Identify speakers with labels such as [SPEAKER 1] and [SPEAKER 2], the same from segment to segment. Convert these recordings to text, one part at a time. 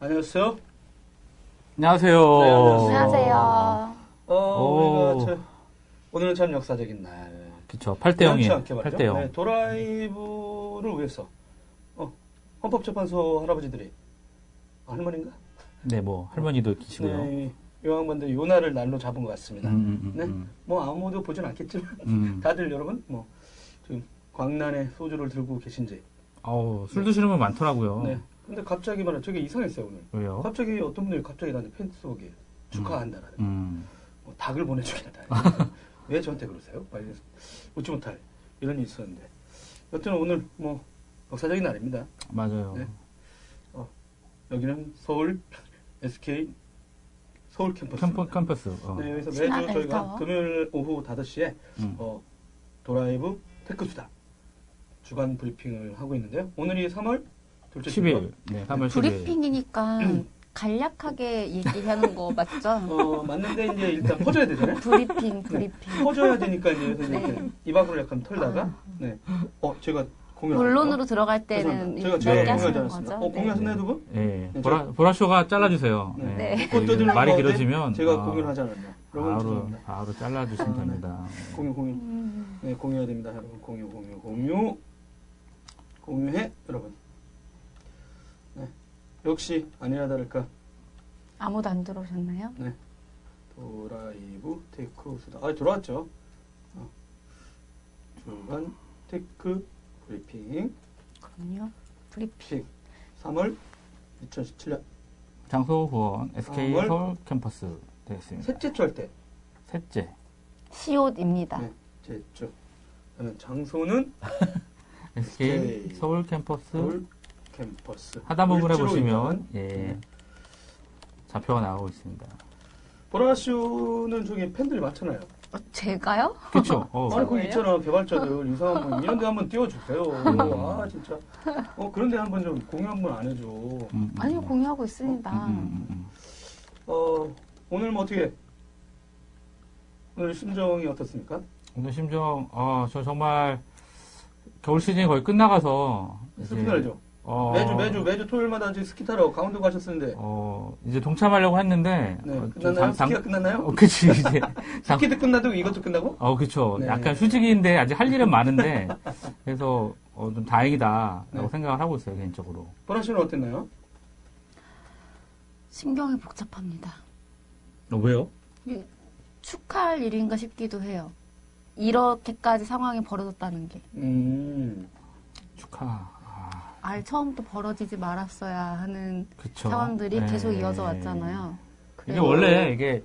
[SPEAKER 1] 안녕하세요.
[SPEAKER 2] 안녕하세요.
[SPEAKER 1] 네, 안녕하세요.
[SPEAKER 3] 안녕하세요.
[SPEAKER 1] 어,
[SPEAKER 2] 오.
[SPEAKER 1] 우리가 참- 오늘은 참 역사적인 날.
[SPEAKER 2] 그쵸. 8대 0이에요.
[SPEAKER 1] 않게 말이죠.
[SPEAKER 2] 8대 0.
[SPEAKER 1] 네, 도라이브를 위해서 어, 헌법재판소 할아버지들이 아, 할머니인가?
[SPEAKER 2] 네, 뭐, 할머니도 계시고요.
[SPEAKER 1] 네, 요양반들 요날을 날로 잡은 것
[SPEAKER 2] 음,
[SPEAKER 1] 같습니다.
[SPEAKER 2] 음,
[SPEAKER 1] 네.
[SPEAKER 2] 음,
[SPEAKER 1] 뭐 아무도 보진 않겠지만
[SPEAKER 2] 음.
[SPEAKER 1] 다들 여러분 뭐 지금 광란에 소주를 들고 계신지.
[SPEAKER 2] 아우, 술 드시는 분 많더라고요.
[SPEAKER 1] 네. 근데 갑자기 말해 저게 이상했어요 오늘.
[SPEAKER 2] 왜요?
[SPEAKER 1] 갑자기 어떤 분들이 갑자기 나한테 팬속에 축하한다라는.
[SPEAKER 2] 음.
[SPEAKER 1] 뭐 닭을 보내주겠다. 왜 저한테 그러세요? 막 이래서 웃지 못할 이런 일이 있었는데. 여튼 오늘 뭐 역사적인 날입니다.
[SPEAKER 2] 맞아요.
[SPEAKER 1] 네. 여기는 서울 SK 서울 캠퍼스입니다.
[SPEAKER 2] 캠퍼, 캠퍼스. 어.
[SPEAKER 1] 네, 여기서
[SPEAKER 3] 신화를
[SPEAKER 1] 매주 저희가
[SPEAKER 3] 더.
[SPEAKER 1] 금요일 오후 5시에
[SPEAKER 2] 음.
[SPEAKER 1] 어, 도라이브 테크수다 주간 브리핑을 하고 있는데요. 오늘이 3월 둘째 주
[SPEAKER 2] 10일. 네, 3월 10일.
[SPEAKER 3] 브리핑이니까
[SPEAKER 1] 음.
[SPEAKER 3] 간략하게 얘기하는 거 맞죠?
[SPEAKER 1] 어, 맞는데 이제 일단 퍼져야 되잖아요.
[SPEAKER 3] 브리핑, 브리핑.
[SPEAKER 1] 퍼져야 되니까 이제 그래서
[SPEAKER 3] 네.
[SPEAKER 1] 이렇게 이 밖으로 약간 털다가
[SPEAKER 3] 아.
[SPEAKER 1] 네. 어, 제가 공연
[SPEAKER 3] 본론으로 들어갈 때는
[SPEAKER 1] 죄송합니다. 제가
[SPEAKER 3] 이렇게
[SPEAKER 1] 제가
[SPEAKER 2] 네.
[SPEAKER 1] 공연하지
[SPEAKER 3] 하시는
[SPEAKER 1] 않았습니다.
[SPEAKER 3] 거죠?
[SPEAKER 1] 어, 공연하시나요, 두 분?
[SPEAKER 2] 네.
[SPEAKER 1] 네,
[SPEAKER 2] 보라, 보라쇼가 잘라주세요.
[SPEAKER 1] 네.
[SPEAKER 3] 네.
[SPEAKER 1] 꽃
[SPEAKER 2] 그러니까 이거
[SPEAKER 1] 떠드는
[SPEAKER 2] 말이
[SPEAKER 1] 가운데
[SPEAKER 2] 길어지면.
[SPEAKER 1] 제가
[SPEAKER 2] 아,
[SPEAKER 1] 공연하지 않았나? 여러분
[SPEAKER 2] 바로,
[SPEAKER 1] 죄송합니다.
[SPEAKER 2] 바로 잘라주시면
[SPEAKER 1] 아, 네.
[SPEAKER 2] 됩니다.
[SPEAKER 1] 공유 공유.
[SPEAKER 3] 음.
[SPEAKER 1] 네, 공유해야 됩니다. 여러분 공유 공유 공유. 공유해 여러분. 네. 역시 아니라 다를까 네.
[SPEAKER 3] 아무도 안 들어오셨나요?
[SPEAKER 1] 도라이브 테이크 수다. 아, 들어왔죠. 어. 주간 테크 브리핑
[SPEAKER 3] 그럼요. 브리핑.
[SPEAKER 1] 픽 3월 2017년
[SPEAKER 2] 장소 후원, SK
[SPEAKER 1] 아, 뭘?
[SPEAKER 2] 서울 캠퍼스 되겠습니다.
[SPEAKER 1] 셋째 주 할 때.
[SPEAKER 2] 셋째.
[SPEAKER 3] 시옷입니다.
[SPEAKER 1] 네. 셋째. 그러면 장소는
[SPEAKER 2] SK
[SPEAKER 1] SK
[SPEAKER 2] 서울 캠퍼스
[SPEAKER 1] 서울 캠퍼스.
[SPEAKER 2] 하단부분에
[SPEAKER 1] 을지로
[SPEAKER 2] 보시면
[SPEAKER 1] 인한
[SPEAKER 2] 예,
[SPEAKER 1] 뭐 네.
[SPEAKER 2] 좌표가 나오고 있습니다.
[SPEAKER 1] 보라쇼는 저기 팬들이 많잖아요.
[SPEAKER 3] 어, 제가요?
[SPEAKER 2] 그렇죠. 어,
[SPEAKER 1] 아니 그
[SPEAKER 3] 뭐예요?
[SPEAKER 1] 있잖아 개발자들 이상한 분 이런 데 한번 띄워주세요. 아 진짜. 어 그런 데 한번 좀 공유 한번 안 해줘.
[SPEAKER 2] 음, 음,
[SPEAKER 3] 아니요,
[SPEAKER 2] 음,
[SPEAKER 3] 공유하고 있습니다.
[SPEAKER 2] 음, 음, 음.
[SPEAKER 1] 어 오늘 뭐 어떻게? 오늘 심정이 어떻습니까?
[SPEAKER 2] 오늘 심정, 아, 저 정말 겨울 시즌이 거의 끝나가서
[SPEAKER 1] 슬픈 날이죠.
[SPEAKER 2] 예. 어,
[SPEAKER 1] 매주 매주 매주 토요일마다 이제 스키 타러 강원도 가셨었는데
[SPEAKER 2] 어, 이제 동참하려고 했는데
[SPEAKER 1] 네,
[SPEAKER 2] 어, 좀
[SPEAKER 1] 끝났나요? 스키가 끝났나요?
[SPEAKER 2] 어, 그치 이제 당-
[SPEAKER 1] 스키도 끝나도 이것도 끝나고?
[SPEAKER 2] 어, 그쵸.
[SPEAKER 1] 네.
[SPEAKER 2] 약간 휴직인데 아직 할 일은 많은데 그래서 어, 좀 다행이다라고
[SPEAKER 1] 네.
[SPEAKER 2] 생각을 하고 있어요 개인적으로.
[SPEAKER 1] 보라씨는 어땠나요?
[SPEAKER 3] 신경이 복잡합니다.
[SPEAKER 1] 어,
[SPEAKER 2] 왜요?
[SPEAKER 3] 축하할 일인가 싶기도 해요. 이렇게까지 상황이 벌어졌다는 게.
[SPEAKER 1] 음
[SPEAKER 2] 축하. 아,
[SPEAKER 3] 아, 처음부터 벌어지지 말았어야 하는
[SPEAKER 2] 그쵸.
[SPEAKER 3] 상황들이
[SPEAKER 2] 네.
[SPEAKER 3] 계속 이어져 왔잖아요.
[SPEAKER 2] 이게
[SPEAKER 3] 그래서
[SPEAKER 2] 원래 이게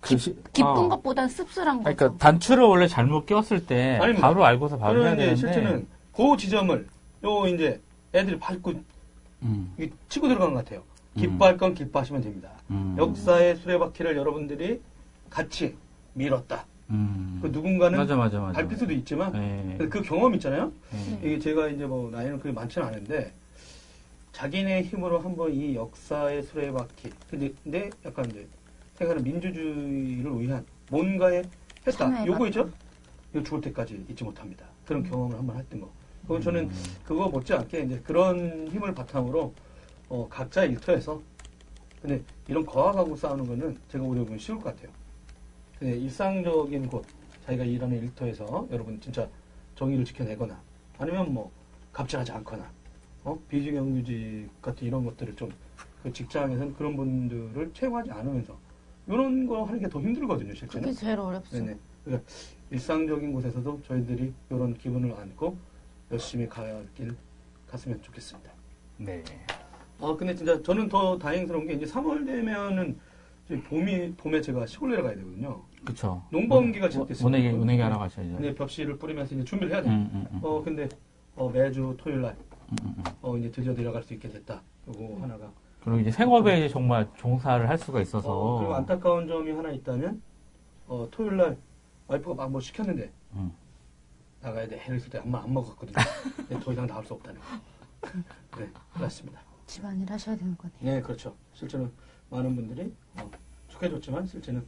[SPEAKER 2] 그 시-
[SPEAKER 3] 기쁜
[SPEAKER 2] 어.
[SPEAKER 3] 것보단 씁쓸한 거죠.
[SPEAKER 2] 그러니까 단추를 원래 잘못 끼웠을 때
[SPEAKER 1] 아닙니다. 뭐
[SPEAKER 2] 바로 알고서 바로 해야
[SPEAKER 1] 그러면 이제
[SPEAKER 2] 되는데
[SPEAKER 1] 실제는 그 지점을 요 이제 애들이 밟고
[SPEAKER 2] 음,
[SPEAKER 1] 이게 치고 들어간 것 같아요. 기뻐할 건 기뻐하시면 됩니다.
[SPEAKER 2] 음,
[SPEAKER 1] 역사의 수레바퀴를 여러분들이 같이 밀었다.
[SPEAKER 2] 음.
[SPEAKER 1] 그 누군가는
[SPEAKER 2] 맞아 맞아 맞아
[SPEAKER 1] 밟힐 수도 있지만
[SPEAKER 2] 예,
[SPEAKER 1] 근데 그 경험 있잖아요.
[SPEAKER 3] 음.
[SPEAKER 2] 예.
[SPEAKER 1] 이게 제가 이제 뭐 나이는 그렇게 많지는 않은데 자기네 힘으로 한번 이 역사의 수레바퀴 근데, 근데 약간 이제 생각하는 민주주의를 위한 뭔가에 했다.
[SPEAKER 3] 참여해봤다. 음.
[SPEAKER 1] 요거 있죠? 이거 죽을 때까지 잊지 못합니다. 그런 경험을 한번 했던 거. 그건 저는 그거 못지않게 이제 그런 힘을 바탕으로 어, 각자 일터에서 근데 이런 거학하고 싸우는 거는 제가 오히려 보면 쉬울 것 같아요. 근데 네, 일상적인 곳 자기가 일하는 일터에서 여러분 진짜 정의를 지켜내거나 아니면 뭐 갑질하지 않거나 어? 비정규직 같은 이런 것들을 좀 그 직장에서는 그런 분들을 채용하지 않으면서 이런 거 하는 게 더 힘들거든요 실제는.
[SPEAKER 3] 그게 제일 어렵죠.
[SPEAKER 1] 네네. 그러니까 일상적인 곳에서도 저희들이 이런 기분을 안고 열심히 가길 갔으면 좋겠습니다.
[SPEAKER 2] 네.
[SPEAKER 1] 아 근데 진짜 저는 더 다행스러운 게 이제 3월 되면은 이제 봄이 봄에 제가 시골 내려가야 되거든요.
[SPEAKER 2] 그쵸
[SPEAKER 1] 농번기가 네.
[SPEAKER 2] 원-
[SPEAKER 1] 시작됐어요.
[SPEAKER 2] 원액에 은행에 하러 가셔야죠
[SPEAKER 1] 근데 벽시를 뿌리면서 이제 준비를 해야
[SPEAKER 2] 예. 음,
[SPEAKER 1] 돼. 요
[SPEAKER 2] 음, 음.
[SPEAKER 1] 어 근데 어, 매주 토요일 날
[SPEAKER 2] 음, 음, 음.
[SPEAKER 1] 어, 이제 드디어 내려갈 수 있게 됐다. 요거 하나가.
[SPEAKER 2] 그리고 이제 생업에 이제 정말 종사를 할 수가 있어서
[SPEAKER 1] 네. 어, 그리고 안타까운 점이 하나 있다면 어, 토요일 날 와이프가 막 뭐 시켰는데
[SPEAKER 2] 음.
[SPEAKER 1] 나가야 돼. 해를 쓸때 아마 안 먹었거든요. 근데 더 이상 나올 수 없다는 거. 네, 그렇습니다.
[SPEAKER 3] 집안일 하셔야 되는 거네요.
[SPEAKER 1] 네, 그렇죠. 실제로 많은 분들이 어, 축하해줬지만 실제는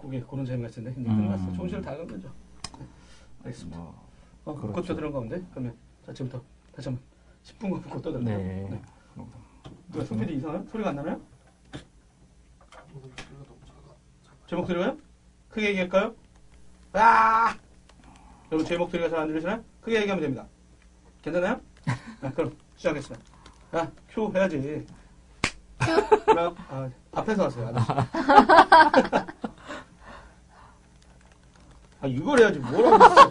[SPEAKER 1] 그게 그런 재미가 있었는데 이제
[SPEAKER 2] 음.
[SPEAKER 1] 끝났어. 종실 다간 거죠. 네, 알겠습니다.
[SPEAKER 2] 뭐,
[SPEAKER 1] 어,
[SPEAKER 2] 그렇죠.
[SPEAKER 1] 그렇죠. 네. 꽃 떠드는 가운데 그러면 자 지금부터 다시 한번 10분간 꽃 떠드는
[SPEAKER 2] 네.
[SPEAKER 1] 네. 왜 소피도 이상해요? 소리가 안 나나요? 제 목소리가요? 크게 얘기할까요? 아! 여러분 제 목소리가 잘 안 들리시나요? 크게 얘기하면 됩니다. 괜찮나요? 아, 그럼 시작하겠습니다. 아, 큐 해야지. 그럼, 아, 앞에서 하세요. 아, 아, 이걸 해야지 뭐라고 했어.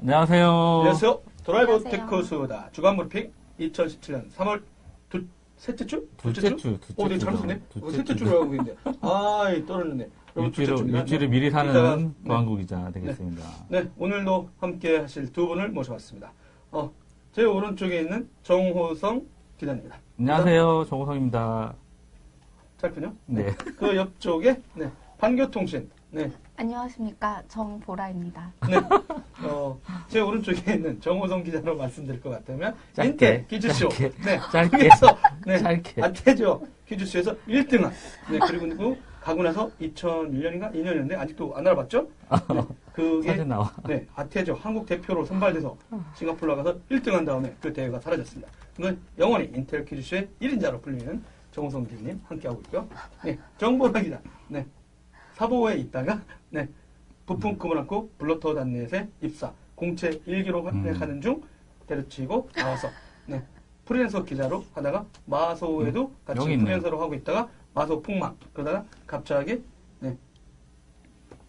[SPEAKER 2] 안녕하세요.
[SPEAKER 1] 안녕하세요. 드라이버
[SPEAKER 3] 안녕하세요.
[SPEAKER 1] 테크 수다 주간 브리핑 2017년 3월 둘, 셋째 주?
[SPEAKER 2] 둘째 주, 둘째
[SPEAKER 1] 어, 네,
[SPEAKER 2] 주죠.
[SPEAKER 1] 잘못했네. 어,
[SPEAKER 2] 둘째
[SPEAKER 1] 셋째
[SPEAKER 2] 주죠.
[SPEAKER 1] 주로 하고 있는데. 아이, 예, 떨어졌네. 여러분, 둘째
[SPEAKER 2] 육지를,
[SPEAKER 1] 주입니다.
[SPEAKER 2] 육지를 미리
[SPEAKER 1] 이따가,
[SPEAKER 2] 사는
[SPEAKER 1] 네.
[SPEAKER 2] 보안국 기자 되겠습니다.
[SPEAKER 1] 네, 오늘도 함께 하실 두 분을 모셔봤습니다. 어, 제 오른쪽에 있는 정호성 기자입니다.
[SPEAKER 2] 안녕하세요. 정호성입니다.
[SPEAKER 1] 짧군요.
[SPEAKER 2] 네.
[SPEAKER 1] 그 옆쪽에, 네, 판교통신. 네,
[SPEAKER 3] 안녕하십니까. 정보라입니다.
[SPEAKER 1] 네. 어, 제 오른쪽에 있는 정호성 기자로 말씀드릴 것 같다면,
[SPEAKER 2] 짧게,
[SPEAKER 1] 인텔 퀴즈쇼.
[SPEAKER 2] 짧게,
[SPEAKER 1] 네,
[SPEAKER 2] 짧게,
[SPEAKER 1] 거기서, 네,
[SPEAKER 2] 짧게.
[SPEAKER 1] 안 되죠. 퀴즈쇼에서 1등한. 네, 그리고 가고 나서 2001년인가? 2년이었는데, 아직도 안 알아봤죠? 네, 그게
[SPEAKER 2] 사진 나와.
[SPEAKER 1] 네, 아태조 한국 대표로 선발돼서 싱가포르로 가서 1등한 다음에 그 대회가 사라졌습니다. 그건 영원히 인텔 퀴즈쇼의 1인자로 불리는 정우성 기자님 함께하고 있고요. 네, 정보라 기자. 네, 사보에 있다가 네, 부품 꿈을 안고 블러터 단넷에 입사, 공채 1기로
[SPEAKER 2] 음.
[SPEAKER 1] 가는 중 때려치고 나와서 네, 프리랜서 기자로 하다가 마소에도 같이
[SPEAKER 2] 여기 있네요.
[SPEAKER 1] 프리랜서로 하고 있다가 마소 폭망 그러다가 갑자기 네,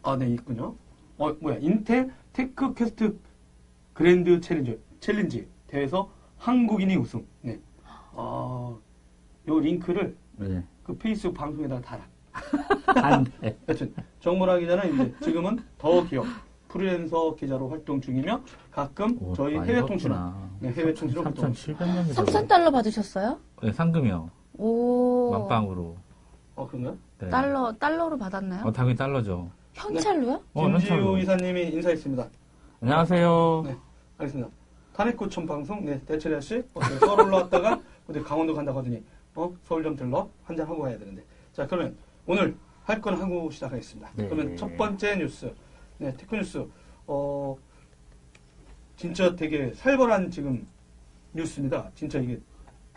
[SPEAKER 1] 아, 네, 있군요. 어, 뭐야, 인텔 테크 퀘스트 그랜드 챌린지, 챌린지 대회에서 한국인이 우승. 네. 아, 요 링크를
[SPEAKER 2] 네.
[SPEAKER 1] 그 페이스북 방송에다가 달아.
[SPEAKER 2] 안 돼.
[SPEAKER 1] 여튼, 정모라 기자는 이제 지금은 더 기업, 프리랜서 기자로 활동 중이며 가끔
[SPEAKER 2] 오,
[SPEAKER 1] 저희
[SPEAKER 2] 어, 많이
[SPEAKER 1] 해외
[SPEAKER 2] 컸구나.
[SPEAKER 1] 통신원, 네, 해외 통신원 활동.
[SPEAKER 2] 3,700명이다.
[SPEAKER 3] 3,000달러 받으셨어요?
[SPEAKER 2] 네, 상금이요.
[SPEAKER 3] 오.
[SPEAKER 2] 만빵으로.
[SPEAKER 1] 어, 그런가요?
[SPEAKER 2] 네.
[SPEAKER 3] 달러, 달러로 받았나요?
[SPEAKER 2] 어, 당연히 달러죠.
[SPEAKER 3] 현찰로요?
[SPEAKER 2] 어, 현찰로.
[SPEAKER 1] 김지우 이사님이 인사했습니다.
[SPEAKER 2] 안녕하세요.
[SPEAKER 1] 네, 알겠습니다. 탄핵구청 방송, 네, 대철야 씨, 어, 네, 서울 올라왔다가, 근데 강원도 간다고 하더니, 어, 서울 좀 들러? 한잔 하고 가야 되는데. 자, 그러면 오늘 할 건 하고 시작하겠습니다.
[SPEAKER 2] 네.
[SPEAKER 1] 그러면 첫 번째 뉴스, 네, 테크뉴스, 어, 진짜 되게 살벌한 지금 뉴스입니다. 진짜 이게,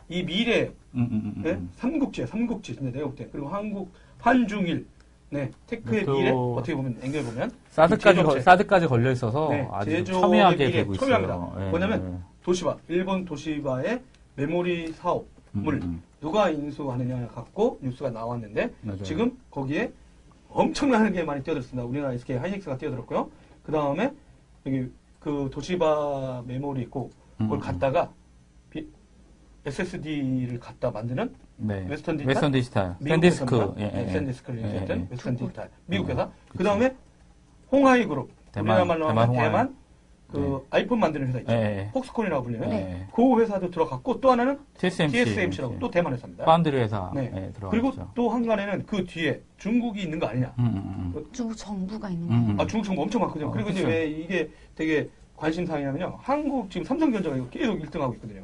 [SPEAKER 1] 이 미래,
[SPEAKER 2] 음, 음, 음,
[SPEAKER 1] 네,
[SPEAKER 2] 음.
[SPEAKER 1] 삼국지, 삼국지, 네, 내가 볼 때. 그리고 한국, 한중일, 네, 테크의
[SPEAKER 2] 또-
[SPEAKER 1] 미래, 어떻게 보면, 앵겨보면,
[SPEAKER 2] 사드까지, 걸-
[SPEAKER 1] 제조업체.
[SPEAKER 2] 사드까지 걸려 있어서
[SPEAKER 1] 네,
[SPEAKER 2] 아주
[SPEAKER 1] 제조업의
[SPEAKER 2] 첨예하게
[SPEAKER 1] 미래,
[SPEAKER 2] 되고 있어요.
[SPEAKER 1] 첨예합니다. 뭐냐면 도시바, 일본 도시바의 메모리 사업을
[SPEAKER 2] 음.
[SPEAKER 1] 누가 인수하느냐 갖고 뉴스가 나왔는데
[SPEAKER 2] 맞아요.
[SPEAKER 1] 지금 거기에 엄청나게 많이 뛰어들었습니다. 우리나라 SK 하이닉스가 뛰어들었고요. 그 다음에 여기 그 도시바 메모리 있고 그걸
[SPEAKER 2] 음.
[SPEAKER 1] 갖다가 SSD를 갖다 만드는
[SPEAKER 2] 네.
[SPEAKER 1] 웨스턴 디지털?
[SPEAKER 2] 웨스턴 디지털.
[SPEAKER 1] 미국
[SPEAKER 2] 샌디스크.
[SPEAKER 1] 회사입니다.
[SPEAKER 2] 예, 예,
[SPEAKER 1] 네,
[SPEAKER 2] 예.
[SPEAKER 1] 샌디스크를
[SPEAKER 2] 예, 예,
[SPEAKER 1] 인수했던
[SPEAKER 2] 예.
[SPEAKER 1] 웨스턴 디지털 미국
[SPEAKER 2] 음,
[SPEAKER 1] 회사.
[SPEAKER 2] 그쵸.
[SPEAKER 1] 그 다음에 홍하이 그룹
[SPEAKER 2] 대만,
[SPEAKER 1] 우리나라 말로 하면
[SPEAKER 2] 대만
[SPEAKER 1] 대만 그 아이폰 만드는 회사 있죠.
[SPEAKER 2] 예, 예.
[SPEAKER 1] 폭스콘이라고 불리는
[SPEAKER 2] 네.
[SPEAKER 1] 그 회사도 들어갔고 또 하나는
[SPEAKER 2] TSMC.
[SPEAKER 1] TSMC라고 또 대만 회사입니다.
[SPEAKER 2] 파운드리 회사.
[SPEAKER 1] 네.
[SPEAKER 2] 예, 들어갔죠.
[SPEAKER 1] 그리고 또 한간에는 그 뒤에 중국이 있는 거 아니냐.
[SPEAKER 2] 음, 음, 음.
[SPEAKER 3] 중국 정부가 있는
[SPEAKER 2] 음, 음.
[SPEAKER 1] 아, 중국 정부 엄청 많거든요.
[SPEAKER 2] 어,
[SPEAKER 1] 그리고 이제
[SPEAKER 2] 그쵸.
[SPEAKER 1] 왜 이게 되게 관심사항이냐면요. 한국 지금 삼성전자가 이거 계속 1등하고 있거든요.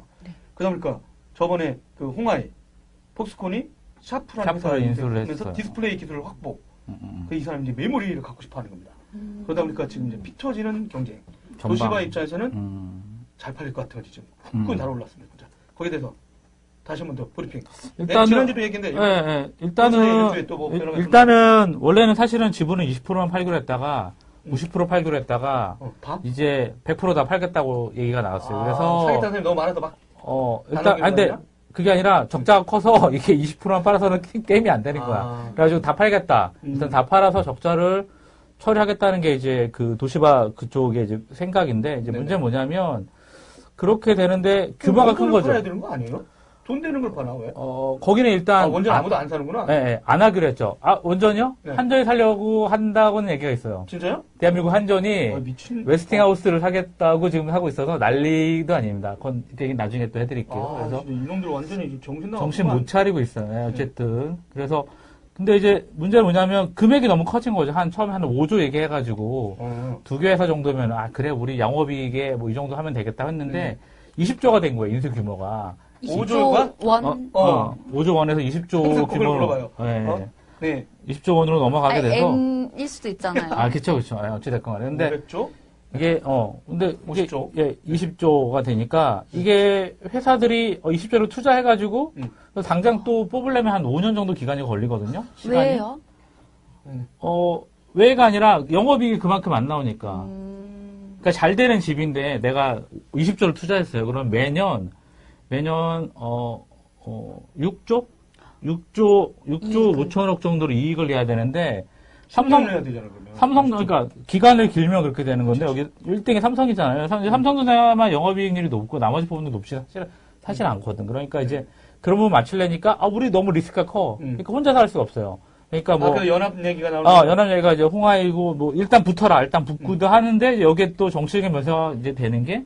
[SPEAKER 1] 그러다 보니까 저번에 그 홍하이, 폭스콘이 샤프라는
[SPEAKER 2] 샤프를
[SPEAKER 1] 회사를
[SPEAKER 2] 인수를
[SPEAKER 1] 인수하면서
[SPEAKER 2] 했어요.
[SPEAKER 1] 디스플레이 기술을 확보.
[SPEAKER 2] 음, 음, 음.
[SPEAKER 1] 그 이 사람이 이제 메모리를 갖고 싶어 하는 겁니다.
[SPEAKER 3] 음.
[SPEAKER 1] 그러다 보니까 지금 이제 피 터지는 경쟁.
[SPEAKER 2] 전방.
[SPEAKER 1] 도시바 입장에서는
[SPEAKER 2] 음.
[SPEAKER 1] 잘 팔릴 것 같아요, 지금.
[SPEAKER 2] 음.
[SPEAKER 1] 후끈 날아올랐습니다, 진짜. 거기에 대해서 다시 한 번 더 브리핑.
[SPEAKER 2] 일단은-
[SPEAKER 1] 네, 지난주도 얘기했는데,
[SPEAKER 2] 예, 예.
[SPEAKER 1] 평소에
[SPEAKER 2] 일단은
[SPEAKER 1] 이런 주에 또뭐 변화가
[SPEAKER 2] 일단은 원래는 사실은 지분은 20%만 팔기로 했다가
[SPEAKER 1] 음.
[SPEAKER 2] 50% 팔기로 했다가
[SPEAKER 1] 어, 다?
[SPEAKER 2] 이제 100%다 팔겠다고 얘기가 나왔어요.
[SPEAKER 1] 아,
[SPEAKER 2] 그래서
[SPEAKER 1] 사기탄 선이 너무 많아서 막
[SPEAKER 2] 어
[SPEAKER 1] 안
[SPEAKER 2] 일단
[SPEAKER 1] 하기로
[SPEAKER 2] 아 근데
[SPEAKER 1] 했나?
[SPEAKER 2] 그게 아니라 적자가 커서 이게 20%만 팔아서는 게- 게임이 안 되는 거야.
[SPEAKER 1] 음.
[SPEAKER 2] 그러니까
[SPEAKER 1] 아.
[SPEAKER 2] 그래가지고 다 팔겠다.
[SPEAKER 1] 음.
[SPEAKER 2] 일단 다 팔아서 적자를 처리하겠다는 게 이제 그 도시바 그쪽의 이제 생각인데 이제
[SPEAKER 1] 네네.
[SPEAKER 2] 문제는 뭐냐면 그렇게 되는데 규모가 큰
[SPEAKER 1] 원본을
[SPEAKER 2] 거죠.
[SPEAKER 1] 팔아야 되는 거 아니에요? 돈 되는 걸 파나 왜?
[SPEAKER 2] 어 거기는
[SPEAKER 1] 아,
[SPEAKER 2] 일단
[SPEAKER 1] 원전
[SPEAKER 2] 아-
[SPEAKER 1] 아무도 안 사는구나.
[SPEAKER 2] 예, 예, 안 하기로 했죠. 아, 원전이요?
[SPEAKER 1] 네.
[SPEAKER 2] 한전이 살려고 한다고는 얘기가 있어요.
[SPEAKER 1] 진짜요?
[SPEAKER 2] 대한민국 한전이
[SPEAKER 1] 아, 미친.
[SPEAKER 2] 예. 웨스팅하우스를 사겠다고 지금 하고 있어서 난리도 아닙니다. 그건 얘기 나중에 또 해드릴게요.
[SPEAKER 1] 아,
[SPEAKER 2] 그래서
[SPEAKER 1] 진짜 이놈들 완전히 정신 나가. 네.
[SPEAKER 2] 정신 못 차리고 있어요. 예, 어쨌든. 그래서, 근데 이제 문제는 뭐냐면 금액이 너무 커진 거죠. 한, 처음에 한 5조 얘기해가지고
[SPEAKER 1] 어.
[SPEAKER 2] 두 개 회사 정도면, 아, 그래, 우리 영업이익에 뭐 이 정도 하면 되겠다
[SPEAKER 1] 네.
[SPEAKER 2] 했는데 20조가 된 거예요. 인수 규모가.
[SPEAKER 1] 5조가?
[SPEAKER 3] 원.
[SPEAKER 2] 어,
[SPEAKER 1] 어.
[SPEAKER 2] 어, 5조 원에서 20조
[SPEAKER 1] 항상 그걸
[SPEAKER 2] 규모로.
[SPEAKER 1] 물어봐요.
[SPEAKER 2] 예,
[SPEAKER 1] 어? 네.
[SPEAKER 2] 20조 원으로 넘어가게
[SPEAKER 3] 아니,
[SPEAKER 2] 돼서.
[SPEAKER 3] N일 수도 있잖아요.
[SPEAKER 2] 아, 그쵸, 그쵸. 아, 어찌됐건 간에. 근데
[SPEAKER 1] 뭐 500조?
[SPEAKER 2] 이게 어 근데 이게,
[SPEAKER 1] 네. 50조.
[SPEAKER 2] 예 20조가 되니까 이게 회사들이 20조를 투자해 가지고
[SPEAKER 1] 음.
[SPEAKER 2] 당장 또 뽑으려면 한 5년 정도 기간이 걸리거든요. 시간이.
[SPEAKER 3] 왜요?
[SPEAKER 1] 네.
[SPEAKER 2] 어 왜가 아니라 영업이익이 그만큼 안 나오니까.
[SPEAKER 3] 음,
[SPEAKER 2] 그러니까 잘 되는 집인데 내가 20조를 투자했어요. 그럼 매년 매년 어, 어 6조 6조 6조
[SPEAKER 3] 이익을.
[SPEAKER 2] 5천억 정도로 이익을 내야 되는데
[SPEAKER 1] 삼성
[SPEAKER 2] 삼성
[SPEAKER 1] 해야 되잖아 그러면.
[SPEAKER 2] 삼성 그러니까 기간을 길면 그렇게 되는 건데 여기 1등이 삼성이잖아요. 삼- 삼성전자만 영업이익률이 높고 나머지 부분도 높지 사실 사실 않거든. 그러니까 이제 그런 부분 맞추려니까 아 우리 너무 리스크가 커.
[SPEAKER 1] 음.
[SPEAKER 2] 그러니까 혼자 살 수가 없어요. 그러니까 뭐
[SPEAKER 1] 아그 연합 얘기가 나오는.
[SPEAKER 2] 아, 연합 얘기가 이제 홍하이고, 뭐, 일단 붙어라, 일단 붙고도 하는데, 여기에 또 정치적인 면세가 이제 되는 게,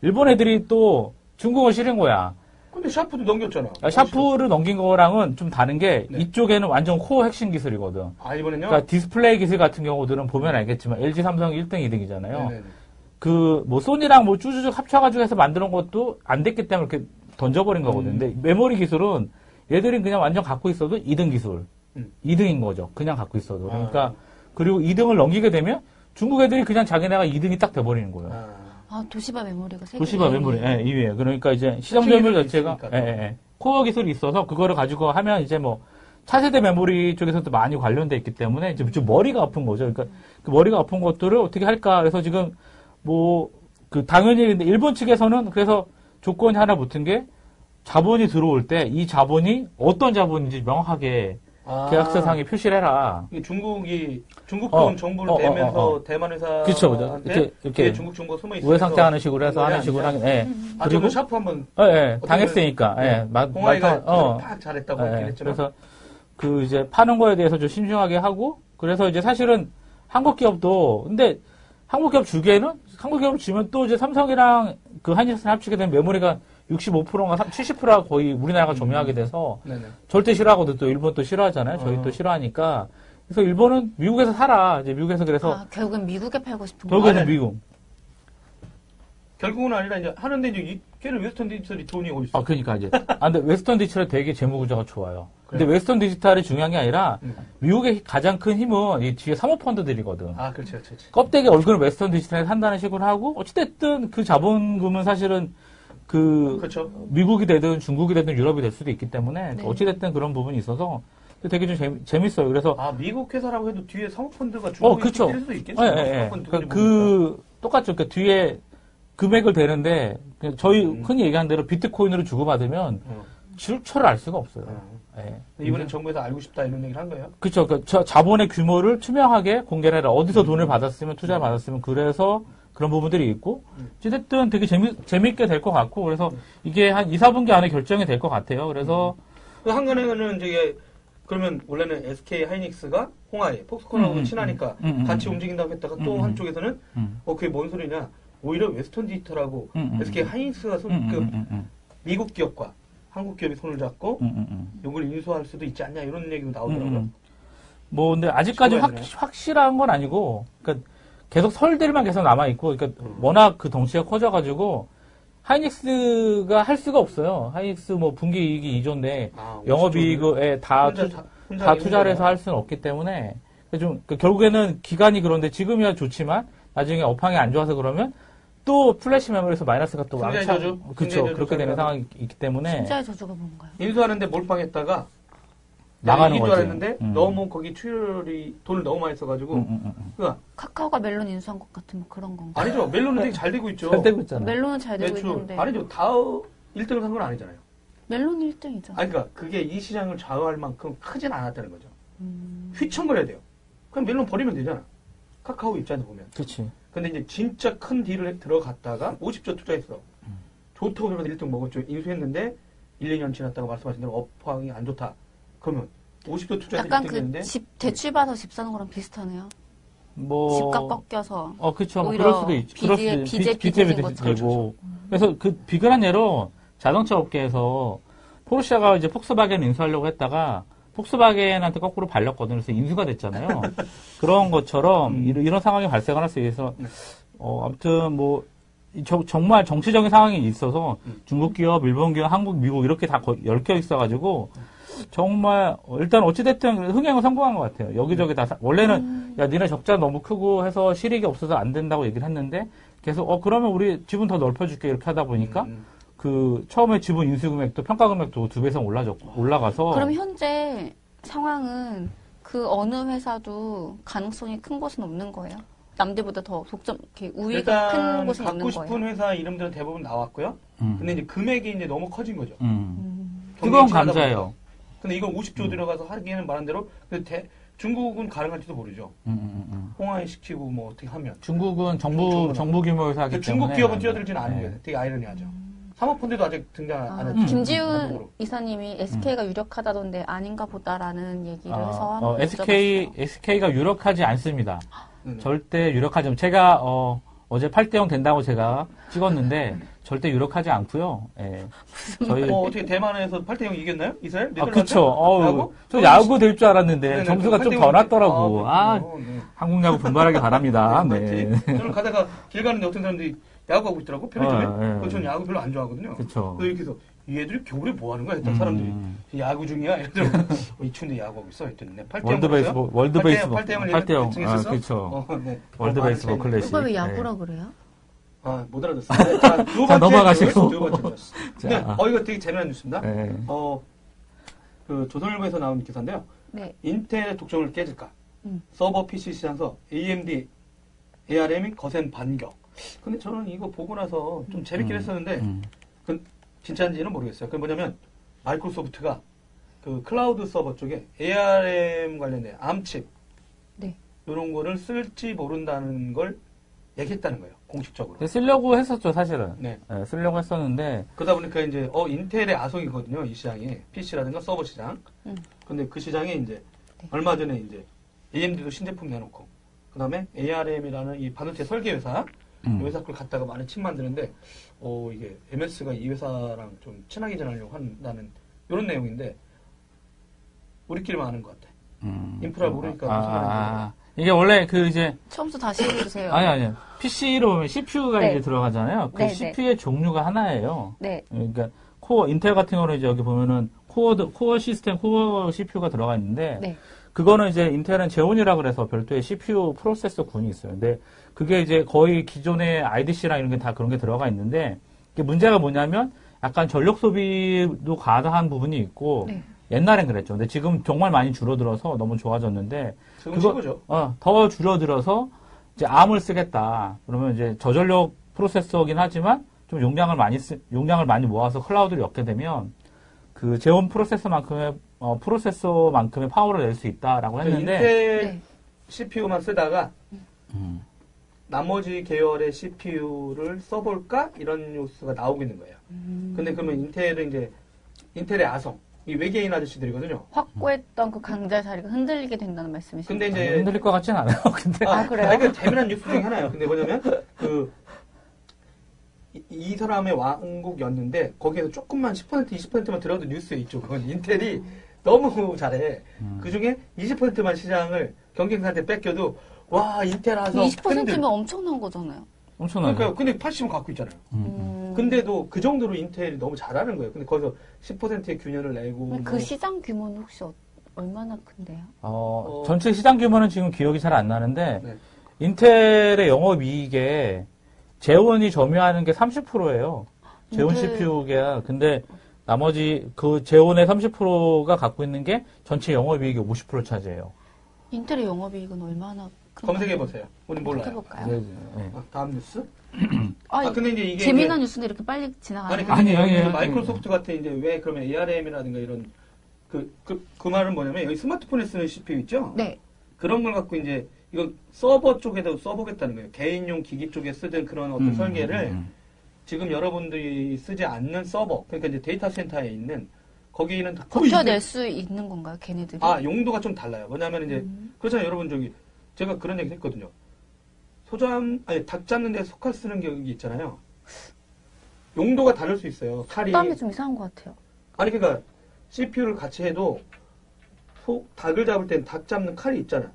[SPEAKER 2] 일본 애들이 또 중국을 싫은 거야.
[SPEAKER 1] 근데 샤프도 넘겼잖아.
[SPEAKER 2] 그러니까 샤프를 넘긴 거랑은 좀 다른 게,
[SPEAKER 1] 그렇죠. 네.
[SPEAKER 2] 이쪽에는 완전 코어 핵심 기술이거든.
[SPEAKER 1] 아 이번엔요.
[SPEAKER 2] 그러니까 디스플레이 기술 같은 경우들은 보면 알겠지만, LG 삼성 1등, 2등이잖아요.
[SPEAKER 1] 네네네.
[SPEAKER 2] 그, 뭐, 소니랑 뭐 쭈쭈쭈 합쳐가지고 해서 만드는 것도 안 됐기 때문에 이렇게 던져버린 거거든.
[SPEAKER 1] 음.
[SPEAKER 2] 근데 메모리 기술은 얘들은 그냥 완전 갖고 있어도 2등 기술.
[SPEAKER 1] 음.
[SPEAKER 2] 2등인 거죠. 그냥 갖고 있어도. 그러니까,
[SPEAKER 1] 아.
[SPEAKER 2] 그리고 2등을 넘기게 되면 중국 애들이 그냥 자기네가 2등이 딱 돼버리는 거예요.
[SPEAKER 1] 아,
[SPEAKER 3] 아, 도시바 메모리가 세 개.
[SPEAKER 2] 도시바 메모리, 예, 2위에. 그러니까 이제 시장
[SPEAKER 1] 특징이
[SPEAKER 2] 점유율 자체가,
[SPEAKER 1] 있으니까
[SPEAKER 2] 예,
[SPEAKER 1] 또.
[SPEAKER 2] 예, 예. 코어 기술이 있어서 그거를 가지고 하면 이제 뭐, 차세대 메모리 쪽에서도 많이 관련돼 있기 때문에 이제 좀 머리가 아픈 거죠. 그러니까 그 머리가 아픈 것들을 어떻게 할까. 그래서 지금 뭐, 그 당연히 근데 일본 측에서는 그래서 조건이 하나 붙은 게 자본이 들어올 때 이 자본이 어떤 자본인지 명확하게
[SPEAKER 1] 아.
[SPEAKER 2] 그 계약서상에 표시를 해라.
[SPEAKER 1] 이게 중국이 중국
[SPEAKER 2] 어,
[SPEAKER 1] 돈 정부를
[SPEAKER 2] 어, 어,
[SPEAKER 1] 대면서
[SPEAKER 2] 어,
[SPEAKER 1] 대만 회사
[SPEAKER 2] 그쵸, 그죠. 이렇게, 이렇게.
[SPEAKER 1] 아, 네? 중국 정보 숨어 있어.
[SPEAKER 2] 우회상장하는 식으로 해서 하는 식으로 하긴,
[SPEAKER 3] 음,
[SPEAKER 2] 예.
[SPEAKER 1] 아
[SPEAKER 2] 그리고-
[SPEAKER 1] 저는 샤프 한번
[SPEAKER 2] 어, 예,
[SPEAKER 1] 어떻게 네.
[SPEAKER 2] 당했으니까, 예. 막,
[SPEAKER 1] 공화이가
[SPEAKER 2] 말타- 어.
[SPEAKER 1] 팍 잘했다고
[SPEAKER 2] 예,
[SPEAKER 1] 얘기했지만
[SPEAKER 2] 그래서 그 이제 파는 거에 대해서 좀 신중하게 하고, 그래서 이제 사실은 한국 기업도, 근데 한국 기업 주기에는, 한국 기업 주면 또 이제 삼성이랑 그 한일스를 합치게 되면 메모리가 65%가 70%가 거의 우리나라가 점유하게 돼서
[SPEAKER 1] 네네.
[SPEAKER 2] 절대 싫어하거든. 또 일본 또 싫어하잖아요. 저희
[SPEAKER 1] 음. 어.
[SPEAKER 2] 또 싫어하니까. 그래서 일본은 미국에서 살아. 이제 미국에서 그래서
[SPEAKER 3] 아, 결국엔 미국에 팔고 싶은 거.
[SPEAKER 2] 결국에는
[SPEAKER 1] 아니. 네.
[SPEAKER 2] 미국.
[SPEAKER 1] 결국은 아니라 이제 하는데 이제 이- 걔는 웨스턴 디지털이 돈이 어디 있어?
[SPEAKER 2] 아, 그러니까 이제. 아, 근데 웨스턴 디지털이 되게 재무 구조가 좋아요. 근데
[SPEAKER 1] 그래요?
[SPEAKER 2] 웨스턴 디지털이 중요한 게 아니라
[SPEAKER 1] 음.
[SPEAKER 2] 미국의 가장 큰 힘은 이 뒤에 사모펀드들이거든.
[SPEAKER 1] 아 그렇지 그렇지. 그렇지.
[SPEAKER 2] 껍데기 얼굴을 웨스턴 디지털에 산다는 식으로 하고 어찌됐든 그 자본금은 사실은 그
[SPEAKER 1] 그렇죠.
[SPEAKER 2] 미국이 되든 중국이 되든 유럽이 될 수도 있기 때문에
[SPEAKER 3] 네.
[SPEAKER 2] 어찌됐든 그런 부분이 있어서 되게 좀 재미, 재밌어요. 그래서
[SPEAKER 1] 아 미국 회사라고 해도 뒤에 사모펀드가 중국에
[SPEAKER 2] 어, 그쵸.
[SPEAKER 1] 있을 수도
[SPEAKER 2] 예,
[SPEAKER 1] 있겠네.
[SPEAKER 2] 예, 예. 그러니까 그 똑같죠. 그러니까 뒤에 금액을 대는데 그냥 저희
[SPEAKER 1] 음.
[SPEAKER 2] 흔히 얘기하는 대로 비트코인으로 주고받으면 출처를 알 수가 없어요. 예.
[SPEAKER 1] 이번엔 정부에서 알고 싶다 이런 얘기를 한 거예요.
[SPEAKER 2] 그렇죠. 그러니까 자- 자본의 규모를 투명하게 공개해라.
[SPEAKER 1] 음.
[SPEAKER 2] 어디서 돈을 받았으면 투자를 받았으면 그래서 그런 부분들이 있고
[SPEAKER 1] 음.
[SPEAKER 2] 어쨌든 되게 재미 재밌게 될 것 같고 그래서 이게 한 2, 4분기 안에 결정이 될 것 같아요. 그래서
[SPEAKER 1] 그 한간에는 이제 그러면 원래는 SK 하이닉스가 홍하이, 폭스콘하고
[SPEAKER 2] 음, 음,
[SPEAKER 1] 친하니까
[SPEAKER 2] 음, 음,
[SPEAKER 1] 같이
[SPEAKER 2] 음.
[SPEAKER 1] 움직인다고 했다가 또
[SPEAKER 2] 음, 음.
[SPEAKER 1] 한쪽에서는
[SPEAKER 2] 음.
[SPEAKER 1] 어 그게 뭔 소리냐? 오히려 웨스턴 디지털하고
[SPEAKER 2] 음, 음,
[SPEAKER 1] SK 하이닉스가 손,
[SPEAKER 2] 음,
[SPEAKER 1] 그
[SPEAKER 2] 음, 음, 음,
[SPEAKER 1] 미국 기업과 한국 기업이 손을 잡고
[SPEAKER 2] 음, 음, 음.
[SPEAKER 1] 이걸 인수할 수도 있지 않냐 이런 얘기도
[SPEAKER 2] 음,
[SPEAKER 1] 나오더라고요.
[SPEAKER 2] 음. 뭐 근데 아직까지
[SPEAKER 1] 지켜봐야
[SPEAKER 2] 확, 확실한 건 아니고 그러니까 계속 설들만 계속 남아 있고 그러니까
[SPEAKER 1] 음.
[SPEAKER 2] 워낙 그 덩치가 커져가지고 하이닉스가 할 수가 없어요. 하이닉스 뭐 분기 이익이 2조인데
[SPEAKER 1] 아,
[SPEAKER 2] 영업이익에 다
[SPEAKER 1] 혼자
[SPEAKER 2] 아, 투-
[SPEAKER 1] 다, 혼자
[SPEAKER 2] 다
[SPEAKER 3] 네,
[SPEAKER 1] 하기
[SPEAKER 2] 투자를 해서
[SPEAKER 1] 힘들구나.
[SPEAKER 2] 할 수는 없기 때문에 좀그 결국에는 기간이 그런데 지금이야 좋지만 나중에 업황이 안 좋아서 그러면 또 플래시 메모리에서 마이너스가 또
[SPEAKER 1] 승자의
[SPEAKER 2] 왕창-
[SPEAKER 1] 저주?
[SPEAKER 2] 그쵸
[SPEAKER 1] 승자의 저주
[SPEAKER 2] 그렇게 되는
[SPEAKER 1] 상황.
[SPEAKER 2] 상황이 있기 때문에
[SPEAKER 3] 네. 진짜의 저주가 뭔가요?
[SPEAKER 1] 인수하는데 몰빵했다가 나가는
[SPEAKER 2] 나가는
[SPEAKER 1] 줄
[SPEAKER 2] 거지.
[SPEAKER 1] 알았는데
[SPEAKER 2] 음.
[SPEAKER 1] 너무 거기 출혈이 돈을 너무 많이 써가지고
[SPEAKER 2] 음, 음, 음.
[SPEAKER 1] 그러니까
[SPEAKER 3] 카카오가 멜론 인수한 것 같은 뭐 그런 건가?
[SPEAKER 1] 아니죠 멜론은 되게 잘 되고 있죠.
[SPEAKER 2] 잘 되고 있잖아.
[SPEAKER 3] 멜론은 잘 되고
[SPEAKER 1] 매출
[SPEAKER 3] 있는데. 네.
[SPEAKER 1] 아니죠 다 1등을 한 건 아니잖아요.
[SPEAKER 3] 멜론 1등이죠.
[SPEAKER 1] 아니 그러니까 그게 이 시장을 좌우할 만큼 크진 않았다는 거죠.
[SPEAKER 3] 음.
[SPEAKER 1] 휘청거려야 돼요. 그냥 멜론 버리면 되잖아. 카카오 입장에서 보면.
[SPEAKER 2] 그렇지.
[SPEAKER 1] 근데 이제 진짜 큰 딜을 들어갔다가 50조 투자했어.
[SPEAKER 2] 음.
[SPEAKER 1] 좋다고 그러면서 1등 먹었죠. 인수했는데 1, 2년 지났다고 말씀하신 대로 업황이 안 좋다. 그러면 50조 투자해서
[SPEAKER 3] 약간
[SPEAKER 1] 1등 했는데
[SPEAKER 3] 그 집 대출 받아서 집 사는 거랑 비슷하네요.
[SPEAKER 2] 뭐
[SPEAKER 3] 집값 꺾여서
[SPEAKER 2] 어 그렇죠. 뭐
[SPEAKER 3] 오히려
[SPEAKER 2] 그럴 수도 있죠. 그럴
[SPEAKER 3] 빚에-
[SPEAKER 2] 수도 있-
[SPEAKER 3] 빚에
[SPEAKER 2] 빚- 빚에
[SPEAKER 3] 빚진
[SPEAKER 2] 빚이
[SPEAKER 3] 것처럼.
[SPEAKER 2] 되고. 그래서 그 비근한 예로 자동차 업계에서 포르쉐가 이제 폭스바겐 인수하려고 했다가 폭스바겐한테 거꾸로 발렸거든요. 그래서 인수가 됐잖아요. 그런 것처럼
[SPEAKER 1] 음.
[SPEAKER 3] 네.
[SPEAKER 2] 이런, 이런 상황이 발생을 할수 있어서 어, 아무튼 뭐 이 저- 정말 정치적인 상황이 있어서
[SPEAKER 1] 음.
[SPEAKER 2] 중국 기업, 일본 기업, 한국, 미국 이렇게 다 거- 얽혀 있어가지고 정말 어, 일단 어찌됐든 흥행은 성공한 것 같아요. 여기저기 다 사- 원래는 야 니네 적자 너무 크고 해서 실익이 없어서 안 된다고 얘기를 했는데 계속 어 그러면 우리 지분 더 넓혀줄게 이렇게 하다 보니까
[SPEAKER 1] 음,
[SPEAKER 2] 그 처음에 지분 인수 금액도 평가 금액도 두 배 이상 올라졌고 올라가서
[SPEAKER 3] 그럼 현재 상황은 그 어느 회사도 가능성이 큰 곳은 없는 거예요? 남들보다 더 독점, 이렇게 우위가 큰
[SPEAKER 1] 일단
[SPEAKER 3] 곳은
[SPEAKER 1] 갖고
[SPEAKER 3] 없는 거예요?
[SPEAKER 1] 싶은 회사 이름들은 대부분 나왔고요.
[SPEAKER 2] 음,
[SPEAKER 1] 근데 이제 금액이 이제 너무 커진 거죠.
[SPEAKER 2] 음.
[SPEAKER 3] 음.
[SPEAKER 2] 뜨거운
[SPEAKER 1] 경쟁이 심하다
[SPEAKER 2] 감자예요.
[SPEAKER 1] 보니까. 근데 이거 50조
[SPEAKER 2] 음.
[SPEAKER 1] 들어가서 하기에는 말한 대로 근데 대- 중국은 가능할지도 모르죠.
[SPEAKER 2] 음, 음, 음.
[SPEAKER 1] 홍화시키고 뭐 어떻게 하면.
[SPEAKER 2] 중국은 정부
[SPEAKER 1] 중국은
[SPEAKER 2] 정부 규모 회사기
[SPEAKER 1] 근데
[SPEAKER 2] 때문에 네.
[SPEAKER 1] 중국 기업은
[SPEAKER 2] 들
[SPEAKER 1] 뛰어들지는 않은 거예요. 되게 아이러니하죠. 사모펀드도 아직 음, 등장
[SPEAKER 3] 음. 아,
[SPEAKER 1] 안 했죠.
[SPEAKER 3] 김지훈
[SPEAKER 1] 한국으로.
[SPEAKER 3] 이사님이 SK가 유력하다던데 아닌가 보다라는 얘기를 해서
[SPEAKER 2] 아,
[SPEAKER 3] 한번
[SPEAKER 2] 어, SK
[SPEAKER 3] 여쭤봤어요.
[SPEAKER 2] SK가 유력하지 않습니다.
[SPEAKER 1] 네, 네.
[SPEAKER 2] 절대 유력하지 않. 제가 어, 어제 8대0 된다고 제가 찍었는데 절대 유력하지 않고요. 예. 저희
[SPEAKER 1] 어, 어떻게 대만에서 8대 0 이겼나요? 이스라엘?
[SPEAKER 2] 아
[SPEAKER 1] 네덜란드?
[SPEAKER 2] 그쵸.
[SPEAKER 1] 야구?
[SPEAKER 2] 어우, 저 야구 될 줄 알았는데
[SPEAKER 1] 네네,
[SPEAKER 2] 점수가
[SPEAKER 1] 8대
[SPEAKER 2] 좀
[SPEAKER 1] 0
[SPEAKER 2] 더 났더라고. 아,
[SPEAKER 1] 그렇군요. 네.
[SPEAKER 2] 한국 야구 분발하길 바랍니다.
[SPEAKER 1] 네.
[SPEAKER 2] 네.
[SPEAKER 1] 저는 가다가 길 가는데 어떤 사람들이 야구하고 있더라고 편의점에.
[SPEAKER 2] 어, 네.
[SPEAKER 1] 그래서 저는 야구 별로 안 좋아하거든요.
[SPEAKER 2] 그쵸.
[SPEAKER 1] 그래서 이렇게 해서 이 애들이 겨울에 뭐 하는 거야? 했더니
[SPEAKER 2] 어. 음.
[SPEAKER 1] 사람들이 야구 중이야? 이러더라고. 어, 이 추운데 야구하고 있어? 했더니 네. 8대 0
[SPEAKER 2] 월드 베이스볼, 월드 베이스볼,
[SPEAKER 1] 8대 0을
[SPEAKER 2] 8대 0. 아,
[SPEAKER 1] 승했었어?
[SPEAKER 2] 그쵸.
[SPEAKER 1] 어, 네.
[SPEAKER 2] 월드
[SPEAKER 1] 어, 많은
[SPEAKER 2] 베이스볼
[SPEAKER 1] 차이네.
[SPEAKER 2] 클래식.
[SPEAKER 3] 오빠 왜 야구라 그래요?
[SPEAKER 1] 아, 못 알아듣어. 자, 두 번째
[SPEAKER 2] 넘어가시고.
[SPEAKER 1] 뉴스, 두 번째 뉴스.
[SPEAKER 2] 자.
[SPEAKER 1] 네, 어, 이거 되게 재미난 뉴스입니다.
[SPEAKER 2] 네.
[SPEAKER 1] 어, 그 조선일보에서 나온 기사인데요.
[SPEAKER 3] 네.
[SPEAKER 1] 인텔의 독점을 깨질까?
[SPEAKER 3] 음.
[SPEAKER 1] 서버 PC 시장에서 AMD, ARM이 거센 반격. 근데 저는 이거 보고 나서 좀 재밌긴
[SPEAKER 2] 음.
[SPEAKER 1] 했었는데,
[SPEAKER 2] 음.
[SPEAKER 1] 그 진짜인지는 모르겠어요. 그 뭐냐면 마이크로소프트가 그 클라우드 서버 쪽에 ARM 관련된 암칩
[SPEAKER 3] 네.
[SPEAKER 1] 이런 거를 쓸지 모른다는 걸 얘기했다는 거예요. 공식적으로.
[SPEAKER 2] 근데 쓰려고 했었죠, 사실은.
[SPEAKER 1] 네.
[SPEAKER 2] 예, 쓰려고 했었는데
[SPEAKER 1] 그러다 보니까 이제 어 인텔의 아성이거든요. 이 시장이 PC라든가 서버 시장.
[SPEAKER 3] 음.
[SPEAKER 1] 근데 그 시장에 이제
[SPEAKER 3] 네.
[SPEAKER 1] 얼마 전에 이제 AMD도 신제품 내놓고 그다음에 ARM이라는 이 반도체 설계 회사
[SPEAKER 2] 음.
[SPEAKER 1] 이 회사 걸 갖다가 많은 칩 만드는데 어 이게 MS가 이 회사랑 좀 친하게 지내려고 한다는 이런 내용인데 우리끼리만 아는 것 같아.
[SPEAKER 2] 음.
[SPEAKER 1] 인프라 모르니까
[SPEAKER 2] 아,
[SPEAKER 1] 무슨 말인지 네.
[SPEAKER 2] 아, 아. 이게 원래 그 이제
[SPEAKER 3] 처음부터 다시 해주세요.
[SPEAKER 2] 아니 아니 PC로 보면 CPU가
[SPEAKER 3] 네.
[SPEAKER 2] 이제 들어가잖아요. 그
[SPEAKER 3] 네, 네.
[SPEAKER 2] CPU의 종류가 하나예요.
[SPEAKER 3] 네.
[SPEAKER 2] 그러니까 코어 인텔 같은 경우는 이제 여기 보면은 코어 코어 시스템 코어 CPU가 들어가 있는데
[SPEAKER 3] 네.
[SPEAKER 2] 그거는 이제 인텔은 제온이라 그래서 별도의 CPU 프로세서 군이 있어요. 근데 그게 이제 거의 기존의 IDC랑 이런 게 다 그런 게 들어가 있는데 이게 문제가 뭐냐면 약간 전력 소비도 과다한 부분이 있고
[SPEAKER 3] 네.
[SPEAKER 2] 옛날엔 그랬죠. 근데 지금 정말 많이 줄어들어서 너무 좋아졌는데
[SPEAKER 1] 지금
[SPEAKER 2] 그거-
[SPEAKER 1] 최고죠.
[SPEAKER 2] 어, 더 줄어들어서 이제 암을 쓰겠다. 그러면 이제 저전력 프로세서긴 하지만 좀 용량을 많이 쓰, 용량을 많이 모아서 클라우드를 엮게 되면 그 제온 프로세서만큼의 어, 프로세서만큼의 파워를 낼 수 있다라고
[SPEAKER 1] 그러니까
[SPEAKER 2] 했는데
[SPEAKER 1] 인텔
[SPEAKER 3] 네.
[SPEAKER 1] CPU만 쓰다가
[SPEAKER 2] 음.
[SPEAKER 1] 나머지 계열의 CPU를 써볼까 이런 뉴스가 나오고 있는 거예요.
[SPEAKER 3] 음.
[SPEAKER 1] 근데 그러면 인텔은 이제 인텔의 아성 이 외계인 아저씨들이거든요.
[SPEAKER 3] 확고했던 그 강자 자리가 흔들리게 된다는 말씀이시죠?
[SPEAKER 1] 근데 이제
[SPEAKER 2] 흔들릴 것 같진 않아요. 근데
[SPEAKER 3] 아, 그래요?
[SPEAKER 1] 아니, 그 재미난 뉴스 중에 하나예요. 근데 뭐냐면 그. 이- 이 사람의 왕국이었는데 거기에서 조금만 10% 20%만 들어도 뉴스에 있죠. 그건 인텔이 너무 잘해.
[SPEAKER 2] 음.
[SPEAKER 1] 그 중에 20%만 시장을 경쟁사한테 뺏겨도 와 인텔 아성
[SPEAKER 3] 20%면
[SPEAKER 1] 흔들.
[SPEAKER 3] 엄청난 거잖아요.
[SPEAKER 2] 엄청나죠.
[SPEAKER 1] 그러니까 근데 80은 갖고 있잖아요.
[SPEAKER 2] 음.
[SPEAKER 3] 음.
[SPEAKER 1] 근데도 그 정도로 인텔이 너무 잘하는 거예요. 근데 거기서 10%의 균열을 내고
[SPEAKER 3] 그
[SPEAKER 1] 뭐
[SPEAKER 3] 시장 규모는 혹시 어- 얼마나 큰데요?
[SPEAKER 1] 어.
[SPEAKER 2] 어, 전체 시장 규모는 지금 기억이 잘 안 나는데
[SPEAKER 1] 네.
[SPEAKER 2] 인텔의 영업 이익에 재원이 점유하는 게 30%예요. 재원
[SPEAKER 3] 근데-
[SPEAKER 2] CPU가 근데 나머지 그 재원의 30%가 갖고 있는 게 전체 영업 이익의 50% 차지해요.
[SPEAKER 3] 인텔의 영업이익은 얼마나 큰가요?
[SPEAKER 1] 검색해 보세요. 우리 몰라요.
[SPEAKER 3] 해볼까요?
[SPEAKER 2] 네.
[SPEAKER 1] 아, 다음 뉴스?
[SPEAKER 3] 아,
[SPEAKER 1] 아, 근데 이제 이게
[SPEAKER 3] 재미난 뉴스인데 이렇게 빨리
[SPEAKER 1] 이제- 아니
[SPEAKER 3] 지나가네요.
[SPEAKER 2] 아니,
[SPEAKER 1] 근데
[SPEAKER 2] 아니,
[SPEAKER 1] 이제
[SPEAKER 2] 아니.
[SPEAKER 1] 마이크로소프트 같은 이제 왜 그러면 ARM이라든가 이런 그 그 그 말은 뭐냐면 여기 스마트폰에 쓰는 CPU 있죠?
[SPEAKER 3] 네.
[SPEAKER 1] 그런 걸 갖고 이제 이거 서버 쪽에도 써보겠다는 거예요. 개인용 기기 쪽에 쓰던 그런 어떤
[SPEAKER 2] 음,
[SPEAKER 1] 설계를
[SPEAKER 2] 음,
[SPEAKER 1] 지금 여러분들이 쓰지 않는 서버 그러니까 이제 데이터 센터에 있는 거기는 다 거의
[SPEAKER 3] 버텨낼 수 있는 건가요, 걔네들이? 음.
[SPEAKER 1] 아 용도가 좀 달라요. 뭐냐면 이제 그렇잖아요, 여러분 저기 제가 그런 얘기 했거든요. 소잡 아니 닭 잡는데 속칼 쓰는 경우가 있잖아요. 용도가 다를 수 있어요. 칼이
[SPEAKER 3] 땀이 좀 이상한 것 같아요.
[SPEAKER 1] 아니 그러니까 CPU를 같이 해도 소, 닭을 잡을 땐 닭 잡는 칼이 있잖아.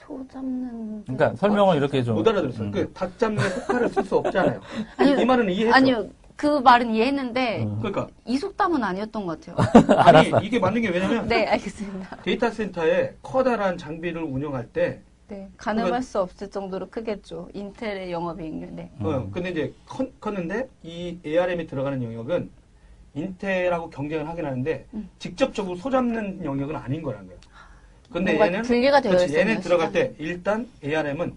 [SPEAKER 3] 표 잡는. 게
[SPEAKER 2] 그러니까 설명을 이렇게 좀.
[SPEAKER 1] 못 알아들었어요.
[SPEAKER 2] 음.
[SPEAKER 1] 그 닭 잡는 호카를 쓸 수 없잖아요.
[SPEAKER 3] 아니요.
[SPEAKER 1] 이 말은 이해했죠.
[SPEAKER 3] 아니요, 그 말은 이해했는데
[SPEAKER 2] 음.
[SPEAKER 1] 그러니까
[SPEAKER 3] 이 속담은 아니었던 것 같아요.
[SPEAKER 1] 아니 이게 맞는 게 왜냐면
[SPEAKER 3] 네, 알겠습니다.
[SPEAKER 1] 데이터 센터에 커다란 장비를 운영할 때
[SPEAKER 3] 네, 가늠할 수 없을 정도로 크겠죠. 인텔의 영업이익률. 네.
[SPEAKER 2] 음.
[SPEAKER 1] 어, 근데 이제 컸, 컸는데 이 ARM이 들어가는 영역은 인텔하고 경쟁을 하긴 하는데
[SPEAKER 3] 음.
[SPEAKER 1] 직접적으로 소잡는 영역은 아닌 거라는 거예요. 근데
[SPEAKER 3] 뭔가
[SPEAKER 1] 얘는
[SPEAKER 3] 분리가 되어
[SPEAKER 1] 그렇지,
[SPEAKER 3] 있어요.
[SPEAKER 1] 얘는 들어갈 때 일단 ARM은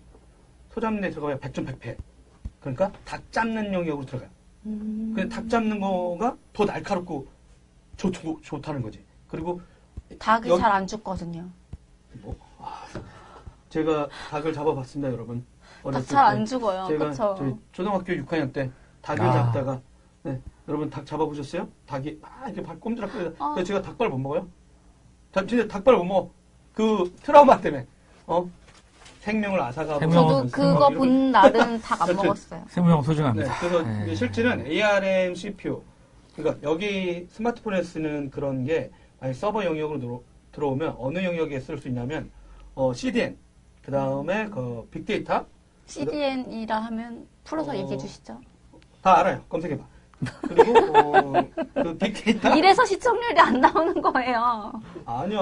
[SPEAKER 1] 소잡는 데 들어가면 100점 100패. 그러니까 닭 잡는 영역으로 들어가요.
[SPEAKER 3] 음.
[SPEAKER 1] 근데 닭 잡는 거가 더 날카롭고 좋, 좋, 좋다는 거지. 그리고
[SPEAKER 3] 닭이
[SPEAKER 1] 여기-
[SPEAKER 3] 잘 안 죽거든요.
[SPEAKER 1] 뭐, 아, 제가 닭을 잡아봤습니다, 여러분.
[SPEAKER 3] 닭
[SPEAKER 1] 어렸을
[SPEAKER 3] 잘
[SPEAKER 1] 때.
[SPEAKER 3] 안 죽어요.
[SPEAKER 1] 제가
[SPEAKER 3] 그렇죠.
[SPEAKER 1] 저희 초등학교 6학년 때 닭을
[SPEAKER 2] 아.
[SPEAKER 1] 잡다가 네, 여러분 닭 잡아보셨어요? 닭이 아 이렇게 발 꼼지락거려.
[SPEAKER 3] 아.
[SPEAKER 1] 서 제가 닭발 못 먹어요. 저 진짜 닭발 못 먹어. 그 트라우마 때문에 어 생명을 앗아가고.
[SPEAKER 2] 생명을
[SPEAKER 3] 저도
[SPEAKER 2] 먹었어요.
[SPEAKER 3] 그거
[SPEAKER 1] 이런-
[SPEAKER 3] 본 날은 닭 안
[SPEAKER 1] 그렇죠.
[SPEAKER 3] 먹었어요.
[SPEAKER 2] 생명
[SPEAKER 1] 네,
[SPEAKER 2] 소중합니다.
[SPEAKER 1] 그래서
[SPEAKER 2] 네.
[SPEAKER 1] 이제 실제는 ARM CPU 그러니까 여기 스마트폰에 쓰는 그런 게 만약 서버 영역으로 들어- 들어오면 어느 영역에 쓸 수 있냐면 어, CDN 그 다음에 그 빅데이터
[SPEAKER 3] CDN이라 하면 풀어서
[SPEAKER 1] 어.
[SPEAKER 3] 얘기해 주시죠.
[SPEAKER 1] 다 알아요. 검색해봐. 그리고 어, 그 빅데이터
[SPEAKER 3] 이래서 시청률이 안 나오는 거예요.
[SPEAKER 1] 아니야.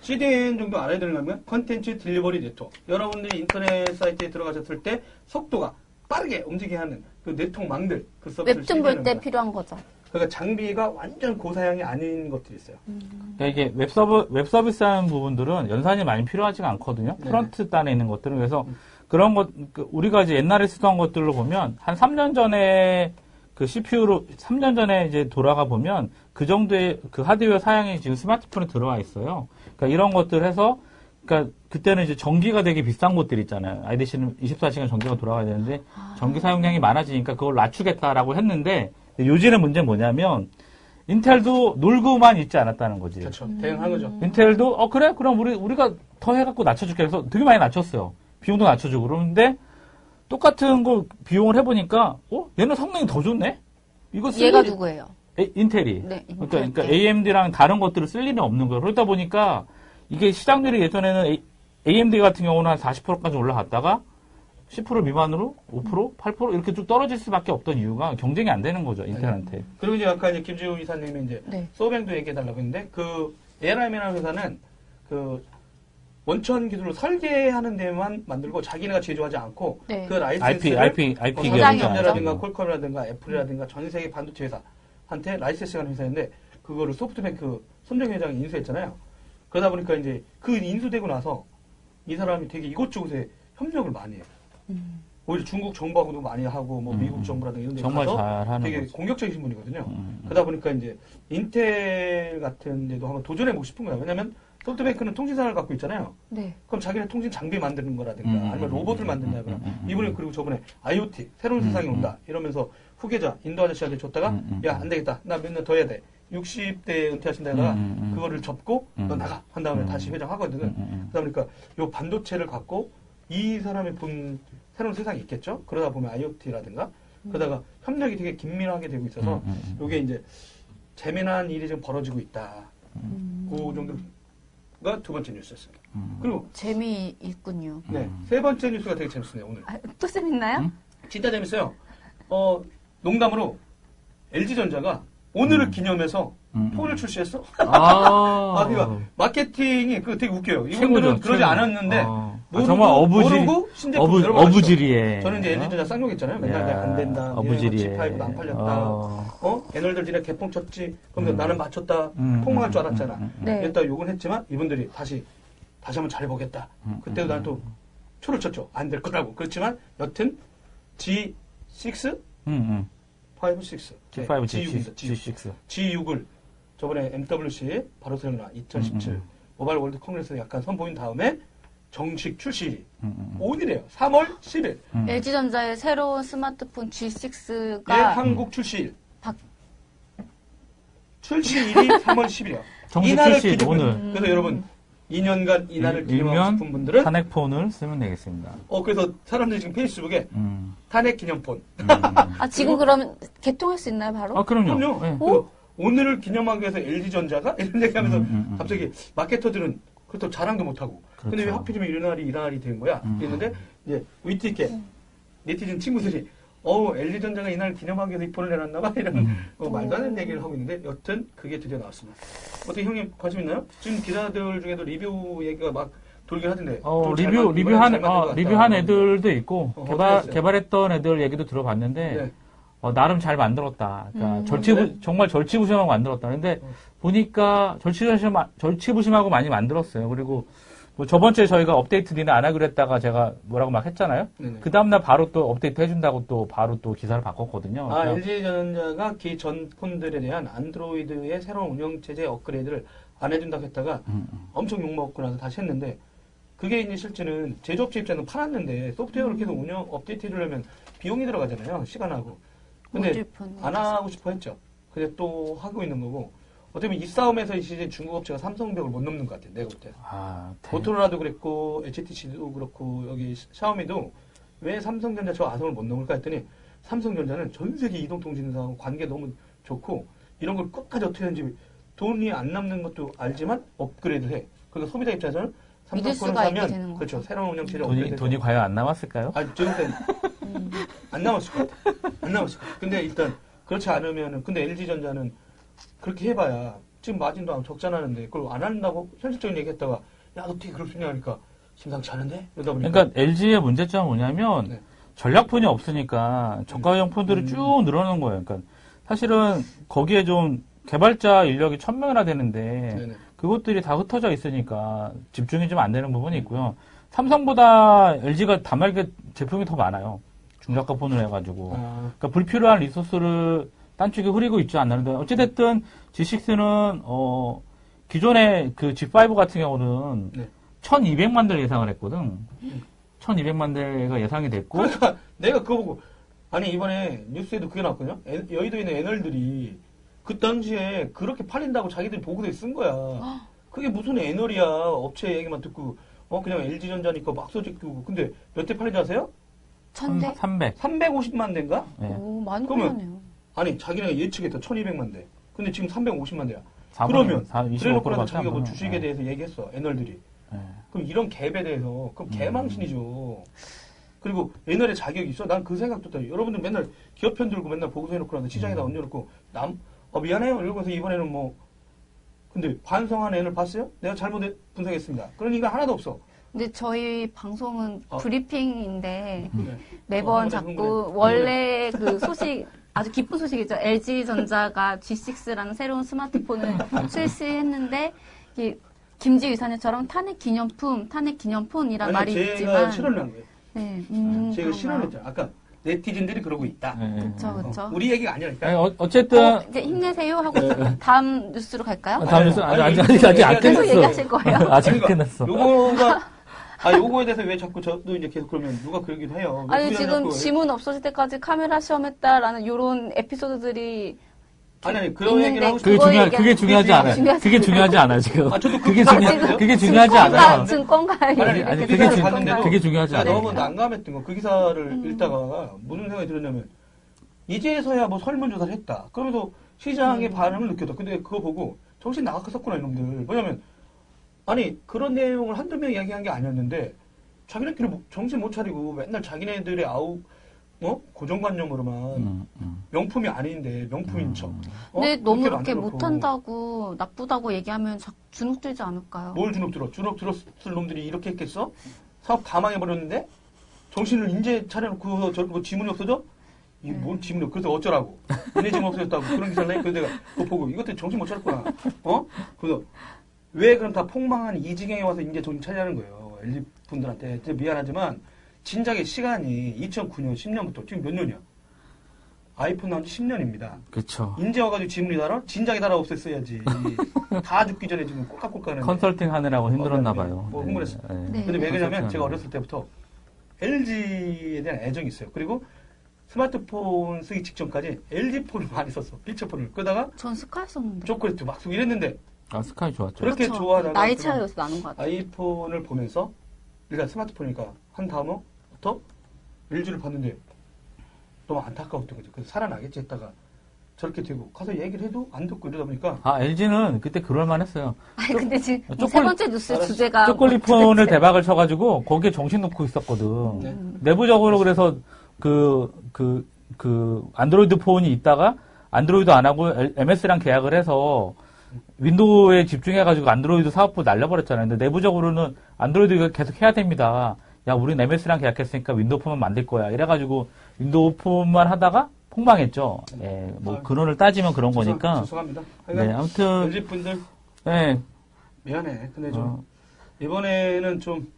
[SPEAKER 1] CDN 정도 알아야 되는 거면 컨텐츠 딜리버리 네트워크. 여러분들이 인터넷 사이트에 들어가셨을 때 속도가 빠르게 움직이게 하는 그 네트워크망들 그 서비스를
[SPEAKER 3] 웹툰 볼 때
[SPEAKER 1] CDN 입니다.
[SPEAKER 3] 필요한 거죠.
[SPEAKER 1] 그러니까 장비가 완전 고사양이 아닌 것들이 있어요.
[SPEAKER 3] 음.
[SPEAKER 2] 그러니까 이게 웹 서브 웹 서비스 하는 부분들은 연산이 많이 필요하지가 않거든요.
[SPEAKER 1] 네네.
[SPEAKER 2] 프런트 단에 있는 것들은 그래서 그런 것 그, 우리가 이제 옛날에 쓰던 것들로 보면 한 3년 전에 그 CPU로 3년 전에 이제 돌아가 보면 그 정도의 그 하드웨어 사양이 지금 스마트폰에 들어와 있어요. 그러니까 이런 것들 해서 그러니까 그때는 이제 전기가 되게 비싼 곳들 있잖아요. IDC는 24시간 전기가 돌아가야 되는데 전기 사용량이 많아지니까 그걸 낮추겠다라고 했는데 요즘의 문제는 뭐냐면 인텔도 놀고만 있지 않았다는 거지.
[SPEAKER 1] 그렇죠.
[SPEAKER 3] 음.
[SPEAKER 1] 대응한 거죠.
[SPEAKER 2] 인텔도 어 그래 그럼 우리 우리가 더 해갖고 낮춰줄게 그래서 되게 많이 낮췄어요 비용도 낮춰주고 그러는데 똑같은 거 비용을 해보니까 어 얘는 성능이 더 좋네 이거 쓸
[SPEAKER 3] 얘가
[SPEAKER 2] 일이-
[SPEAKER 3] 누구예요?
[SPEAKER 2] 에- 인텔이
[SPEAKER 3] 네, 인텔
[SPEAKER 2] 그 그러니까, 그러니까
[SPEAKER 3] 게.
[SPEAKER 2] AMD랑 다른 것들을 쓸 일이 없는 거예요 그러다 보니까 이게 시장률이 예전에는 AMD 같은 경우는 한 40%까지 올라갔다가 10% 미만으로 5% 8% 이렇게 쭉 떨어질 수밖에 없던 이유가 경쟁이 안 되는 거죠 인텔한테
[SPEAKER 1] 그리고 이제 아까 이제 김지우 이사님이 이제
[SPEAKER 3] 네.
[SPEAKER 1] 소뱅도 얘기해달라고 했는데 그 ARM이라는 회사는 그 원천 기술을 설계하는 데만 만들고 자기네가 제조하지 않고
[SPEAKER 3] 네.
[SPEAKER 1] 그 라이센스를
[SPEAKER 2] IP IP IP
[SPEAKER 1] 뭐
[SPEAKER 3] 기업이죠.
[SPEAKER 2] 음.
[SPEAKER 1] 삼성전자라든가 콜컴이라든가 애플이라든가 전 세계 반도체 회사한테 라이센스 가는 회사인데 그거를 소프트뱅크 손정 회장이 인수했잖아요. 그러다 보니까 이제 그 인수되고 나서 이 사람이 되게 이곳저곳에 협력을 많이 해요. 오히려 중국 정부하고도 많이 하고 뭐
[SPEAKER 2] 음,
[SPEAKER 1] 미국
[SPEAKER 2] 음.
[SPEAKER 1] 정부라든가 이런 데
[SPEAKER 2] 정말
[SPEAKER 1] 가서
[SPEAKER 2] 잘하는
[SPEAKER 1] 되게
[SPEAKER 2] 거죠.
[SPEAKER 1] 공격적이신 분이거든요.
[SPEAKER 2] 음, 음.
[SPEAKER 1] 그러다 보니까 이제 인텔 같은 데도 한번 도전해보고 싶은 거예요. 왜냐면 소프트뱅크는 통신사를 갖고 있잖아요.
[SPEAKER 3] 네.
[SPEAKER 1] 그럼 자기네 통신 장비 만드는 거라든가
[SPEAKER 2] 음,
[SPEAKER 1] 아니면
[SPEAKER 2] 음,
[SPEAKER 1] 로봇을
[SPEAKER 2] 음,
[SPEAKER 1] 만든다거나
[SPEAKER 2] 음, 음, 음,
[SPEAKER 1] 이번에
[SPEAKER 2] 음.
[SPEAKER 1] 그리고 저번에 IoT 새로운
[SPEAKER 2] 음,
[SPEAKER 1] 세상이
[SPEAKER 2] 음.
[SPEAKER 1] 온다 이러면서 후계자 인도 아저씨한테 줬다가
[SPEAKER 2] 음, 음,
[SPEAKER 1] 야 안 되겠다 나 몇 년 더 해야 돼 60대 은퇴하신다 하다가
[SPEAKER 2] 음, 음, 음.
[SPEAKER 1] 그거를 접고
[SPEAKER 2] 음.
[SPEAKER 1] 너 나가 한 다음에
[SPEAKER 2] 음.
[SPEAKER 1] 다시 회장하거든요
[SPEAKER 2] 음, 음,
[SPEAKER 1] 그러다 보니까 요 반도체를 갖고 이 사람이 본 새로운 세상이 있겠죠 그러다 보면 IoT라든가 그러다가 협력이 되게 긴밀하게 되고 있어서
[SPEAKER 2] 음, 음,
[SPEAKER 1] 요게 이제 재미난 일이 지금 벌어지고 있다
[SPEAKER 3] 음.
[SPEAKER 1] 그 정도가 두 번째 뉴스였습니다
[SPEAKER 2] 음.
[SPEAKER 1] 그리고
[SPEAKER 3] 재미있군요.
[SPEAKER 1] 네, 세 번째 뉴스가 되게 재밌었네요, 오늘.
[SPEAKER 3] 아, 또 재밌나요?
[SPEAKER 2] 음?
[SPEAKER 1] 진짜 재밌어요. 어, 농담으로 LG전자가 오늘을 기념해서
[SPEAKER 2] 음, 음.
[SPEAKER 1] 폰을 출시했어.
[SPEAKER 2] 아,
[SPEAKER 1] 아, 그니까 마케팅이 그 되게 웃겨요.
[SPEAKER 2] 최고죠,
[SPEAKER 1] 이분들은 그러지
[SPEAKER 2] 최고.
[SPEAKER 1] 않았는데
[SPEAKER 2] 어. 아,
[SPEAKER 1] 모르고,
[SPEAKER 2] 정말 어부질-
[SPEAKER 1] 모르고 신제품
[SPEAKER 2] 어부,
[SPEAKER 1] 여러 번
[SPEAKER 2] 어부질이에.
[SPEAKER 1] 나왔죠. 저는 이제 LG전자 쌍욕했잖아요. 맨날
[SPEAKER 2] 야,
[SPEAKER 1] 내가 안 된다.
[SPEAKER 2] 어부질이에.
[SPEAKER 1] G5도 안 팔렸다.
[SPEAKER 2] 어.
[SPEAKER 1] 어, 애널들 지나 개풍 쳤지. 그럼 나는 맞췄다.
[SPEAKER 2] 음,
[SPEAKER 1] 폭망할 줄
[SPEAKER 2] 음,
[SPEAKER 1] 알았잖아.
[SPEAKER 2] 음, 음,
[SPEAKER 3] 음. 네.
[SPEAKER 1] 일단 욕은 했지만 이분들이 다시 다시 한번 잘해보겠다.
[SPEAKER 2] 음,
[SPEAKER 1] 그때도 난 또 초를 쳤죠. 안 될 거라고. 그렇지만 여튼 G6,
[SPEAKER 2] 응,
[SPEAKER 1] 네,
[SPEAKER 2] 응.
[SPEAKER 1] 5, 6. 네,
[SPEAKER 2] G5,
[SPEAKER 1] G6입니다.
[SPEAKER 2] G6.
[SPEAKER 1] G6.
[SPEAKER 2] G6.
[SPEAKER 1] G6을 저번에 MWC 바르셀로나 2017
[SPEAKER 2] 음, 음.
[SPEAKER 1] 모바일 월드 콩그레스에 약간 선보인 다음에 정식 출시
[SPEAKER 2] 응, 응.
[SPEAKER 1] 오늘이에요. 3월 10일.
[SPEAKER 2] 음.
[SPEAKER 3] LG전자의 새로운 스마트폰
[SPEAKER 1] 예,
[SPEAKER 3] G6가
[SPEAKER 1] 한국 출시일.
[SPEAKER 3] 그러니까 박-
[SPEAKER 1] 출시일이 3월 10일이요.
[SPEAKER 2] 정식 출시일, 오늘.
[SPEAKER 1] 그래서 여러분 2년간 이날을 기념하고 싶은 분들은
[SPEAKER 2] 일면 탄핵폰을 쓰면 되겠습니다.
[SPEAKER 1] 어 그래서 사람들이 지금 페이스북에
[SPEAKER 2] 음.
[SPEAKER 1] 탄핵 기념폰.
[SPEAKER 2] 음, 음.
[SPEAKER 3] 아, 지금 그럼 개통할 수 있나요, 바로?
[SPEAKER 2] 아, 그럼요.
[SPEAKER 1] 그럼요.
[SPEAKER 2] 예.
[SPEAKER 1] 그 오늘을 기념하기 위해서 LG전자가 이런 얘기하면서
[SPEAKER 2] 음, 음, 음.
[SPEAKER 1] 갑자기 마케터들은 그렇다고 자랑도 못하고. 근데
[SPEAKER 2] 그렇죠.
[SPEAKER 1] 왜 하필이면 이런 날이 이런 날이 된 거야?
[SPEAKER 2] 음.
[SPEAKER 1] 그랬는데 이제 위트 있게 네티즌 친구들이 어우 LG전자가 이날 기념하기 위해서 입본을 내놨나 봐 이런
[SPEAKER 2] 음.
[SPEAKER 1] 어, 말도 안 되는 얘기를 하고 있는데 여튼 그게 드디어 나왔습니다. 어떻게 형님 관심 있나요? 지금 기자들 중에도 리뷰 얘기가 막 돌긴 하던데.
[SPEAKER 2] 어,
[SPEAKER 1] 좀잘
[SPEAKER 2] 리뷰,
[SPEAKER 1] 만- 잘
[SPEAKER 2] 리뷰한,
[SPEAKER 1] 만든 것
[SPEAKER 2] 어,
[SPEAKER 1] 같다.
[SPEAKER 2] 리뷰한 애들도 있고,
[SPEAKER 1] 어,
[SPEAKER 2] 개발,
[SPEAKER 1] 개발했어요.
[SPEAKER 2] 개발했던 애들 얘기도 들어봤는데,
[SPEAKER 1] 네.
[SPEAKER 2] 어, 나름 잘 만들었다. 그러니까
[SPEAKER 3] 음.
[SPEAKER 2] 절치부,
[SPEAKER 1] 네.
[SPEAKER 2] 정말 절치부심하고 만들었다. 근데
[SPEAKER 1] 어.
[SPEAKER 2] 보니까 절치부심, 절치부심하고 많이 만들었어요. 그리고 뭐 저번주에 저희가 업데이트 니네 안 하기로 했다가 제가 뭐라고 막 했잖아요.
[SPEAKER 1] 네네.
[SPEAKER 2] 그 다음날 바로 또 업데이트 해준다고 또 바로 또 기사를 바꿨거든요.
[SPEAKER 1] 아,
[SPEAKER 2] 그냥
[SPEAKER 1] LG전자가 기존 폰들에 대한 안드로이드의 새로운 운영체제 업그레이드를 안 해준다고 했다가
[SPEAKER 2] 음,
[SPEAKER 1] 엄청 욕먹고 나서 다시 했는데 그게 이제 실제는 제조업체 입장은 팔았는데 소프트웨어를 계속 운영, 업데이트 해주려면 비용이 들어가잖아요. 시간하고. 근데
[SPEAKER 3] 모듈 폰.
[SPEAKER 1] 안 하고 싶어 했죠. 근데 또 하고 있는 거고 어떻게 보면 이 싸움에서 이제 중국 업체가 삼성벽을 못 넘는 것 같아요. 내가 볼 때.
[SPEAKER 2] 아,
[SPEAKER 3] 네.
[SPEAKER 2] 대-
[SPEAKER 1] 모토로라도 그랬고 HTC도 그렇고 여기 시- 샤오미도 왜 삼성전자 저 아성을 못 넘을까 했더니 삼성전자는 전 세계 이동통신사하고 관계 너무 좋고 이런 걸 끝까지 어떻게 하는지 돈이 안 남는 것도 알지만 업그레이드 해. 그러니까 소비자 입장에서는 삼성
[SPEAKER 3] 믿을
[SPEAKER 1] 거를
[SPEAKER 3] 수가 있게 되는
[SPEAKER 1] 사면
[SPEAKER 3] 거죠.
[SPEAKER 1] 그렇죠. 새로운 운영체제
[SPEAKER 2] 돈이,
[SPEAKER 1] 업그레이드.
[SPEAKER 2] 돈이 과연 안 남았을까요?
[SPEAKER 1] 아, 제가 볼안 남았을 것 같아. 안 남았을 것 같아. 근데 일단 그렇지 않으면은 근데 LG전자는 그렇게 해봐야 지금 마진도 안 적잖아는데 그걸 안 한다고 현실적인 얘기했다가 야 어떻게 그럴 수 있냐 하니까 심상치 않은데 이러다 보니까
[SPEAKER 2] 그러니까 LG의 문제점은 뭐냐면
[SPEAKER 1] 네.
[SPEAKER 2] 전략폰이 없으니까 저가형 폰들이
[SPEAKER 1] 음.
[SPEAKER 2] 쭉 늘어나는 거예요. 그러니까 사실은 거기에 좀 개발자 인력이 천 명이나 되는데
[SPEAKER 1] 네네.
[SPEAKER 2] 그것들이 다 흩어져 있으니까 집중이 좀 안 되는 부분이 있고요. 삼성보다 LG가 단말기 제품이 더 많아요. 중저가 폰을 해가지고.
[SPEAKER 1] 아,
[SPEAKER 2] 그러니까 불필요한 리소스를 딴 쪽에 흐리고 있지 않는데 어찌됐든 G6는 어 기존의 그 G5 같은 경우는
[SPEAKER 1] 네.
[SPEAKER 2] 1,200만 대를 예상을 했거든. 1,200만 대가 예상이 됐고
[SPEAKER 3] 그렇죠.
[SPEAKER 1] 그러니까 내가 그거 보고 아니 이번에 뉴스에도 그게 나왔거든요. 애- 여의도에 있는 애널들이 그 당시에 그렇게 팔린다고 자기들이 보고서에 쓴 거야. 그게 무슨 애널이야. 업체 얘기만 듣고 어 그냥 LG전자니까 막 써지고 근데 몇 대 팔린지 아세요?
[SPEAKER 3] 천대?
[SPEAKER 2] 300.
[SPEAKER 1] 350만 대인가?
[SPEAKER 2] 예.
[SPEAKER 3] 오, 많이
[SPEAKER 1] 음. 그러면-
[SPEAKER 3] 팔렸네요.
[SPEAKER 1] 아니 자기네가 예측했다 1200만 대 근데 지금 350만 대야
[SPEAKER 2] 4분의
[SPEAKER 1] 그러면
[SPEAKER 2] 4, 25%밖에
[SPEAKER 1] 그래놓고라도
[SPEAKER 2] 안
[SPEAKER 1] 자기가 뭐
[SPEAKER 2] 보는,
[SPEAKER 1] 주식에
[SPEAKER 2] 예.
[SPEAKER 1] 대해서 얘기했어 애널들이
[SPEAKER 2] 예.
[SPEAKER 1] 그럼 이런 갭에 대해서
[SPEAKER 2] 음.
[SPEAKER 1] 그럼 개망신이죠 그리고 애널에 자격이 있어? 난 그 생각도 다 여러분들 맨날 기업 편 들고 맨날 보고서 해놓고 나서 시장에다
[SPEAKER 2] 음.
[SPEAKER 1] 얹어놓고 남 어, 미안해요 이러고서 이번에는 뭐 근데 반성한 애널 봤어요? 내가 잘못 분석했습니다 그런 인간 하나도 없어
[SPEAKER 3] 근데 저희 방송은
[SPEAKER 1] 어.
[SPEAKER 3] 브리핑인데
[SPEAKER 2] 음.
[SPEAKER 1] 네.
[SPEAKER 3] 매번
[SPEAKER 1] 흥분해,
[SPEAKER 3] 자꾸
[SPEAKER 1] 흥분해.
[SPEAKER 3] 원래 그 소식 아주 기쁜 소식이죠. LG 전자가 G6라는 새로운 스마트폰을 출시했는데 이 김지우 이사님처럼 탄핵 기념품, 탄핵 기념폰이란
[SPEAKER 1] 아니,
[SPEAKER 3] 말이
[SPEAKER 1] 제가
[SPEAKER 3] 있지만
[SPEAKER 1] 실언을 한 거예요
[SPEAKER 3] 네, 음,
[SPEAKER 1] 제가
[SPEAKER 3] 그런가요?
[SPEAKER 1] 실언했잖아요 아까 네티즌들이 그러고 있다
[SPEAKER 2] 예, 예.
[SPEAKER 3] 그쵸, 그쵸.
[SPEAKER 1] 어, 우리 네. 얘기가 아니라니까
[SPEAKER 2] 예, 어, 어쨌든
[SPEAKER 3] 그렇죠. 어, 이제 힘내세요 하고 다음 뉴스로 갈까요?
[SPEAKER 2] 다음 뉴스 아직 아직 아직, 아직 안
[SPEAKER 1] 아니, 계속
[SPEAKER 2] 끝났어.
[SPEAKER 3] 얘기하실 거예요?
[SPEAKER 2] 아직 안
[SPEAKER 1] 그러니까
[SPEAKER 2] 끝났어.
[SPEAKER 1] 요거가 아 요거에 대해서 왜 자꾸 저도 이제 계속 그러면 누가 그러기도 해요. 왜
[SPEAKER 3] 아니
[SPEAKER 1] 그냥
[SPEAKER 3] 지금
[SPEAKER 1] 자꾸-
[SPEAKER 3] 지문 없어질 때까지 카메라 시험했다라는 이런 에피소드들이
[SPEAKER 1] 아니 아니 그런
[SPEAKER 3] 있는데
[SPEAKER 1] 얘기를 하고
[SPEAKER 2] 그게
[SPEAKER 1] 싶어.
[SPEAKER 3] 그거
[SPEAKER 2] 중요
[SPEAKER 3] 얘기하는-
[SPEAKER 2] 그게 중요하지
[SPEAKER 1] 그게
[SPEAKER 2] 않아요.
[SPEAKER 3] 중요하지
[SPEAKER 2] 그게 중요하지 않아요 지금.
[SPEAKER 1] 아, 저도
[SPEAKER 2] 그게
[SPEAKER 1] 그거
[SPEAKER 2] 중요
[SPEAKER 1] 봤어요.
[SPEAKER 2] 그게 중요하지 않아요.
[SPEAKER 3] 증권가
[SPEAKER 1] 아니,
[SPEAKER 2] 아니,
[SPEAKER 1] 아니,
[SPEAKER 2] 아니,
[SPEAKER 1] 그
[SPEAKER 2] 그게,
[SPEAKER 1] 기사를
[SPEAKER 2] 중-
[SPEAKER 1] 봤는데도
[SPEAKER 2] 그게 중요하지
[SPEAKER 1] 나
[SPEAKER 2] 않아요.
[SPEAKER 1] 너무 난감했던 거. 그 기사를
[SPEAKER 3] 음.
[SPEAKER 1] 읽다가 무슨 생각이 들었냐면 이제서야 뭐 설문조사를 했다. 그러면서
[SPEAKER 3] 음.
[SPEAKER 1] 시장의 반응을 느꼈다. 근데 그거 보고 정신 나갔었구나 이놈들. 뭐냐면 아니 그런 내용을 한두 명 이야기한 게 아니었는데 자기네끼리 뭐- 정신 못 차리고 맨날 자기네들의 아우 어 고정관념으로만
[SPEAKER 2] 음, 음.
[SPEAKER 1] 명품이 아닌데 명품인 척. 어?
[SPEAKER 3] 근데 네, 너무 이렇게
[SPEAKER 1] 만들어놓고
[SPEAKER 3] 못한다고 나쁘다고 얘기하면 자- 주눅들지 않을까요?
[SPEAKER 1] 뭘 주눅 들어? 주눅 들었을 놈들이 이렇게 했겠어? 사업 다 망해버렸는데 정신을 인제 차려놓고 저뭐 지문이 없어져?
[SPEAKER 3] 네.
[SPEAKER 1] 이게 뭔 지문이 없? 그래서 어쩌라고? 얘네 지문 없어졌다고 그런 기사를 내. 그래서 내가 그거 보고 이것도 정신 못 차렸구나. 어? 그래서 왜 그럼 다 폭망한 이 지경에 와서 이제 정신 차리라는 거예요. 엘리 분들한테 진짜 미안하지만 진작에 시간이 2009년 10년부터 지금 몇 년이야? 아이폰 나온 지 10년입니다.
[SPEAKER 2] 그쵸.
[SPEAKER 1] 인제 와가지고 지문이 달아? 진작에 달아 없앴어야지. 다 죽기 전에 지금 꼴깍꼴깍 하는데.
[SPEAKER 2] 컨설팅 하느라고 힘들었나
[SPEAKER 1] 어, 네, 네.
[SPEAKER 2] 봐요.
[SPEAKER 1] 뭐 흥분했습니다.
[SPEAKER 2] 네, 네.
[SPEAKER 3] 네.
[SPEAKER 1] 근데 왜 그러냐면 제가
[SPEAKER 2] 컨설팅 하느라고.
[SPEAKER 1] 어렸을 때부터 LG에 대한 애정이 있어요. 그리고 스마트폰 쓰기 직전까지 LG폰을 많이 썼어. 피처폰을. 그러다가
[SPEAKER 3] 전 스카이 썼는데.
[SPEAKER 1] 초콜릿도 막 쓰고 이랬는데
[SPEAKER 2] 아, 스카이 좋았죠.
[SPEAKER 1] 그렇게 좋아하다가
[SPEAKER 3] 나이
[SPEAKER 1] 그냥-
[SPEAKER 3] 차이가 요새 나는 것 같아요.
[SPEAKER 1] 아이폰을 보면서 일단 스마트폰이니까 한 다음부터 LG를 봤는데 너무 안타까웠던 거죠. 그래서 살아나겠지 했다가 저렇게 되고 가서 얘기를 해도 안 듣고 이러다 보니까
[SPEAKER 2] 아, LG는 그때 그럴만했어요.
[SPEAKER 3] 아니 근데 지금
[SPEAKER 2] 쪼꼬리-
[SPEAKER 3] 세 번째 뉴스
[SPEAKER 1] 알았어.
[SPEAKER 3] 주제가
[SPEAKER 2] 초콜릿 폰을 대박을 쳐가지고 거기에 정신 놓고 있었거든.
[SPEAKER 1] 네.
[SPEAKER 2] 내부적으로 그래서 그, 그, 그, 안드로이드 폰이 있다가 안드로이드 안 하고 MS랑 계약을 해서 윈도우에 집중해가지고 안드로이드 사업부 날려버렸잖아요. 근데 내부적으로는 안드로이드 계속 해야 됩니다. 야, 우린 MS랑 계약했으니까 윈도우 폰만 만들 거야. 이래가지고 윈도우 폰만 하다가 폭망했죠. 예, 뭐 근원을 따지면 그런
[SPEAKER 1] 아, 죄송-
[SPEAKER 2] 거니까.
[SPEAKER 1] 죄송합니다.
[SPEAKER 2] 네,
[SPEAKER 1] 하여간
[SPEAKER 2] 아무튼,
[SPEAKER 1] LG 분들
[SPEAKER 2] 예,
[SPEAKER 1] 미안해. 근데 좀
[SPEAKER 2] 어,
[SPEAKER 1] 이번에는 좀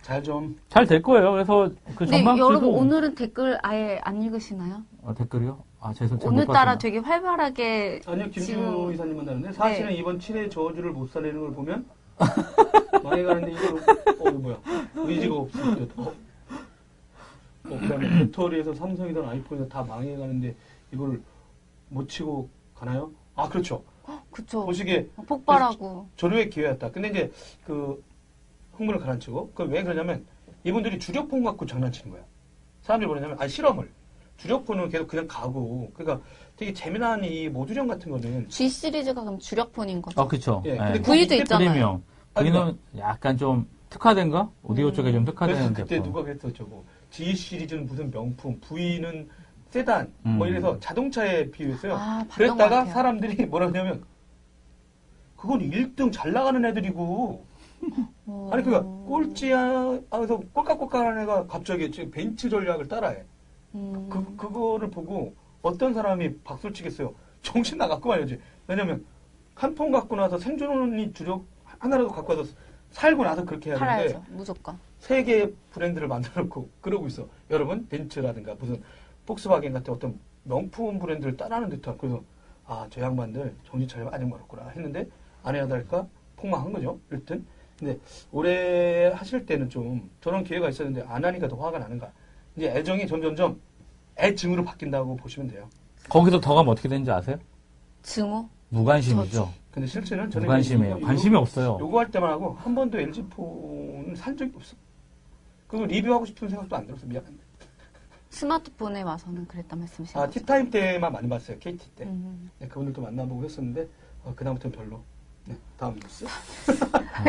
[SPEAKER 1] 잘 좀
[SPEAKER 2] 잘될 거예요. 그래서 그
[SPEAKER 3] 근데
[SPEAKER 2] 전망
[SPEAKER 3] 뭐, 네, 여러분 오늘은 댓글 아예 안 읽으시나요?
[SPEAKER 2] 아, 댓글이요? 아, 죄송, 제가 못
[SPEAKER 3] 오늘따라
[SPEAKER 2] 봤습니다.
[SPEAKER 3] 되게 활발하게
[SPEAKER 1] 아니요 김주
[SPEAKER 3] 지금-
[SPEAKER 1] 이사님만 다른데 사실은
[SPEAKER 3] 네.
[SPEAKER 1] 이번 7회 저주를 못 살리는 걸 보면 망해가는데 이걸 어 이거 뭐야 의지가 없을 듯. 어. 어, 그다음에 배터리에서 삼성이든 아이폰이든 다 망해가는데 이걸 못 치고 가나요? 아 그렇죠.
[SPEAKER 3] 그쵸
[SPEAKER 1] 보시기에
[SPEAKER 3] 폭발하고
[SPEAKER 1] 조류의 기회였다. 근데 이제 그 흥분을 가라앉히고 그 왜 그러냐면 이분들이 주력폰 갖고 장난치는 거야. 사람들이 뭐냐면 아 실험을 주력폰은 계속 그냥 가고 그러니까 되게 재미난 이 모듈형 같은 거는
[SPEAKER 3] G 시리즈가 그럼 주력폰인 거죠?
[SPEAKER 2] 아, 그쵸.
[SPEAKER 1] 예,
[SPEAKER 2] 예.
[SPEAKER 1] 근데
[SPEAKER 3] 구이도
[SPEAKER 1] 그때
[SPEAKER 3] 있잖아. 있잖아요.
[SPEAKER 2] 프리미엄.
[SPEAKER 1] 아니, 뭐.
[SPEAKER 2] 우리는 약간 좀 특화된가? 오디오
[SPEAKER 3] 음.
[SPEAKER 2] 쪽에 좀
[SPEAKER 1] 그래서
[SPEAKER 2] 특화된
[SPEAKER 1] 그때
[SPEAKER 2] 제품.
[SPEAKER 1] 누가 그랬었죠. 뭐 G 시리즈는 무슨 명품, V는 세단 뭐
[SPEAKER 2] 음.
[SPEAKER 1] 이래서 자동차에 비유했어요.
[SPEAKER 3] 아, 봤던 것
[SPEAKER 1] 그랬다가
[SPEAKER 3] 같아요.
[SPEAKER 1] 사람들이 뭐라 그러냐면 그건 1등 잘 나가는 애들이고
[SPEAKER 3] 어.
[SPEAKER 1] 아니 그니까 꼴찌에서 꼴깍꼴깍하는 애가 갑자기 지금 벤츠 전략을 따라해.
[SPEAKER 3] 음.
[SPEAKER 1] 그 그거를 보고 어떤 사람이 박수를 치겠어요. 정신 나갔구만 이지 왜냐면 한 폰 갖고 나서 생존이 주력 하나라도 갖고 와서 살고 나서 그렇게 해야 되는데
[SPEAKER 3] 팔아야죠 무조건
[SPEAKER 1] 세 개의 브랜드를 만들어 놓고 그러고 있어. 여러분 벤츠라든가 무슨 폭스바겐 같은 어떤 명품 브랜드를 따라하는 듯한 그래서 아 저 양반들 정신 차리면 아직 멀었구나 했는데 안 해야 될까 폭망한 거죠. 일단 근데 올해 하실 때는 좀 저런 기회가 있었는데 안 하니까 더 화가 나는가. 이제 애정이 점점점 애증으로 바뀐다고 보시면 돼요.
[SPEAKER 2] 거기서 더 가면 어떻게 되는지 아세요?
[SPEAKER 3] 증오
[SPEAKER 2] 무관심이죠.
[SPEAKER 1] 근데 실제는 저는
[SPEAKER 2] 무관심이에요.
[SPEAKER 1] 이거-
[SPEAKER 2] 관심이 없어요.
[SPEAKER 1] 요거 할 때만 하고 한 번도 LG 폰을 산 적이 없어. 그리고 리뷰하고 싶은 생각도 안 들었어. 미안한데.
[SPEAKER 3] 스마트폰에 와서는 그랬단 말씀이신
[SPEAKER 1] 아,
[SPEAKER 3] 거죠?
[SPEAKER 1] 티타임 때만 많이 봤어요. KT 때.
[SPEAKER 3] 음.
[SPEAKER 1] 네, 그분들도 만나보고 했었는데 어, 그다음부터는 별로. 네, 다음 뉴스.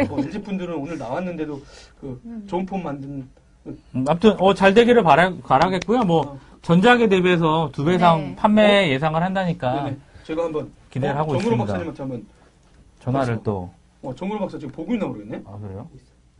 [SPEAKER 1] 뭐, LG 분들은 오늘 나왔는데도 그 좋은 폰 만든
[SPEAKER 2] 음, 아무튼 어, 잘 되기를 바라, 바라겠고요. 뭐
[SPEAKER 1] 어.
[SPEAKER 2] 전작에 대비해서 두 배 이상
[SPEAKER 3] 네.
[SPEAKER 2] 판매 예상을 한다니까
[SPEAKER 1] 네네, 제가 한번
[SPEAKER 2] 아,
[SPEAKER 1] 어,
[SPEAKER 2] 기대를 하고
[SPEAKER 1] 정근호
[SPEAKER 2] 있습니다.
[SPEAKER 1] 박사님한테 한번
[SPEAKER 2] 전화를 또
[SPEAKER 1] 어, 정근호 박사 지금 보고 있나 모르겠네.
[SPEAKER 2] 아, 그래요?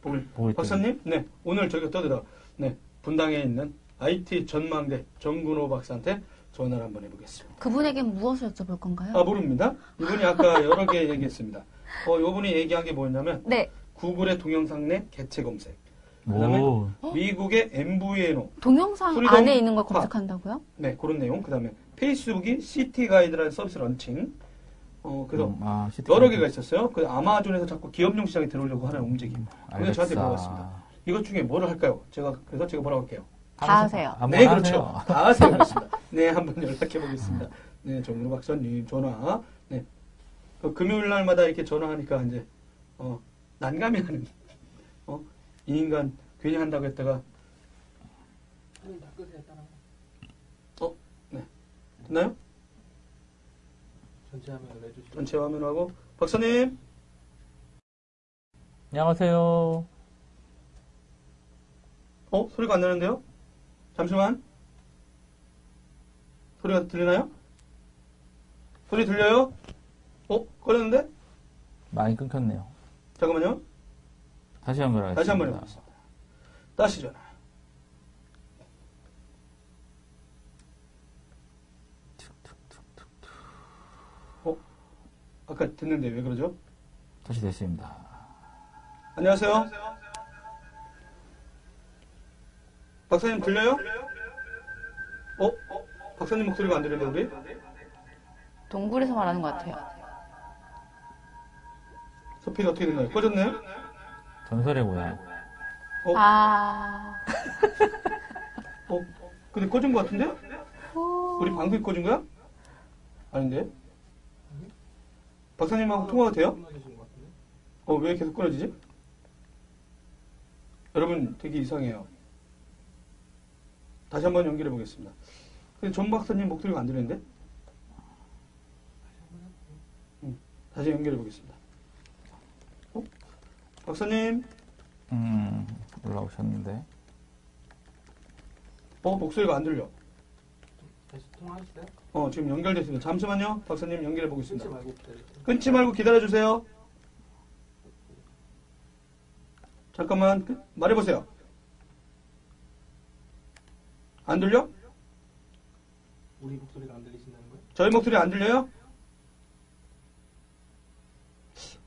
[SPEAKER 1] 보고
[SPEAKER 2] 보고 있대요.
[SPEAKER 1] 박사님, 네 오늘 저희가 떠들다 네 분당에 있는 IT 전망대 정근호 박사한테 전화를 한번 해보겠습니다.
[SPEAKER 3] 그분에게 무엇을 여쭤볼 건가요?
[SPEAKER 1] 아 모릅니다. 이분이 아까 여러 개 얘기했습니다. 어, 요분이 얘기한 게 뭐냐면
[SPEAKER 3] 네
[SPEAKER 1] 구글의 동영상 내 개체 검색. 그다음에
[SPEAKER 2] 오,
[SPEAKER 1] 미국의 MVNO.
[SPEAKER 3] 동영상
[SPEAKER 1] 프리덤 아.
[SPEAKER 3] 안에 있는 걸
[SPEAKER 1] 팝.
[SPEAKER 3] 검색한다고요?
[SPEAKER 1] 네, 그런 내용. 그다음에 페이스북이 시티 가이드라는 서비스 런칭. 어, 그래서
[SPEAKER 2] 음, 아, 시티
[SPEAKER 1] 여러 개가 있었어요. 그 아마존에서 자꾸 기업용 시장에 들어오려고 하는 움직임. 그게 저한테
[SPEAKER 2] 알렉사.
[SPEAKER 1] 물어봤습니다. 이것 중에 뭐를 할까요? 제가 그래서 제가 뭐라고 할게요.
[SPEAKER 3] 다 하세요.
[SPEAKER 2] 한번
[SPEAKER 1] 네, 그렇죠.
[SPEAKER 2] 하세요.
[SPEAKER 1] 다 하세요. 그렇습니다. 네, 한번 연락해 보겠습니다. 네, 정근호 박사님 전화. 네. 그 금요일 날마다 이렇게 전화하니까 이제 어, 난감해 하는 어, 이 인간 괜히 한다고 했다가 어, 네. 됐나요?
[SPEAKER 4] 전체 화면을 해주시고
[SPEAKER 1] 전체 화면하고 박사님
[SPEAKER 2] 안녕하세요.
[SPEAKER 1] 어? 소리가 안 나는데요? 잠시만. 소리가 들리나요? 소리 들려요? 어? 꺼졌는데?
[SPEAKER 2] 많이 끊겼네요.
[SPEAKER 1] 잠깐만요.
[SPEAKER 2] 다시 한번 하겠습니다.
[SPEAKER 1] 다시 한 번 해보겠습니다. 다시 전화. 어? 아까 듣는데 왜 그러죠?
[SPEAKER 2] 다시 됐습니다.
[SPEAKER 1] 안녕하세요. 박사님 들려요? 어? 어? 박사님 목소리가 안 들리는데 우리?
[SPEAKER 3] 동굴에서 말하는 것 같아요.
[SPEAKER 1] 소피가 어떻게 됐나요? 꺼졌네요?
[SPEAKER 2] 전설의 고향.
[SPEAKER 1] 어?
[SPEAKER 3] 아,
[SPEAKER 1] 어? 근데 꺼진 것 같은데?
[SPEAKER 3] 오.
[SPEAKER 1] 우리 방송이 꺼진 거야? 아닌데? 박사님하고 통화가 돼요?
[SPEAKER 4] 끝나주신 것 같은데
[SPEAKER 1] 어, 왜 계속 끊어지지? 여러분, 되게 이상해요. 다시 한번 연결해 보겠습니다. 근데 전 박사님 목소리가 안 들리는데? 다시 연결해 보겠습니다. 어? 박사님,
[SPEAKER 2] 음, 올라오셨는데.
[SPEAKER 1] 어 목소리가 안 들려.
[SPEAKER 4] 다시 통화하실까요?
[SPEAKER 1] 어 지금 연결됐습니다. 잠시만요, 박사님 연결해 보겠습니다.
[SPEAKER 4] 끊지 말고 기다릴게요.
[SPEAKER 1] 끊지 말고 기다려 주세요. 잠깐만 끊- 말해보세요. 안 들려?
[SPEAKER 4] 우리 목소리가 안 들리신다는 거예요?
[SPEAKER 1] 저희 목소리 안 들려요?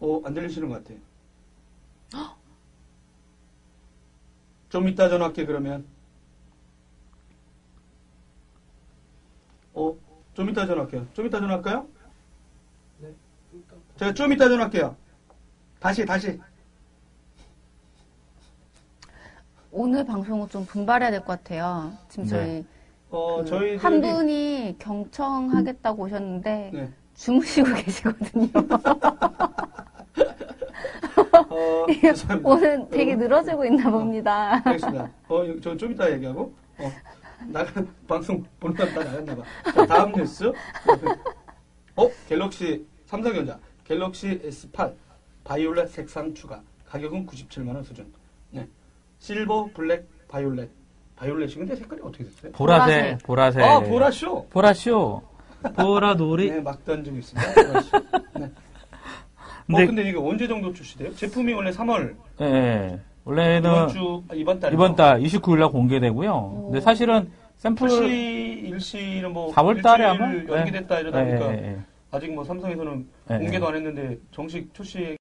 [SPEAKER 1] 어, 안 들리시는 것 같아. 좀 이따 전화할게, 그러면. 어, 좀 이따 전화할게요. 좀 이따 전화할까요?
[SPEAKER 4] 네. 그러니까
[SPEAKER 1] 제가 좀 이따 전화할게요. 다시, 다시.
[SPEAKER 3] 오늘 방송은 좀 분발해야 될 것 같아요. 지금
[SPEAKER 2] 네.
[SPEAKER 3] 저희
[SPEAKER 1] 어,
[SPEAKER 3] 그
[SPEAKER 1] 저희.
[SPEAKER 3] 한 분이 경청하겠다고 오셨는데
[SPEAKER 1] 네.
[SPEAKER 3] 주무시고 계시거든요.
[SPEAKER 1] 어,
[SPEAKER 3] 예,
[SPEAKER 1] 죄송합니다.
[SPEAKER 3] 오늘 되게 늘어지고 있나 봅니다.
[SPEAKER 1] 알겠습니다. 어, 저 좀 이따 얘기하고. 어, 나가, 방송 보는 사람 다 나갔나봐. 자, 다음 뉴스. 어, 갤럭시, 삼성전자, 갤럭시 S8, 바이올렛 색상 추가. 가격은 97만원 수준. 네. 실버, 블랙, 바이올렛. 바이올렛이 근데 색깔이 어떻게 됐어요?
[SPEAKER 2] 보라색, 보라색.
[SPEAKER 1] 아, 보라쇼!
[SPEAKER 2] 보라쇼. 보라놀이.
[SPEAKER 1] 네, 막 던지고 있습니다. 보라쇼. 네. 근데,
[SPEAKER 2] 근데-
[SPEAKER 1] 어, 근데 이게 언제 정도 출시돼요? 제품이 원래 3월,
[SPEAKER 2] 예, 예. 원래는
[SPEAKER 1] 이번 주, 아, 이번 달.
[SPEAKER 2] 이번 달 29일 날 공개되고요.
[SPEAKER 3] 오.
[SPEAKER 2] 근데 사실은 샘플
[SPEAKER 1] 출시 일시는 뭐
[SPEAKER 2] 4월 달에 아마
[SPEAKER 1] 일주일 연기됐다
[SPEAKER 2] 예,
[SPEAKER 1] 이러다 보니까
[SPEAKER 2] 예,
[SPEAKER 1] 아직 뭐 삼성에서는
[SPEAKER 2] 예, 예.
[SPEAKER 1] 공개도 안 했는데 정식 출시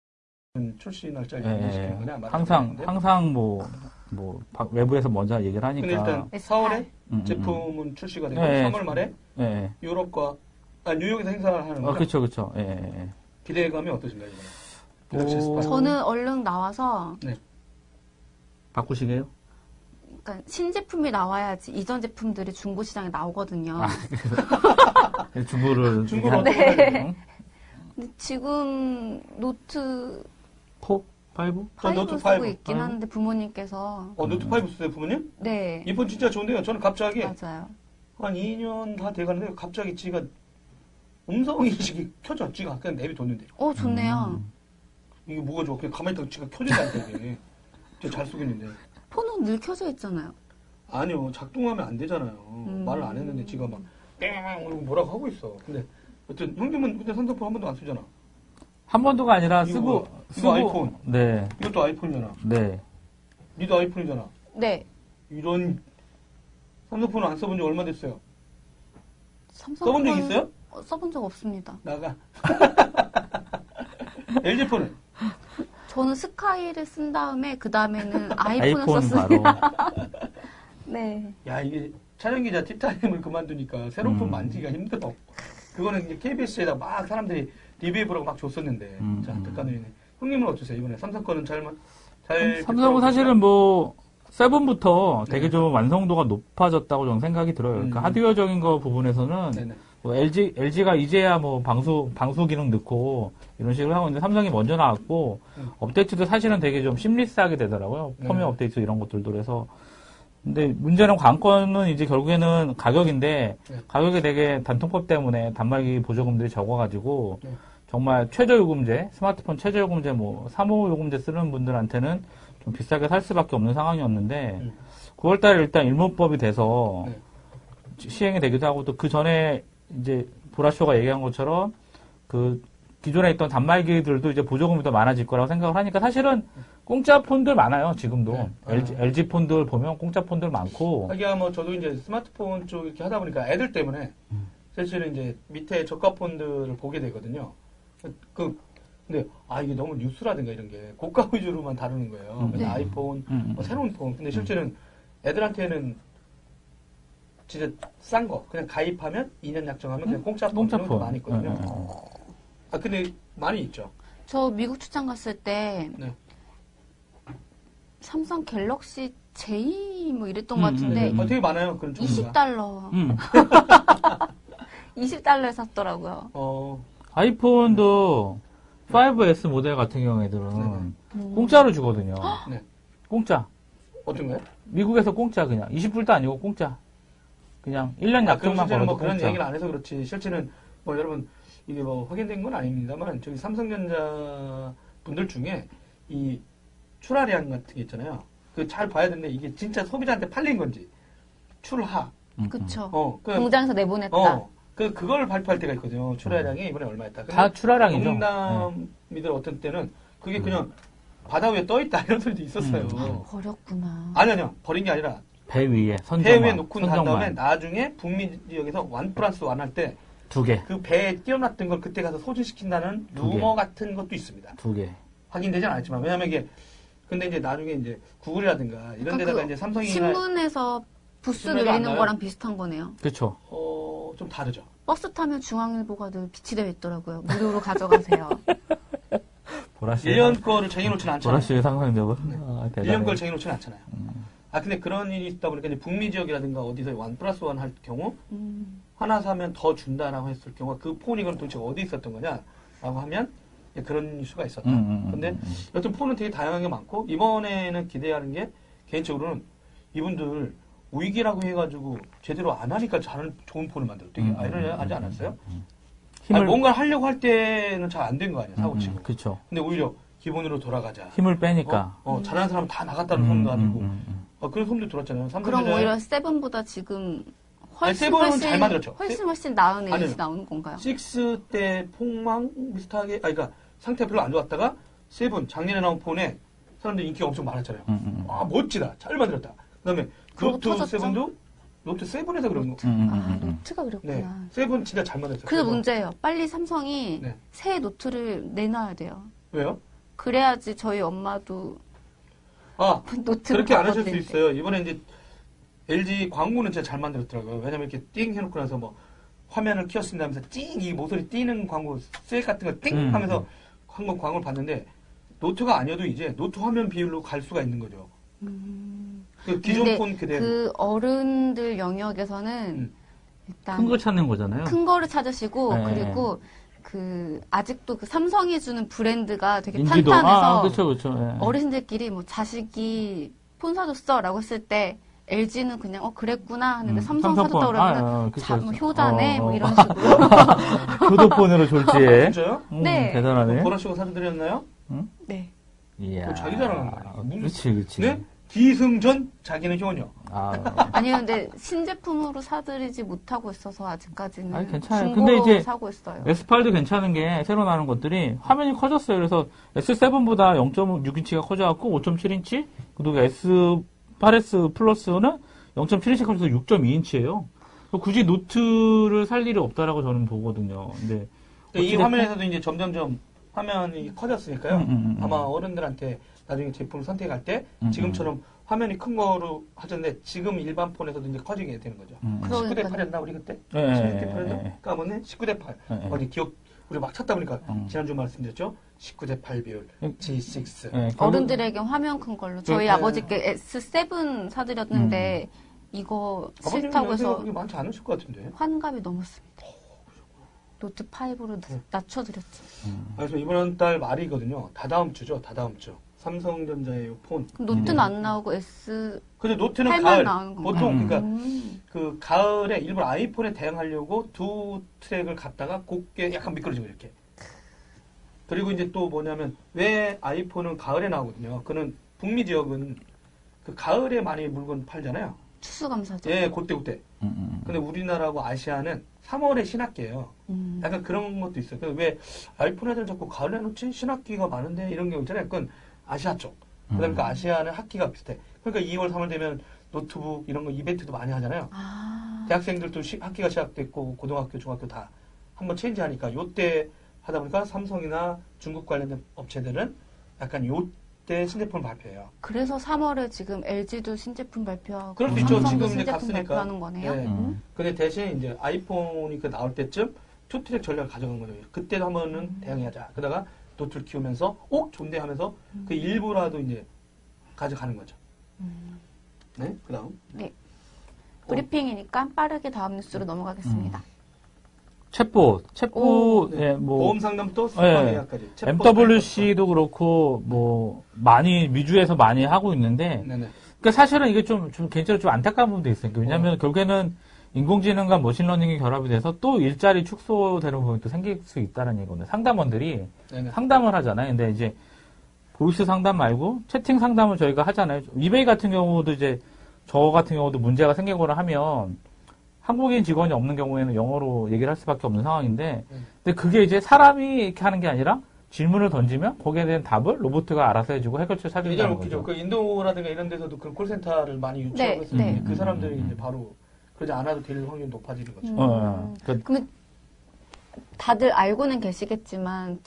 [SPEAKER 1] 출시 날짜를
[SPEAKER 2] 예, 예.
[SPEAKER 1] 공개시키는 거냐? 맞아요.
[SPEAKER 2] 항상
[SPEAKER 1] 근데
[SPEAKER 2] 항상 뭐, 뭐 바- 외부에서 먼저 얘기를 하니까
[SPEAKER 1] 일단
[SPEAKER 3] S8.
[SPEAKER 1] 4월에
[SPEAKER 2] 음, 음,
[SPEAKER 1] 제품은 출시가 되고
[SPEAKER 2] 예, 예.
[SPEAKER 1] 3월 말에
[SPEAKER 2] 예, 예.
[SPEAKER 1] 유럽과 아 뉴욕에서 행사를 하는 거죠.
[SPEAKER 2] 어, 그렇죠, 그렇죠. 예, 예, 예.
[SPEAKER 1] 기대감이 어떠신가요? 이번에? 갤럭시
[SPEAKER 2] 오.
[SPEAKER 1] S8.
[SPEAKER 3] 저는 얼른 나와서
[SPEAKER 2] 바꾸시게요?
[SPEAKER 3] 그러니까 신제품이 나와야지 이전 제품들이 중고 시장에 나오거든요.
[SPEAKER 2] 예, 중고를
[SPEAKER 1] 중고를
[SPEAKER 2] 이렇게 하- 응?
[SPEAKER 3] 근데 지금 노트
[SPEAKER 2] 포? 파이브?
[SPEAKER 1] 저 노트
[SPEAKER 3] 5 쓰고
[SPEAKER 1] 파이브.
[SPEAKER 3] 있긴
[SPEAKER 2] 파이브?
[SPEAKER 3] 한데 부모님께서
[SPEAKER 2] 음.
[SPEAKER 1] 어 노트 5 쓰세요 부모님?
[SPEAKER 3] 네
[SPEAKER 1] 이폰 진짜 좋은데요. 저는 갑자기
[SPEAKER 3] 맞아요.
[SPEAKER 1] 한 2년 다 돼가는데 갑자기 지가 음성 인식이 켜져. 지가 그냥 내비뒀는데
[SPEAKER 3] 어 좋네요.
[SPEAKER 1] 이게 뭐가 좋아? 그냥 가만히 있다가 지가 켜진다니까 이게. 진짜 잘 쓰고 있는데.
[SPEAKER 3] 폰은 늘 켜져 있잖아요.
[SPEAKER 1] 아니요, 작동하면 안 되잖아요.
[SPEAKER 3] 음.
[SPEAKER 1] 말을 안 했는데 지가 막 땡! 뭐라고 하고 있어. 근데 어쨌든 형님은 근데 삼성폰 한 번도 안 쓰잖아.
[SPEAKER 2] 한 번도가 아니라
[SPEAKER 1] 이거
[SPEAKER 2] 쓰고
[SPEAKER 1] 뭐야? 이거
[SPEAKER 2] 쓰고
[SPEAKER 1] 아이폰.
[SPEAKER 2] 네,
[SPEAKER 1] 이것도 아이폰이잖아.
[SPEAKER 2] 네.
[SPEAKER 1] 니도 아이폰이잖아.
[SPEAKER 3] 네
[SPEAKER 1] 이런 삼성폰을 안 써본 지 얼마 됐어요?
[SPEAKER 3] 삼성
[SPEAKER 1] 써본 적 있어요?
[SPEAKER 3] 써본 적 없습니다.
[SPEAKER 1] 나가. LG폰은?
[SPEAKER 3] 저는 스카이를 쓴 다음에 그 다음에는
[SPEAKER 2] 아이폰
[SPEAKER 3] 아이폰을 썼어요.
[SPEAKER 2] 바로.
[SPEAKER 3] 네.
[SPEAKER 1] 야, 이게 촬영기자 티타임을 그만두니까 새로운 폰
[SPEAKER 2] 음.
[SPEAKER 1] 만지기가 힘들어. 그거는 이제 KBS에다 막 사람들이 리뷰해 보라고 막 줬었는데.
[SPEAKER 2] 음.
[SPEAKER 1] 자, 안타까운 형님은 어떠세요? 이번에 삼성 거는 잘, 만- 잘.
[SPEAKER 2] 네, 삼성은 사실은 뭐 세븐부터
[SPEAKER 1] 네.
[SPEAKER 2] 되게 좀 완성도가 높아졌다고 저는 생각이 들어요. 그러니까
[SPEAKER 1] 음.
[SPEAKER 2] 하드웨어적인 거 부분에서는
[SPEAKER 1] 네네.
[SPEAKER 2] 뭐 LG LG가 이제야 뭐 방수 방수 기능 넣고 이런 식으로 하고 있는데 삼성이 먼저 나왔고
[SPEAKER 1] 음.
[SPEAKER 2] 업데이트도 사실은 되게 좀 심리스하게 되더라고요.
[SPEAKER 1] 네.
[SPEAKER 2] 펌웨어 업데이트 이런 것들도 그래서 근데 문제는 관건은 이제 결국에는 가격인데
[SPEAKER 1] 네.
[SPEAKER 2] 가격이 되게 단통법 때문에 단말기 보조금들이 적어가지고
[SPEAKER 1] 네.
[SPEAKER 2] 정말 최저요금제 스마트폰 최저요금제 뭐 사모요금제 쓰는 분들한테는 좀 비싸게 살 수밖에 없는 상황이었는데
[SPEAKER 1] 음.
[SPEAKER 2] 9월달에 일단 일몰법이 돼서
[SPEAKER 1] 네.
[SPEAKER 2] 시행이 되기도 하고 또 그 전에 이제 보라쇼가 얘기한 것처럼 그 기존에 있던 단말기들도 이제 보조금이 더 많아질 거라고 생각을 하니까 사실은 공짜 폰들 많아요 지금도
[SPEAKER 1] 네.
[SPEAKER 2] LG, LG 폰들 보면 공짜 폰들 많고
[SPEAKER 1] 하기야 뭐 저도 이제 스마트폰 쪽 이렇게 하다 보니까 애들 때문에
[SPEAKER 2] 음.
[SPEAKER 1] 실제로 이제 밑에 저가폰들을 보게 되거든요. 그 근데 아 이게 너무 뉴스라든가 이런 게 고가 위주로만 다루는 거예요.
[SPEAKER 2] 음.
[SPEAKER 1] 맨날
[SPEAKER 3] 네.
[SPEAKER 1] 아이폰,
[SPEAKER 2] 음, 음.
[SPEAKER 1] 뭐 새로운 폰. 근데 실제는 애들한테는 진짜 싼 거, 그냥 가입하면 2년 약정하면 그냥 공짜 폰
[SPEAKER 2] 음. 공짜
[SPEAKER 1] 이런 거
[SPEAKER 2] 폰
[SPEAKER 1] 많이 있거든요.
[SPEAKER 2] 네, 네,
[SPEAKER 1] 아 근데 많이 있죠.
[SPEAKER 3] 저 미국 출장 갔을 때
[SPEAKER 1] 네.
[SPEAKER 3] 삼성 갤럭시 J 뭐 이랬던
[SPEAKER 2] 음,
[SPEAKER 3] 것 같은데
[SPEAKER 4] 네,
[SPEAKER 2] 음, 음.
[SPEAKER 1] 아, 되게 많아요 그런 종류가.
[SPEAKER 3] 20달러
[SPEAKER 2] 음.
[SPEAKER 3] 20달러에 샀더라고요.
[SPEAKER 1] 어,
[SPEAKER 2] 아이폰도 5S 모델 같은
[SPEAKER 1] 네,
[SPEAKER 2] 경우에는
[SPEAKER 3] 음.
[SPEAKER 2] 공짜로 주거든요
[SPEAKER 1] 네.
[SPEAKER 2] 공짜
[SPEAKER 1] 어떤가요?
[SPEAKER 2] 미국에서 공짜 그냥 20불도 아니고 공짜 그냥 1년
[SPEAKER 1] 아, 그럼
[SPEAKER 2] 약정만
[SPEAKER 1] 실제로
[SPEAKER 2] 걸어도 그렇죠.
[SPEAKER 1] 뭐 그런
[SPEAKER 2] 공짜
[SPEAKER 1] 얘기를 안 해서 그렇지 실제는 뭐 여러분
[SPEAKER 4] 이게 뭐 확인된 건 아닙니다만 저기 삼성전자 분들 중에 이 출하량 같은 게 있잖아요. 그 잘 봐야 되는데 이게 진짜 소비자한테 팔린 건지 출하.
[SPEAKER 2] 음, 음.
[SPEAKER 3] 그쵸.
[SPEAKER 4] 어, 그,
[SPEAKER 3] 공장에서 내보냈다.
[SPEAKER 4] 어, 그 그걸 발표할 때가 있거든요. 출하량이 이번에 얼마였다.
[SPEAKER 2] 다 출하량이죠. 네.
[SPEAKER 4] 농담이들 어떤 때는 그게 그냥 바다 위에 떠 있다 이런 소리도 있었어요.
[SPEAKER 2] 음.
[SPEAKER 3] 아, 버렸구나.
[SPEAKER 4] 아니 아니요 버린 게 아니라
[SPEAKER 2] 네. 배 위에 선정만.
[SPEAKER 4] 배 위에 놓고 난 다음에
[SPEAKER 2] 선정만
[SPEAKER 4] 나중에 북미 지역에서 완 플러스 완할 때
[SPEAKER 2] 두 개,
[SPEAKER 4] 그 배에 뛰어났던 걸 그때 가서 소진시킨다는
[SPEAKER 2] 두 개.
[SPEAKER 4] 루머 같은 것도 있습니다.
[SPEAKER 2] 두 개.
[SPEAKER 4] 확인되진 않았지만 왜냐면 이게 근데 이제 나중에 이제 구글이라든가 이런
[SPEAKER 3] 약간
[SPEAKER 4] 데다가
[SPEAKER 3] 그
[SPEAKER 4] 이제 삼성이나
[SPEAKER 3] 신문에서 부스
[SPEAKER 4] 신문에도 안
[SPEAKER 3] 늘리는
[SPEAKER 4] 나와요?
[SPEAKER 3] 거랑 비슷한 거네요.
[SPEAKER 2] 그렇죠.
[SPEAKER 4] 어, 좀 다르죠.
[SPEAKER 3] 버스 타면 중앙일보가 늘 비치되어 있더라고요. 무료로 가져가세요.
[SPEAKER 2] 보라 씨.
[SPEAKER 4] 1년 거를 쟁여놓지는
[SPEAKER 2] 보라
[SPEAKER 4] 않잖아요. 네.
[SPEAKER 2] 씨의 상상력은 아,
[SPEAKER 4] 1년
[SPEAKER 2] 대단해.
[SPEAKER 4] 걸 쟁여놓지는 않잖아요. 아 근데 그런 일이 있다 보니까 이제 북미 지역이라든가 어디서 완 플러스 완 할 경우
[SPEAKER 3] 음,
[SPEAKER 4] 하나 사면 더 준다라고 했을 경우 그 폰이 그럼 도대체 어디 있었던 거냐라고 하면 이제 그런 수가 있었다.
[SPEAKER 2] 음, 음, 음,
[SPEAKER 4] 근데
[SPEAKER 2] 음.
[SPEAKER 4] 여튼 폰은 되게 다양한 게 많고 이번에는 기대하는 게 개인적으로는 이분들 위기라고 해가지고 제대로 안 하니까 잘 좋은 폰을 만들어. 되게
[SPEAKER 2] 음,
[SPEAKER 4] 아이러니하지 않았어요?
[SPEAKER 2] 힘을
[SPEAKER 4] 아니, 뭔가 하려고 할 때는 잘 안 된 거 아니야 사고치고.
[SPEAKER 2] 그렇죠.
[SPEAKER 4] 근데 오히려 기본으로 돌아가자.
[SPEAKER 2] 힘을 빼니까.
[SPEAKER 4] 어, 어, 잘하는 사람 다
[SPEAKER 2] 그러니까.
[SPEAKER 4] 나갔다는
[SPEAKER 2] 음,
[SPEAKER 4] 소문도 아니고
[SPEAKER 2] 음, 음, 음.
[SPEAKER 4] 어, 그런 소문도 들었잖아요.
[SPEAKER 3] 그럼
[SPEAKER 4] 삼성전자
[SPEAKER 3] 오히려 세븐보다 지금
[SPEAKER 4] 아니,
[SPEAKER 3] 훨씬
[SPEAKER 4] 세븐은
[SPEAKER 3] 훨씬
[SPEAKER 4] 잘 만들었죠.
[SPEAKER 3] 훨씬 훨씬 나은
[SPEAKER 4] 아니요.
[SPEAKER 3] 에이지 나오는 건가요?
[SPEAKER 4] 6때 폭망 비슷하게 아 그러니까 상태가 별로 안 좋았다가 세븐 작년에 나온 폰에 사람들이 인기가 엄청 많았잖아요.
[SPEAKER 2] 음, 음,
[SPEAKER 4] 아 멋지다 잘 만들었다 그다음에
[SPEAKER 3] 그거
[SPEAKER 4] 노트
[SPEAKER 3] 터졌죠?
[SPEAKER 4] 세븐도 노트 세븐에서 그런 거
[SPEAKER 2] 음, 음,
[SPEAKER 3] 아,
[SPEAKER 2] 음, 음.
[SPEAKER 3] 노트가 그랬구나.
[SPEAKER 4] 네 세븐 진짜 잘 만들었어요
[SPEAKER 3] 그래서
[SPEAKER 4] 그거.
[SPEAKER 3] 문제예요. 빨리 삼성이
[SPEAKER 4] 네.
[SPEAKER 3] 새 노트를 내놔야 돼요.
[SPEAKER 4] 왜요
[SPEAKER 3] 그래야지 저희 엄마도
[SPEAKER 4] 아
[SPEAKER 3] 노트를
[SPEAKER 4] 그렇게 안 하실 수
[SPEAKER 3] 바꿔드릴 때.
[SPEAKER 4] 있어요 이번에 이제 LG 광고는 진짜 잘 만들었더라고요 왜냐면 이렇게 띵 해놓고 나서 뭐 화면을 키웠은 다면서 띵이 모서리 띄는 광고 셀 같은 거 띵
[SPEAKER 2] 음.
[SPEAKER 4] 하면서 한 번 광고를 봤는데 노트가 아니어도 이제 노트 화면 비율로 갈 수가 있는 거죠
[SPEAKER 3] 음,
[SPEAKER 4] 그 기존
[SPEAKER 3] 근데
[SPEAKER 4] 폰 그대로
[SPEAKER 3] 그 어른들 영역에서는
[SPEAKER 4] 음.
[SPEAKER 3] 일단
[SPEAKER 2] 큰 거 찾는 거잖아요.
[SPEAKER 3] 큰 거를 찾으시고
[SPEAKER 2] 네.
[SPEAKER 3] 그리고 그 아직도 그 삼성이 주는 브랜드가 되게
[SPEAKER 2] 인지도.
[SPEAKER 3] 탄탄해서
[SPEAKER 2] 아, 그렇죠, 그렇죠. 예.
[SPEAKER 3] 어르신들끼리 뭐 자식이 폰 사줬어라고 했을 때 LG는 그냥 어 그랬구나 하는데
[SPEAKER 2] 음,
[SPEAKER 3] 삼성 사줬다
[SPEAKER 2] 삼성폰.
[SPEAKER 3] 그러면
[SPEAKER 2] 아, 아, 그쵸,
[SPEAKER 3] 자, 뭐
[SPEAKER 2] 그쵸.
[SPEAKER 3] 효자네
[SPEAKER 2] 어,
[SPEAKER 3] 뭐
[SPEAKER 2] 어.
[SPEAKER 3] 이런 식으로
[SPEAKER 2] 교도폰으로 졸지에.
[SPEAKER 4] 진짜요?
[SPEAKER 2] 음,
[SPEAKER 3] 네.
[SPEAKER 2] 대단하네.
[SPEAKER 4] 보라씨가 사드렸나요?
[SPEAKER 3] 네
[SPEAKER 2] 이야.
[SPEAKER 4] 그거 자기 자랑하는 거 아니야?
[SPEAKER 2] 그렇지, 그렇지.
[SPEAKER 4] 네? 기승전 자기는 효녀
[SPEAKER 2] 아,
[SPEAKER 3] 아니 근데 신제품으로 사드리지 못하고 있어서 아직까지는
[SPEAKER 2] 아니, 괜찮아요.
[SPEAKER 3] 중고로
[SPEAKER 2] 근데 이제 네.
[SPEAKER 3] 사고 있어요.
[SPEAKER 2] S8도 괜찮은 게 새로 나오는 것들이 화면이 커졌어요. 그래서 S7보다 0.6인치가 커져갖고 5.7인치, 그리고 S8S 플러스는 0.7인치 커져서 6.2인치예요. 굳이 노트를 살 일이 없다라고 저는 보거든요. 근데
[SPEAKER 4] 근데 이
[SPEAKER 2] 어찌됐든-
[SPEAKER 4] 화면에서도 이제 점점점 화면이 커졌으니까요
[SPEAKER 2] 음, 음, 음,
[SPEAKER 4] 아마
[SPEAKER 2] 음.
[SPEAKER 4] 어른들한테 나중에 제품을 선택할 때
[SPEAKER 2] 음,
[SPEAKER 4] 지금처럼 화면이 큰 거로 하던데 지금 일반 폰에서도 이제 커지게 되는 거죠
[SPEAKER 2] 음,
[SPEAKER 3] 그럼-
[SPEAKER 4] 19대
[SPEAKER 3] 그러니까요.
[SPEAKER 4] 8이었나 우리 그때?
[SPEAKER 2] 예, 예,
[SPEAKER 4] 16대
[SPEAKER 2] 예,
[SPEAKER 4] 8이었나?
[SPEAKER 2] 예.
[SPEAKER 4] 까먹네? 19대 8
[SPEAKER 2] 예, 예.
[SPEAKER 4] 어디 기억 우리 막 찾다 보니까
[SPEAKER 2] 음.
[SPEAKER 4] 지난주 말씀드렸죠? 19대 8 비율
[SPEAKER 2] 음.
[SPEAKER 4] G6
[SPEAKER 2] 예, 결국-
[SPEAKER 3] 어른들에게 화면 큰 걸로
[SPEAKER 2] 네.
[SPEAKER 3] 저희
[SPEAKER 4] 그러니까요.
[SPEAKER 3] 아버지께 S7 사드렸는데
[SPEAKER 2] 음.
[SPEAKER 3] 이거
[SPEAKER 4] 아버님은
[SPEAKER 3] 싫다고
[SPEAKER 4] 연세가
[SPEAKER 3] 해서
[SPEAKER 4] 그렇게 많지 않으실 것 같은데
[SPEAKER 3] 환갑이 넘었습니다. 노트 5로
[SPEAKER 2] 네.
[SPEAKER 3] 낮춰드렸죠.
[SPEAKER 4] 그래서 이번 달 말이거든요 다다음 주죠 다다음 주 삼성전자의 폰
[SPEAKER 3] 그럼
[SPEAKER 2] 네.
[SPEAKER 3] 노트는 안 나오고 S.
[SPEAKER 4] 근데 노트는
[SPEAKER 3] 팔만
[SPEAKER 4] 가을
[SPEAKER 3] 나오는 건가요?
[SPEAKER 4] 보통
[SPEAKER 2] 음.
[SPEAKER 4] 그러니까
[SPEAKER 3] 음.
[SPEAKER 4] 그 가을에 일부러 아이폰에 대응하려고 두 트랙을 갖다가 곱게 약간 미끄러지고 이렇게 그리고 이제 또 뭐냐면 왜 아이폰은 가을에 나오거든요 그는 북미 지역은 그 가을에 많이 물건 팔잖아요
[SPEAKER 3] 추수감사죠.
[SPEAKER 4] 예 그때 그때
[SPEAKER 2] 음, 음,
[SPEAKER 4] 근데 우리나라하고 아시아는 3월에 신학기예요
[SPEAKER 3] 음.
[SPEAKER 4] 약간 그런 것도 있어요 그래서 왜 아이폰 애들 자꾸 가을에 놓친 신학기가 많은데 이런 경우 있잖아요 그건 아시아 쪽 그다음에 그 아시아는 학기가 비슷해. 그러니까 2월, 3월 되면 노트북 이런 거 이벤트도 많이 하잖아요.
[SPEAKER 3] 아.
[SPEAKER 4] 대학생들도 시- 학기가 시작됐고 고등학교, 중학교 다 한번 체인지하니까 요때 하다 보니까 삼성이나 중국 관련된 업체들은 약간 요때 신제품 발표해요.
[SPEAKER 3] 그래서 3월에 지금 LG도 신제품 발표하고
[SPEAKER 4] 그럴 수 있죠.
[SPEAKER 3] 삼성도
[SPEAKER 4] 지금 이제
[SPEAKER 3] 신제품
[SPEAKER 4] 갔으니까.
[SPEAKER 3] 발표하는 거네요.
[SPEAKER 4] 네.
[SPEAKER 2] 음.
[SPEAKER 4] 근데 대신 이제 아이폰이 그 나올 때쯤 투트랙 전략을 가져간 거죠. 그때도 한번은
[SPEAKER 3] 음.
[SPEAKER 4] 대응해야자. 그러다가 노트를 키우면서 옥 존대하면서
[SPEAKER 3] 음.
[SPEAKER 4] 그 일부라도 이제 가져가는 거죠.
[SPEAKER 3] 음.
[SPEAKER 4] 네, 그다음.
[SPEAKER 3] 네.
[SPEAKER 2] 어.
[SPEAKER 3] 브리핑이니까 빠르게 다음 뉴스로 넘어가겠습니다.
[SPEAKER 2] 챗봇,
[SPEAKER 3] 오,
[SPEAKER 2] 챗봇, 예, 뭐.
[SPEAKER 4] 보험 상담 또
[SPEAKER 2] 예.
[SPEAKER 4] 수강 예약까지.
[SPEAKER 2] MWC도 그렇고 뭐 많이 미주에서 많이 하고 있는데
[SPEAKER 4] 네네.
[SPEAKER 2] 그러니까 사실은 이게 좀 좀 개인적으로 좀 안타까운 부분도 있어요. 왜냐하면 그러니까 결국에는 인공지능과 머신러닝이 결합이 돼서 또 일자리 축소되는 부분이 또 생길 수 있다는 얘기거든요. 상담원들이
[SPEAKER 4] 네네.
[SPEAKER 2] 상담을 하잖아요. 근데 이제 보이스 상담 말고 채팅 상담을 저희가 하잖아요. 이베이 같은 경우도 이제 저 같은 경우도 문제가 생기거나 하면 한국인 직원이 없는 경우에는 영어로 얘기를 할 수밖에 없는 상황인데
[SPEAKER 4] 네.
[SPEAKER 2] 근데 그게 이제 사람이 이렇게 하는 게 아니라 질문을 던지면 거기에 대한 답을 로봇가 알아서 해주고 해결책을
[SPEAKER 4] 예전
[SPEAKER 2] 찾으려는 거죠.
[SPEAKER 4] 웃기죠. 그 인도라든가 이런 데서도 그런 콜센터를 많이
[SPEAKER 3] 네,
[SPEAKER 4] 유치하고
[SPEAKER 3] 네.
[SPEAKER 4] 있었는데 그 사람들이
[SPEAKER 2] 음.
[SPEAKER 4] 이제 바로 그러지 않아도 될 확률이 높아지는 거죠.
[SPEAKER 3] 음.
[SPEAKER 2] 어, 어. 그
[SPEAKER 3] 그러면 다들 알고는 계시겠지만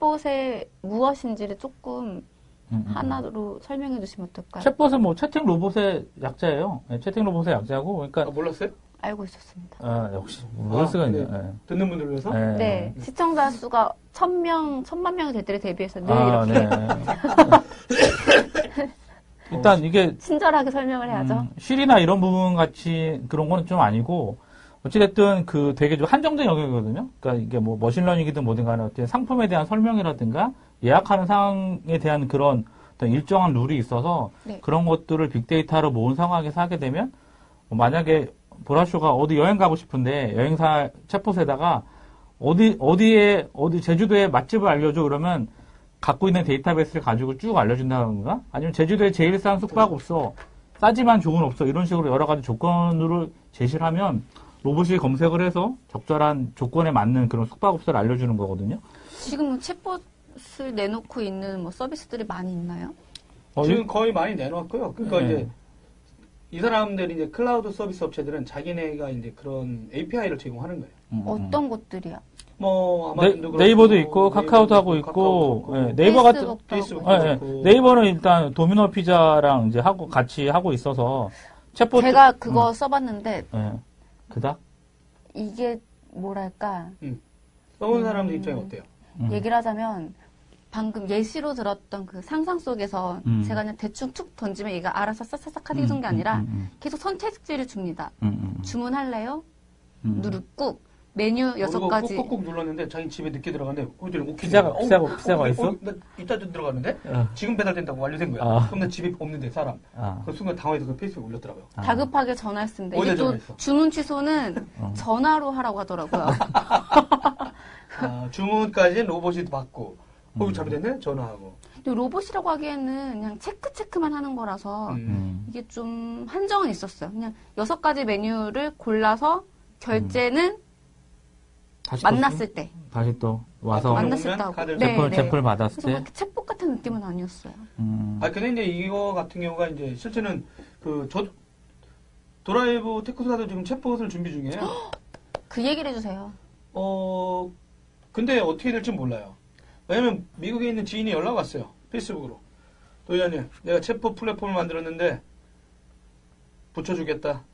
[SPEAKER 3] 챗봇의 무엇인지를 조금
[SPEAKER 2] 음, 음.
[SPEAKER 3] 하나로 설명해 주시면 어떨까요?
[SPEAKER 2] 챗봇은 뭐 채팅 로봇의 약자예요. 네, 채팅 로봇의 약자고
[SPEAKER 4] 아,
[SPEAKER 2] 그러니까
[SPEAKER 4] 몰랐어요?
[SPEAKER 3] 알고 있었습니다.
[SPEAKER 2] 아, 역시 모를 수가
[SPEAKER 4] 아,
[SPEAKER 2] 있네.
[SPEAKER 4] 네. 듣는 분들 위해서?
[SPEAKER 2] 네.
[SPEAKER 3] 네, 시청자 수가 천 명, 천만 명이 될 때를 대비해서 늘
[SPEAKER 2] 아,
[SPEAKER 3] 이렇게
[SPEAKER 2] 네. 일단 이게
[SPEAKER 3] 친절하게 설명을 해야죠.
[SPEAKER 2] 음, 실이나 이런 부분 같이 그런 거는 좀 아니고 어찌됐든 그 되게 좀 한정된 영역이거든요. 그러니까 이게 뭐 머신러닝이든 뭐든 간에 어쨌든 상품에 대한 설명이라든가 예약하는 상황에 대한 그런 어떤 일정한 룰이 있어서
[SPEAKER 3] 네.
[SPEAKER 2] 그런 것들을 빅데이터로 모은 상황에서 하게 되면 어, 만약에 보라쇼가 어디 여행 가고 싶은데 여행사 챗봇에다가 어디 어디에 어디 제주도에 맛집을 알려줘 그러면 갖고 있는 데이터베이스를 가지고 쭉 알려준다던가 아니면 제주도에 제일 싼 숙박업소 싸지만 좋은 없어 이런 식으로 여러 가지 조건으로 제시를 하면 로봇이 검색을 해서 적절한 조건에 맞는 그런 숙박업소를 알려주는 거거든요.
[SPEAKER 3] 지금 뭐 챗봇을 내놓고 있는 뭐 서비스들이 많이 있나요?
[SPEAKER 2] 어,
[SPEAKER 4] 지금 거의 많이 내놓았고요. 그러니까
[SPEAKER 2] 네.
[SPEAKER 4] 이제 이 사람들이 이제 클라우드 서비스 업체들은 자기네가 이제 그런 API를 제공하는 거예요.
[SPEAKER 2] 음, 음.
[SPEAKER 3] 어떤 것들이야?
[SPEAKER 4] 뭐
[SPEAKER 2] 네,
[SPEAKER 4] 아마존도
[SPEAKER 2] 네이버도
[SPEAKER 4] 그렇고,
[SPEAKER 2] 있고 카카오도 하고 있고
[SPEAKER 4] 카카오도
[SPEAKER 2] 예, 네이버 같은
[SPEAKER 3] 페이스북도
[SPEAKER 4] 페이스북.
[SPEAKER 3] 하고.
[SPEAKER 2] 예, 예.
[SPEAKER 4] 그렇고.
[SPEAKER 2] 네이버는 일단 도미노 피자랑 이제 하고 같이 하고 있어서 챗봇 음.
[SPEAKER 3] 제가 그거 써봤는데
[SPEAKER 2] 예. 그닥
[SPEAKER 3] 이게 뭐랄까
[SPEAKER 4] 써본 사람들
[SPEAKER 3] 음.
[SPEAKER 4] 입장이 어때요?
[SPEAKER 2] 음.
[SPEAKER 3] 얘기를 하자면 방금 예시로 들었던 그 상상 속에서
[SPEAKER 2] 음.
[SPEAKER 3] 제가 그냥 대충 툭 던지면 얘가 알아서 싹싹싹 해준 게 아니라
[SPEAKER 2] 음,
[SPEAKER 3] 계속 선택지를 줍니다.
[SPEAKER 2] 음, 음, 음,
[SPEAKER 3] 주문할래요?
[SPEAKER 2] 음.
[SPEAKER 3] 누르꾹 메뉴 여섯
[SPEAKER 4] 그리고
[SPEAKER 3] 가지
[SPEAKER 4] 꾹꾹꾹 눌렀는데 자기 집에 늦게 들어갔는데 어디 오케
[SPEAKER 2] 피자가- 피자가- 피자가 있어?
[SPEAKER 4] 나 이따 좀 들어갔는데
[SPEAKER 2] 어,
[SPEAKER 4] 지금 배달된다고 완료된 거야.
[SPEAKER 2] 아.
[SPEAKER 4] 그럼 나 집에 없는데 사람.
[SPEAKER 2] 아,
[SPEAKER 4] 그 순간 당황해서 그 페이스북 올렸더라고요.
[SPEAKER 2] 아.
[SPEAKER 3] 다급하게 전화했습니다.
[SPEAKER 4] 어제
[SPEAKER 3] 이게 또
[SPEAKER 4] 전화했어.
[SPEAKER 3] 주문 취소는
[SPEAKER 2] 어.
[SPEAKER 3] 전화로 하라고 하더라고요.
[SPEAKER 4] 아, 주문까지 로봇이 받고 거기 잘못됐네 전화하고.
[SPEAKER 3] 근데 로봇이라고 하기에는 그냥 체크 체크만 하는 거라서
[SPEAKER 4] 음.
[SPEAKER 2] 음.
[SPEAKER 3] 이게 좀 한정은 있었어요. 그냥 여섯 가지 메뉴를 골라서 결제는
[SPEAKER 2] 음. 다시 또
[SPEAKER 3] 만났을 때.
[SPEAKER 2] 수- 다시 또 와서
[SPEAKER 4] 만났-
[SPEAKER 3] 만났을 때 하고.
[SPEAKER 4] 어. 카드를
[SPEAKER 3] 네,
[SPEAKER 2] 제품을
[SPEAKER 3] 네.
[SPEAKER 2] 제품을 받았을
[SPEAKER 3] 그래서
[SPEAKER 2] 때
[SPEAKER 3] 막 챗봇 같은 느낌은 아니었어요.
[SPEAKER 2] 음.
[SPEAKER 4] 아 근데 이제 이거 같은 경우가 이제 실제는 그 저 도라이브 테크소사도 지금 챗봇을 준비 중이에요.
[SPEAKER 3] 그 얘기를 해주세요.
[SPEAKER 4] 어 근데 어떻게 될지 몰라요. 왜냐면 미국에 있는 지인이 연락 왔어요 페이스북으로. 도현님 내가 챗봇 플랫폼을 만들었는데 붙여주겠다.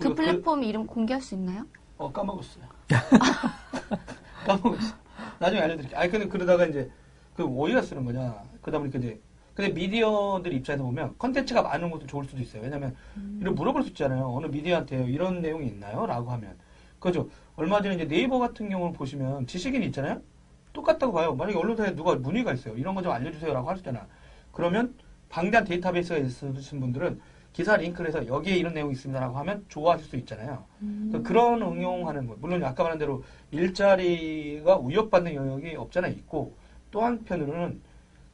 [SPEAKER 3] 그
[SPEAKER 4] 우리가
[SPEAKER 3] 플랫폼 이름 공개할 수 있나요?
[SPEAKER 4] 어 까먹었어요. 까먹었어. 나중에 알려드릴게. 아니 근데 그러다가 이제 그 어디다 쓰는 거냐. 그러다 보니까 이제 근데 미디어들 입장에서 보면 컨텐츠가 많은 것도 좋을 수도 있어요. 왜냐면 이런 물어볼 수 있잖아요. 어느 미디어한테 이런 내용이 있나요?라고 하면 그죠. 얼마 전에 이제 네이버 같은 경우를 보시면 지식인 있잖아요. 똑같다고 봐요. 만약에 언론사에 누가 문의가 있어요. 이런 거 좀 알려주세요라고 하시잖아. 그러면 방대한 데이터베이스가 있으신 분들은 기사 링크를 해서 여기에 이런 내용이 있습니다라고 하면 좋아하실 수 있잖아요. 그러니까 그런 응용하는 거 물론 아까 말한 대로 일자리가 우역받는 영역이 없잖아 있고 또 한편으로는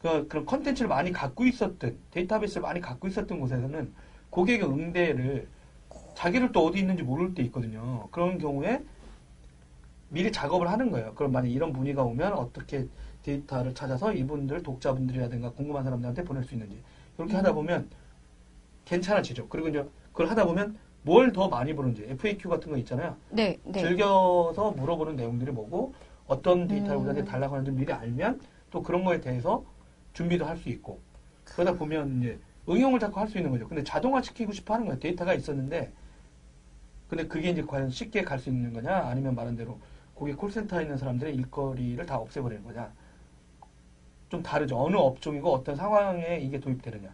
[SPEAKER 4] 그, 그런 컨텐츠를 많이 갖고 있었던 데이터베이스를 많이 갖고 있었던 곳에서는 고객의 응대를 자기를 또 어디 있는지 모를 때 있거든요. 그런 경우에 미리 작업을 하는 거예요. 그럼 만약 이런 문의가 오면 어떻게 데이터를 찾아서 이분들 독자분들이라든가 궁금한 사람들한테 보낼 수 있는지 이렇게 하다 보면 괜찮아지죠. 그리고 이제 그걸 하다 보면 뭘 더 많이 보는지 FAQ 같은 거 있잖아요.
[SPEAKER 3] 네, 네.
[SPEAKER 4] 즐겨서 물어보는 내용들이 뭐고 어떤 데이터를
[SPEAKER 3] 음.
[SPEAKER 4] 우리한테 달라고 하는지 미리 알면 또 그런 거에 대해서 준비도 할 수 있고 그러다 보면 이제 응용을 자꾸 할 수 있는 거죠. 근데 자동화시키고 싶어 하는 거예요. 데이터가 있었는데 근데 그게 이제 과연 쉽게 갈 수 있는 거냐 아니면 말한 대로 고객 콜센터에 있는 사람들의 일거리를 다 없애버리는 거냐 좀 다르죠. 어느 업종이고 어떤 상황에 이게 도입되느냐.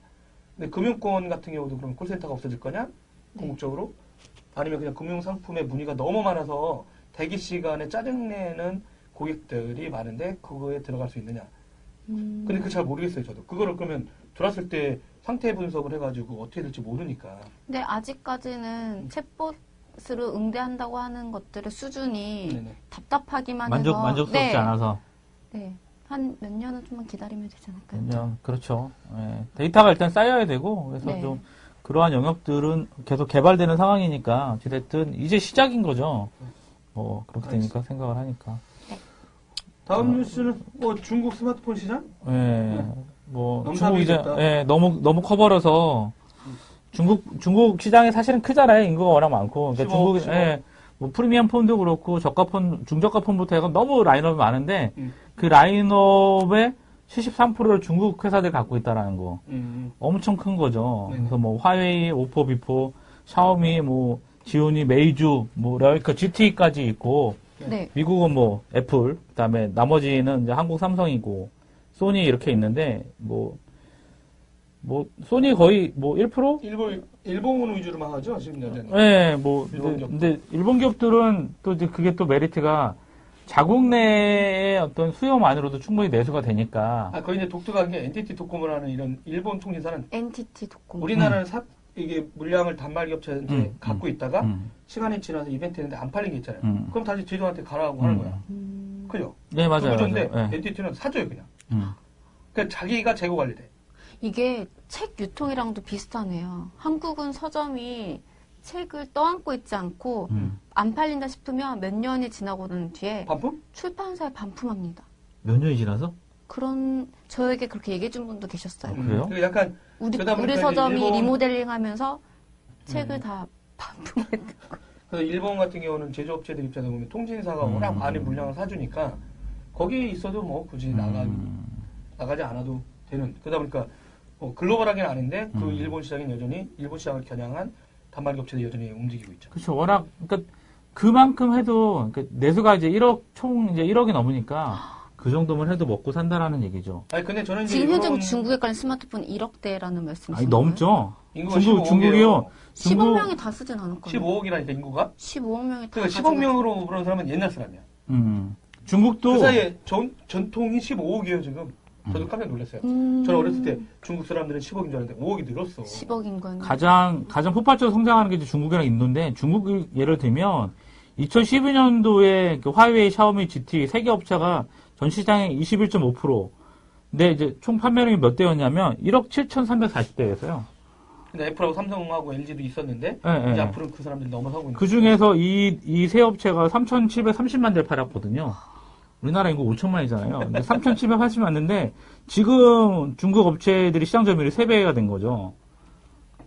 [SPEAKER 4] 근데 금융권 같은 경우도 그럼 콜센터가 없어질 거냐?
[SPEAKER 3] 네.
[SPEAKER 4] 궁극적으로? 아니면 그냥 금융상품의 문의가 너무 많아서 대기 시간에 짜증내는 고객들이 많은데 그거에 들어갈 수 있느냐.
[SPEAKER 3] 음.
[SPEAKER 4] 근데 그 잘 모르겠어요, 저도. 그거를 그러면 들어왔을 때 상태 분석을 해가지고 어떻게 될지 모르니까. 음.
[SPEAKER 3] 근데 아직까지는 챗봇 서비스로 응대한다고 하는 것들의 수준이
[SPEAKER 4] 네네.
[SPEAKER 3] 답답하기만
[SPEAKER 2] 만족
[SPEAKER 3] 해서
[SPEAKER 2] 만족스럽지
[SPEAKER 3] 네.
[SPEAKER 2] 않아서
[SPEAKER 3] 네. 한 몇 년은 좀만 기다리면 되지 않을까요?
[SPEAKER 2] 그냥 그렇죠. 예. 데이터가 일단 쌓여야 되고 그래서
[SPEAKER 3] 네.
[SPEAKER 2] 좀 그러한 영역들은 계속 개발되는 상황이니까 어찌됐든 이제 시작인 거죠. 뭐 그렇게 되니까 생각을 하니까.
[SPEAKER 4] 다음 뉴스는 뭐 중국 스마트폰 시장?
[SPEAKER 2] 예. 뭐
[SPEAKER 4] 너무
[SPEAKER 2] 중국 이제
[SPEAKER 4] 사비됐다.
[SPEAKER 2] 예, 너무 너무 커버려서 중국 중국 시장이 사실은 크잖아요. 인구가 워낙 많고. 그러니까
[SPEAKER 4] 15억,
[SPEAKER 2] 중국
[SPEAKER 4] 15억.
[SPEAKER 2] 예. 뭐 프리미엄 폰도 그렇고 저가 폰, 중저가 폰부터 해서 너무 라인업이 많은데
[SPEAKER 4] 음.
[SPEAKER 2] 그 라인업의 73%를 중국 회사들이 갖고 있다라는 거.
[SPEAKER 4] 음.
[SPEAKER 2] 엄청 큰 거죠.
[SPEAKER 4] 네네.
[SPEAKER 2] 그래서 뭐 화웨이, 오포, 비포, 샤오미, 뭐 지온이, 메이주, 뭐 레어이커, GT까지 있고
[SPEAKER 3] 네.
[SPEAKER 2] 미국은 뭐 애플, 그다음에 나머지는 이제 한국 삼성이고 소니 이렇게 있는데 뭐 뭐 소니 거의 뭐 1%?
[SPEAKER 4] 일본 일본 위주로만 하죠 지금 여전히.
[SPEAKER 2] 예, 뭐
[SPEAKER 4] 일본
[SPEAKER 2] 근데,
[SPEAKER 4] 기업들.
[SPEAKER 2] 근데 일본 기업들은 또 이제 그게 또 메리트가 자국 내의 어떤 수요만으로도 충분히 내수가 되니까
[SPEAKER 4] 아 거기 이제 독특한 게 NTT 도코모라는 이런 일본 통신사는
[SPEAKER 3] NTT 독공.
[SPEAKER 4] 우리나라는 사- 이게 물량을 단말기 업체한테
[SPEAKER 2] 음,
[SPEAKER 4] 갖고 있다가
[SPEAKER 2] 음,
[SPEAKER 4] 시간이 지나서 이벤트 했는데 안 팔린 게 있잖아요.
[SPEAKER 2] 음.
[SPEAKER 4] 그럼 다시 제조한테 가라고 하는
[SPEAKER 2] 음.
[SPEAKER 4] 거야.
[SPEAKER 3] 음.
[SPEAKER 4] 그죠?
[SPEAKER 2] 네 맞아요.
[SPEAKER 4] 그거인데
[SPEAKER 2] 맞아요. 예.
[SPEAKER 4] NTT는 사줘요 그냥.
[SPEAKER 2] 음.
[SPEAKER 4] 그러니까 자기가 재고 관리돼.
[SPEAKER 3] 이게 책 유통이랑도 비슷하네요. 한국은 서점이 책을 떠안고 있지 않고
[SPEAKER 2] 음.
[SPEAKER 3] 안 팔린다 싶으면 몇 년이 지나고 난 뒤에
[SPEAKER 4] 반품?
[SPEAKER 3] 출판사에 반품합니다.
[SPEAKER 2] 몇 년이 지나서?
[SPEAKER 3] 그런 저에게 그렇게 얘기해 준 분도 계셨어요.
[SPEAKER 2] 음. 그래요?
[SPEAKER 4] 그 약간
[SPEAKER 3] 우리
[SPEAKER 4] 그러다 보니까
[SPEAKER 3] 우리
[SPEAKER 4] 이제
[SPEAKER 3] 서점이
[SPEAKER 4] 일본- 음.
[SPEAKER 3] 리모델링하면서 책을 다 반품했다.
[SPEAKER 4] 그래서 일본 같은 경우는 제조업체들 입장에서 보면 통신사가
[SPEAKER 2] 음.
[SPEAKER 4] 워낙 많이 물량을 사주니까 거기에 있어도 뭐 굳이
[SPEAKER 2] 음.
[SPEAKER 4] 나가 나가지 않아도 되는. 그러다 보니까 뭐 글로벌하긴 아닌데 그
[SPEAKER 2] 음.
[SPEAKER 4] 일본 시장은 여전히 일본 시장을 겨냥한 단말기 업체들이 여전히 움직이고 있죠.
[SPEAKER 2] 그렇죠. 워낙 그러니까 그만큼 해도 그러니까 내수가 이제 1억 총 이제 1억이 넘으니까 그 정도면 해도 먹고 산다라는 얘기죠.
[SPEAKER 4] 아니 근데 저는 이제
[SPEAKER 3] 지금 현재
[SPEAKER 4] 일본
[SPEAKER 3] 중국에 깔린 스마트폰 1억대라는
[SPEAKER 2] 아니
[SPEAKER 3] 말씀이신가요?
[SPEAKER 2] 넘죠.
[SPEAKER 4] 인구가
[SPEAKER 2] 중국
[SPEAKER 4] 15억
[SPEAKER 2] 중국이요.
[SPEAKER 4] 이에요.
[SPEAKER 3] 10억 명이 다 쓰진 않을 거예요.
[SPEAKER 4] 15억이라니까 인구가.
[SPEAKER 3] 15억 명이 다
[SPEAKER 4] 그러니까 10억
[SPEAKER 3] 가져가-
[SPEAKER 4] 명으로 부르는 사람은 옛날 사람이야.
[SPEAKER 2] 음. 중국도
[SPEAKER 4] 그 사이에 전, 전통이 15억이에요 지금. 저도 깜짝 놀랐어요.
[SPEAKER 3] 음,
[SPEAKER 4] 저는 어렸을 때 중국 사람들은 10억인 줄 알았는데 5억이 늘었어.
[SPEAKER 3] 10억인 건
[SPEAKER 2] 가장 가장 폭발적으로 성장하는 게 이제 중국이랑 인도인데 중국을 예를 들면 2012년도에 그 화웨이, 샤오미, GT 세 개 업체가 전 시장의 21.5% 근데 이제 총 판매량이 몇 대였냐면 1억 7,340대였어요.
[SPEAKER 4] 근데 그러니까 애플하고 삼성하고 LG도 있었는데
[SPEAKER 2] 예, 예.
[SPEAKER 4] 이제 앞으로는 그 사람들이 넘어서고 있는
[SPEAKER 2] 그 중에서 이, 이 세 업체가 3,730만 대를 팔았거든요. 우리나라 인구 5천만이잖아요. 3,780만인데, 지금 중국 업체들이 시장 점유율이 3배가 된 거죠.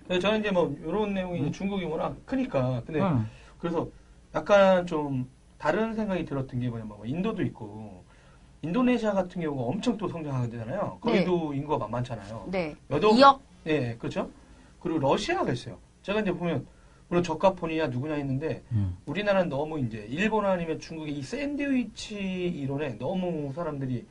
[SPEAKER 4] 그래서 저는 이제 뭐 이런 내용이 이제 중국이 워낙 크니까 근데
[SPEAKER 2] 응.
[SPEAKER 4] 그래서 약간 좀 다른 생각이 들었던 게 뭐냐면 뭐 인도도 있고 인도네시아 같은 경우가 엄청 또 성장하잖아요. 거기도 인구가 만만찮아요.
[SPEAKER 3] 네.
[SPEAKER 4] 여덟-
[SPEAKER 3] 2억
[SPEAKER 4] 네, 그렇죠. 그리고 러시아가 있어요. 제가 이제 보면 물론 저가폰이냐 누구냐 했는데
[SPEAKER 2] 음.
[SPEAKER 4] 우리나라는 너무 이제 일본 아니면 중국의 이 샌드위치 이론에 너무 사람들이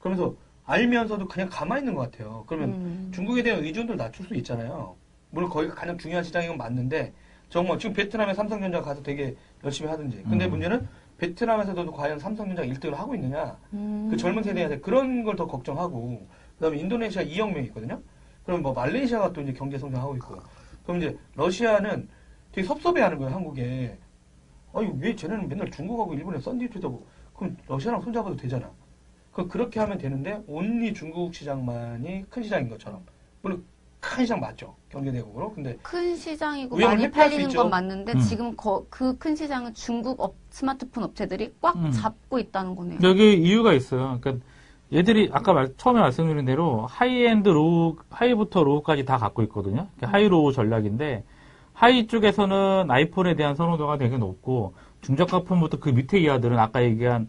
[SPEAKER 4] 그러면서 알면서도 그냥 가만히 있는 것 같아요. 그러면
[SPEAKER 3] 음.
[SPEAKER 4] 중국에 대한 의존도를 낮출 수 있잖아요. 물론 거기가 가장 중요한 시장인 건 맞는데 정말 지금 베트남에 삼성전자 가서 되게 열심히 하든지. 근데
[SPEAKER 2] 음.
[SPEAKER 4] 문제는 베트남에서도 과연 삼성전자 1등을 하고 있느냐.
[SPEAKER 3] 음.
[SPEAKER 4] 그 젊은 세대한테 그런 걸 더 걱정하고 그다음에 인도네시아 2억 명 있거든요. 그럼 뭐 말레이시아가 또 이제 경제 성장하고 있고. 그럼 이제 러시아는 되게 섭섭해하는 거예요 한국에. 아니 왜 쟤네는 맨날 중국하고 일본에 썬디트다 고 그럼 러시아랑 손잡아도 되잖아. 그 그렇게 하면 되는데 온리 중국 시장만이 큰 시장인 것처럼 물론 큰 시장 맞죠 경제 대국으로. 근데
[SPEAKER 3] 큰 시장이고
[SPEAKER 4] 위험을
[SPEAKER 3] 많이
[SPEAKER 4] 회피할 수
[SPEAKER 3] 팔리는
[SPEAKER 4] 있죠.
[SPEAKER 3] 건 맞는데
[SPEAKER 2] 음.
[SPEAKER 3] 지금 그 큰 시장은 중국 업- 스마트폰 업체들이 꽉
[SPEAKER 2] 음.
[SPEAKER 3] 잡고 있다는 거네요.
[SPEAKER 2] 여기 이유가 있어요. 그러니까 얘들이 아까 말- 처음에 말씀드린 대로 하이엔드 로우, 하이부터 로우까지 다 갖고 있거든요. 그러니까 하이 로우 전략인데 하이 쪽에서는 아이폰에 대한 선호도가 되게 높고 중저가폰부터 그 밑에 이하들은 아까 얘기한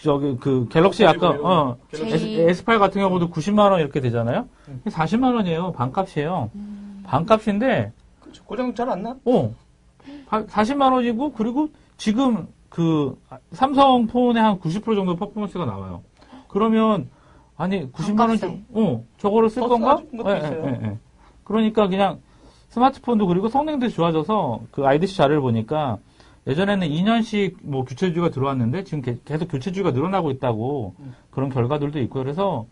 [SPEAKER 2] 저기 그 갤럭시 아까 어,
[SPEAKER 3] 제이.
[SPEAKER 2] S, 8 같은 경우도 90만 원 이렇게 되잖아요.
[SPEAKER 4] 음.
[SPEAKER 2] 40만 원이에요. 반값이에요. 반값인데
[SPEAKER 4] 고장 그 잘 안 나?
[SPEAKER 2] 어. 바- 40만 원이고 그리고 지금 그 삼성 폰의 한 90% 정도 퍼포먼스가 나와요. 그러면 아니 90만 원
[SPEAKER 3] 반값에.
[SPEAKER 2] 어, 저거를 쓸
[SPEAKER 4] 더
[SPEAKER 2] 건가?
[SPEAKER 4] 싸진 것도 있어요.
[SPEAKER 2] 예. 그러니까 그냥 스마트폰도 그리고 성능도 좋아져서 그 IDC 자료를 보니까 예전에는 2년씩 뭐 교체주가 들어왔는데 지금 개- 계속 교체주가 늘어나고 있다고
[SPEAKER 4] 음.
[SPEAKER 2] 그런 결과들도 있고 그래서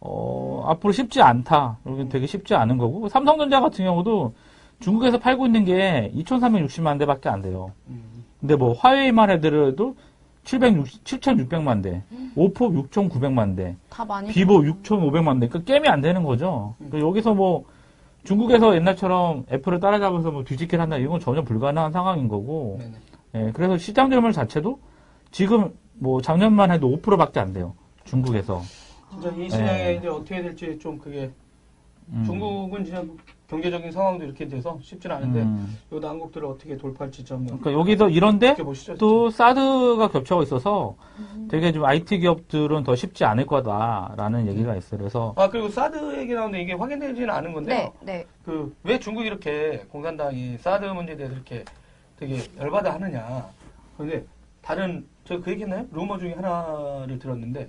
[SPEAKER 2] 어, 앞으로 쉽지 않다. 이건 되게 쉽지 않은 거고 삼성전자 같은 그 경우도 중국에서 팔고 있는 게 2,360만 대밖에 안 돼요.
[SPEAKER 4] 음.
[SPEAKER 2] 근데 뭐 화웨이만 해더라도 760, 7,600만 대, 오포 6,900만 대,
[SPEAKER 3] 다 많이
[SPEAKER 2] 비보 6,500만 대. 그러니까 게임이 안 되는 거죠. 그러니까 여기서 뭐 중국에서 옛날처럼 애플을 따라잡아서 뭐 뒤집기를 한다 이건 전혀 불가능한 상황인 거고.
[SPEAKER 4] 네네.
[SPEAKER 2] 예, 그래서 시장 점유율 자체도 지금 뭐 작년만 해도 5%밖에 안 돼요. 중국에서.
[SPEAKER 4] 진짜 이 시장에
[SPEAKER 2] 네.
[SPEAKER 4] 이제 어떻게 될지 좀 그게
[SPEAKER 2] 음.
[SPEAKER 4] 중국은 진짜 경제적인 상황도 이렇게 돼서 쉽진 않은데
[SPEAKER 2] 음.
[SPEAKER 4] 요 난국들을 어떻게 돌파할지 좀 한번
[SPEAKER 2] 그러니까 여기서 이런데
[SPEAKER 4] 지켜보시죠.
[SPEAKER 2] 또 사드가 겹쳐가 있어서
[SPEAKER 3] 음.
[SPEAKER 2] 되게 좀 IT 기업들은 더 쉽지 않을 거다라는 얘기가 있어요. 그래서
[SPEAKER 4] 아 그리고 사드 얘기 나오는데 이게 확인되지는 않은 건데요.
[SPEAKER 3] 네, 네.
[SPEAKER 4] 그 왜 중국이 이렇게 공산당이 사드 문제에 대해서 이렇게 되게 열받아 하느냐. 그런데 다른 저 그 얘기했나요? 루머 중에 하나를 들었는데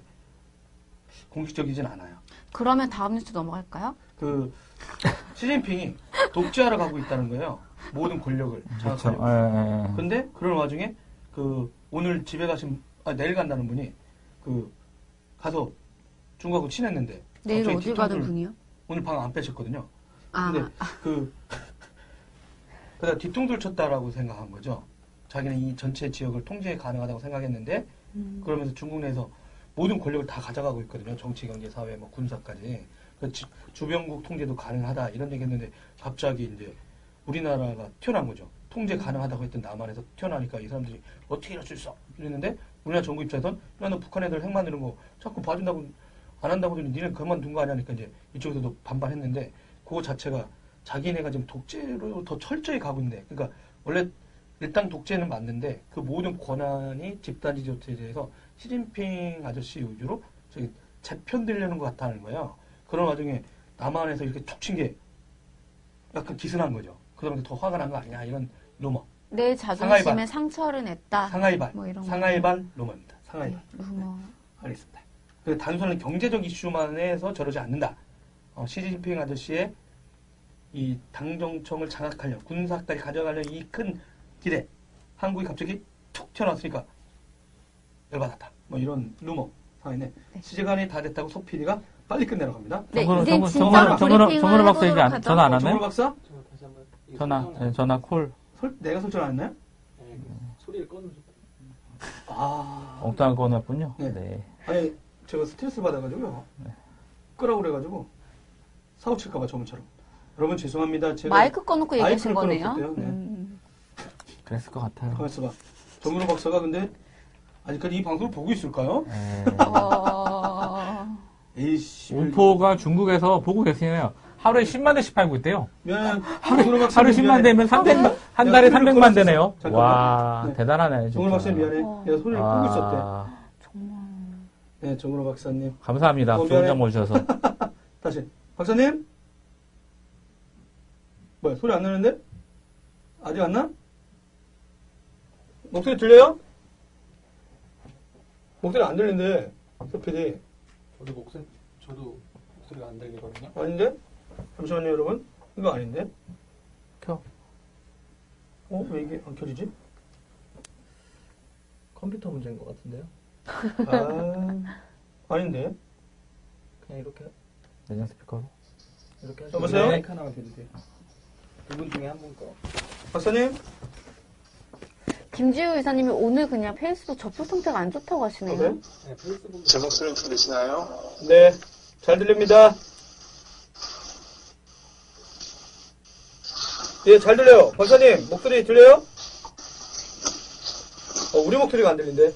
[SPEAKER 4] 공식적이진 않아요.
[SPEAKER 3] 그러면 다음 뉴스 넘어갈까요?
[SPEAKER 4] 그 시진핑이 독재하러 가고 있다는 거예요. 모든 권력을 장악하려고.
[SPEAKER 2] 예, 예, 예.
[SPEAKER 4] 근데 그런 와중에 그 오늘 집에 가신 아 내일 간다는 분이 그 가서 중국하고 친했는데
[SPEAKER 3] 내일
[SPEAKER 4] 갑자기
[SPEAKER 3] 어딜
[SPEAKER 4] 틱톡을
[SPEAKER 3] 가는 분이요?
[SPEAKER 4] 오늘 방 안 빼셨거든요.
[SPEAKER 3] 아,
[SPEAKER 4] 근데 그 그다 뒤통수를 쳤다라고 생각한 거죠. 자기는 이 전체 지역을 통제 가능하다고 생각했는데
[SPEAKER 3] 음.
[SPEAKER 4] 그러면서 중국 내에서 모든 권력을 다 가져가고 있거든요. 정치, 경제, 사회, 뭐 군사까지. 그 지- 주변국 통제도 가능하다 이런 얘기했는데 갑자기 이제 우리나라가 튀어나온 거죠. 통제 가능하다고 했던 남한에서 튀어나오니까 이 사람들이 어떻게 이럴 수 있어? 이랬는데 우리나라 정부 입장에선 야, 너 북한 애들 핵 만드는 거 자꾸 봐준다고 안 한다고 하더니 니네 그만둔 거 아니니까 이제 이쪽에서도 반발했는데 그거 자체가 자기네가 지금 독재로 더 철저히 가고 있네. 그러니까 원래 일단 독재는 맞는데 그 모든 권한이 집단지 조치에 대해서 시진핑 아저씨 위주로 저기 재편되려는 것 같다는 거예요. 그런 와중에 남한에서 이렇게 툭 친 게 약간 기스난 거죠. 그다음에 더 화가 난 거 아니냐 이런 루머.
[SPEAKER 3] 내
[SPEAKER 4] 상하이반.
[SPEAKER 3] 자존심에 상처를 냈다.
[SPEAKER 4] 상하이발.
[SPEAKER 3] 뭐 이런 거.
[SPEAKER 4] 상하이발 루머입니다. 상하이발.
[SPEAKER 3] 루머.
[SPEAKER 4] 알겠습니다. 그 단순한 경제적 이슈만 해서 저러지 않는다. 어, 시진핑 아저씨의 이 당정청을 장악하려 군사까지 가져가려 이 큰 기대 한국이 갑자기 툭 튀어나왔으니까 열받았다. 뭐 이런 루머 상황이네.
[SPEAKER 3] 네.
[SPEAKER 4] 시간이 다 됐다고 소 PD가 빨리 끝내러 갑니다.
[SPEAKER 3] 네,
[SPEAKER 2] 정근호-
[SPEAKER 3] 이제
[SPEAKER 2] 정근호-
[SPEAKER 3] 진짜
[SPEAKER 2] 정근호- 정근호-
[SPEAKER 3] 브리핑을
[SPEAKER 2] 정근호 박사 얘기 안-
[SPEAKER 3] 해보도록
[SPEAKER 2] 전화 안
[SPEAKER 3] 하죠.
[SPEAKER 4] 정월
[SPEAKER 2] 하네?
[SPEAKER 4] 박사 네.
[SPEAKER 1] 제가 다시 한번 이
[SPEAKER 2] 전화,
[SPEAKER 1] 설정-
[SPEAKER 2] 예, 전화 콜.
[SPEAKER 4] 설- 내가 설정 안 했나요?
[SPEAKER 1] 네, 그 소리를 꺼는 좀.
[SPEAKER 4] 아,
[SPEAKER 2] 엉뚱한 거 넣었군요.
[SPEAKER 4] 네.
[SPEAKER 2] 네.
[SPEAKER 4] 아니 제가 스트레스 받아가지고요. 끄라고 그래가지고 사고 칠까봐 저번처럼. 여러분 죄송합니다. 제가
[SPEAKER 3] 마이크 꺼놓고 얘기하신
[SPEAKER 4] 마이크를
[SPEAKER 3] 거네요.
[SPEAKER 4] 끊었었대요. 네.
[SPEAKER 3] 음.
[SPEAKER 2] 그랬을 것 같아요.
[SPEAKER 4] 가만 있어봐. 정문호 박사가 근데 아직까지 이 방송을 보고 있을까요?
[SPEAKER 2] 예.
[SPEAKER 3] 어...
[SPEAKER 4] 에이씨.
[SPEAKER 2] 운포가 중국에서 보고 계시네요. 하루에 10만 대씩 팔고 있대요.
[SPEAKER 4] 미안해. 정문호 박사.
[SPEAKER 2] 하루 10만 대면 300만, 한 달에
[SPEAKER 4] 야, 소리를
[SPEAKER 2] 300만
[SPEAKER 4] 끊었어.
[SPEAKER 2] 대네요.
[SPEAKER 4] 잠깐만.
[SPEAKER 2] 와,
[SPEAKER 4] 네.
[SPEAKER 2] 대단하네. 아.
[SPEAKER 4] 정문호 박사 미안해.
[SPEAKER 3] 어.
[SPEAKER 4] 내가 소리를 끄고 있었대. 네, 정문호 박사님.
[SPEAKER 2] 감사합니다.
[SPEAKER 4] 어,
[SPEAKER 2] 좋은
[SPEAKER 4] 미안해.
[SPEAKER 2] 정보 주셔서.
[SPEAKER 4] 다시. 박사님? 뭐야, 소리 안 나는데? 아직 안 나? 목소리 들려요? 목소리 안 들린대. 소피디.
[SPEAKER 1] 저도 목소리, 저도 목소리가 안 들리거든요.
[SPEAKER 4] 아닌데? 잠시만요, 여러분. 이거 아닌데?
[SPEAKER 2] 켜.
[SPEAKER 4] 어? 왜 이게 안 켜지지?
[SPEAKER 1] 컴퓨터 문제인 것 같은데요?
[SPEAKER 4] 아, 아닌데?
[SPEAKER 1] 그냥 이렇게
[SPEAKER 2] 내장 스피커로.
[SPEAKER 1] 이렇게 하시면
[SPEAKER 4] 여보세요?
[SPEAKER 1] 마이크 하나만 빌리세요. 두분 중에 한 분 거.
[SPEAKER 4] 박사님?
[SPEAKER 3] 김지우 의사님이 오늘 그냥 페이스북 접속 상태가 안 좋다고 하시네요.
[SPEAKER 4] 네.
[SPEAKER 1] 네, 페이스북.
[SPEAKER 5] 제 목소리 들리시나요?
[SPEAKER 4] 네, 잘 들립니다. 예, 잘 들려요. 박사님, 목소리 들려요? 어, 우리 목소리가 안 들린대.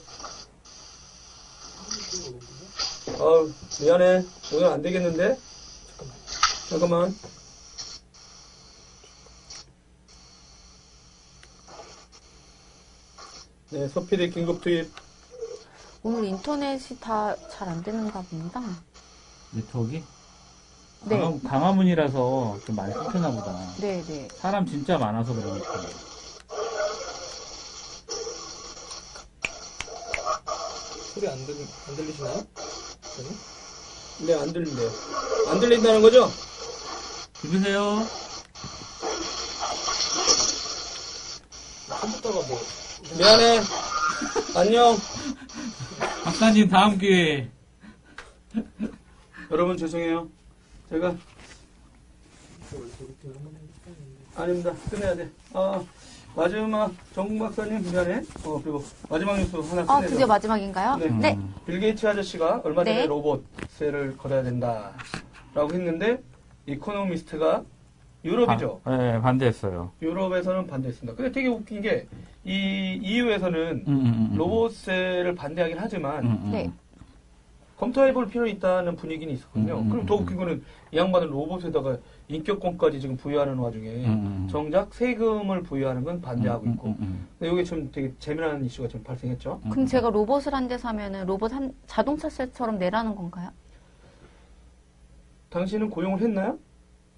[SPEAKER 4] 아우, 미안해. 오늘 안 되겠는데? 잠깐만. 네, 서피디 긴급 투입.
[SPEAKER 3] 오늘 인터넷이 다 잘 안 되는가 봅니다.
[SPEAKER 2] 네트워크이?
[SPEAKER 3] 네.
[SPEAKER 4] 아,
[SPEAKER 2] 강화, 강화문이라서 좀 많이 끊기나 보다.
[SPEAKER 3] 네, 네.
[SPEAKER 2] 사람 진짜 많아서 그런 것 같아요.
[SPEAKER 1] 소리 안, 들, 안 들리시나요? 저는?
[SPEAKER 4] 네, 안 들린대요. 안 들린다는 거죠?
[SPEAKER 2] 들으세요?
[SPEAKER 1] 컴퓨터가 뭐,
[SPEAKER 4] 미안해. 안녕.
[SPEAKER 2] 박사님 다음 기회에.
[SPEAKER 4] 여러분 죄송해요. 제가
[SPEAKER 1] 저를 저렇게 한번 해볼까 했는데.
[SPEAKER 4] 아닙니다. 끝내야 돼. 아, 마지막 정국 박사님 미안해. 어, 그리고 마지막 뉴스 하나 끝내죠.
[SPEAKER 3] 아, 드디어 마지막인가요?
[SPEAKER 4] 네.
[SPEAKER 3] 네.
[SPEAKER 2] 음,
[SPEAKER 4] 빌 게이츠 아저씨가 얼마 전에
[SPEAKER 3] 네.
[SPEAKER 4] 로봇세를 걸어야 된다라고 했는데 이코노미스트가 유럽이죠.
[SPEAKER 2] 반- 예, 반대했어요.
[SPEAKER 4] 유럽에서는 반대했습니다. 근데 되게 웃긴 게 이 EU에서는
[SPEAKER 2] 음, 음, 음.
[SPEAKER 4] 로봇세를 반대하긴 하지만
[SPEAKER 2] 음, 음.
[SPEAKER 3] 네.
[SPEAKER 4] 검토해볼 필요 있다는 분위기는 있었거든요.
[SPEAKER 2] 음,
[SPEAKER 4] 그럼
[SPEAKER 2] 음,
[SPEAKER 4] 더
[SPEAKER 2] 음.
[SPEAKER 4] 웃긴 거는 이 양반은 로봇에다가 인격권까지 지금 부여하는 와중에
[SPEAKER 2] 음, 음.
[SPEAKER 4] 정작 세금을 부여하는 건 반대하고
[SPEAKER 2] 음, 음,
[SPEAKER 4] 있고.
[SPEAKER 2] 음, 음.
[SPEAKER 4] 근데 이게 지금 되게 재미난 이슈가 지금 발생했죠.
[SPEAKER 2] 음.
[SPEAKER 3] 그럼 제가 로봇을 한 대 사면은 로봇 한 자동차세처럼 내라는 건가요?
[SPEAKER 4] 당신은 고용을 했나요?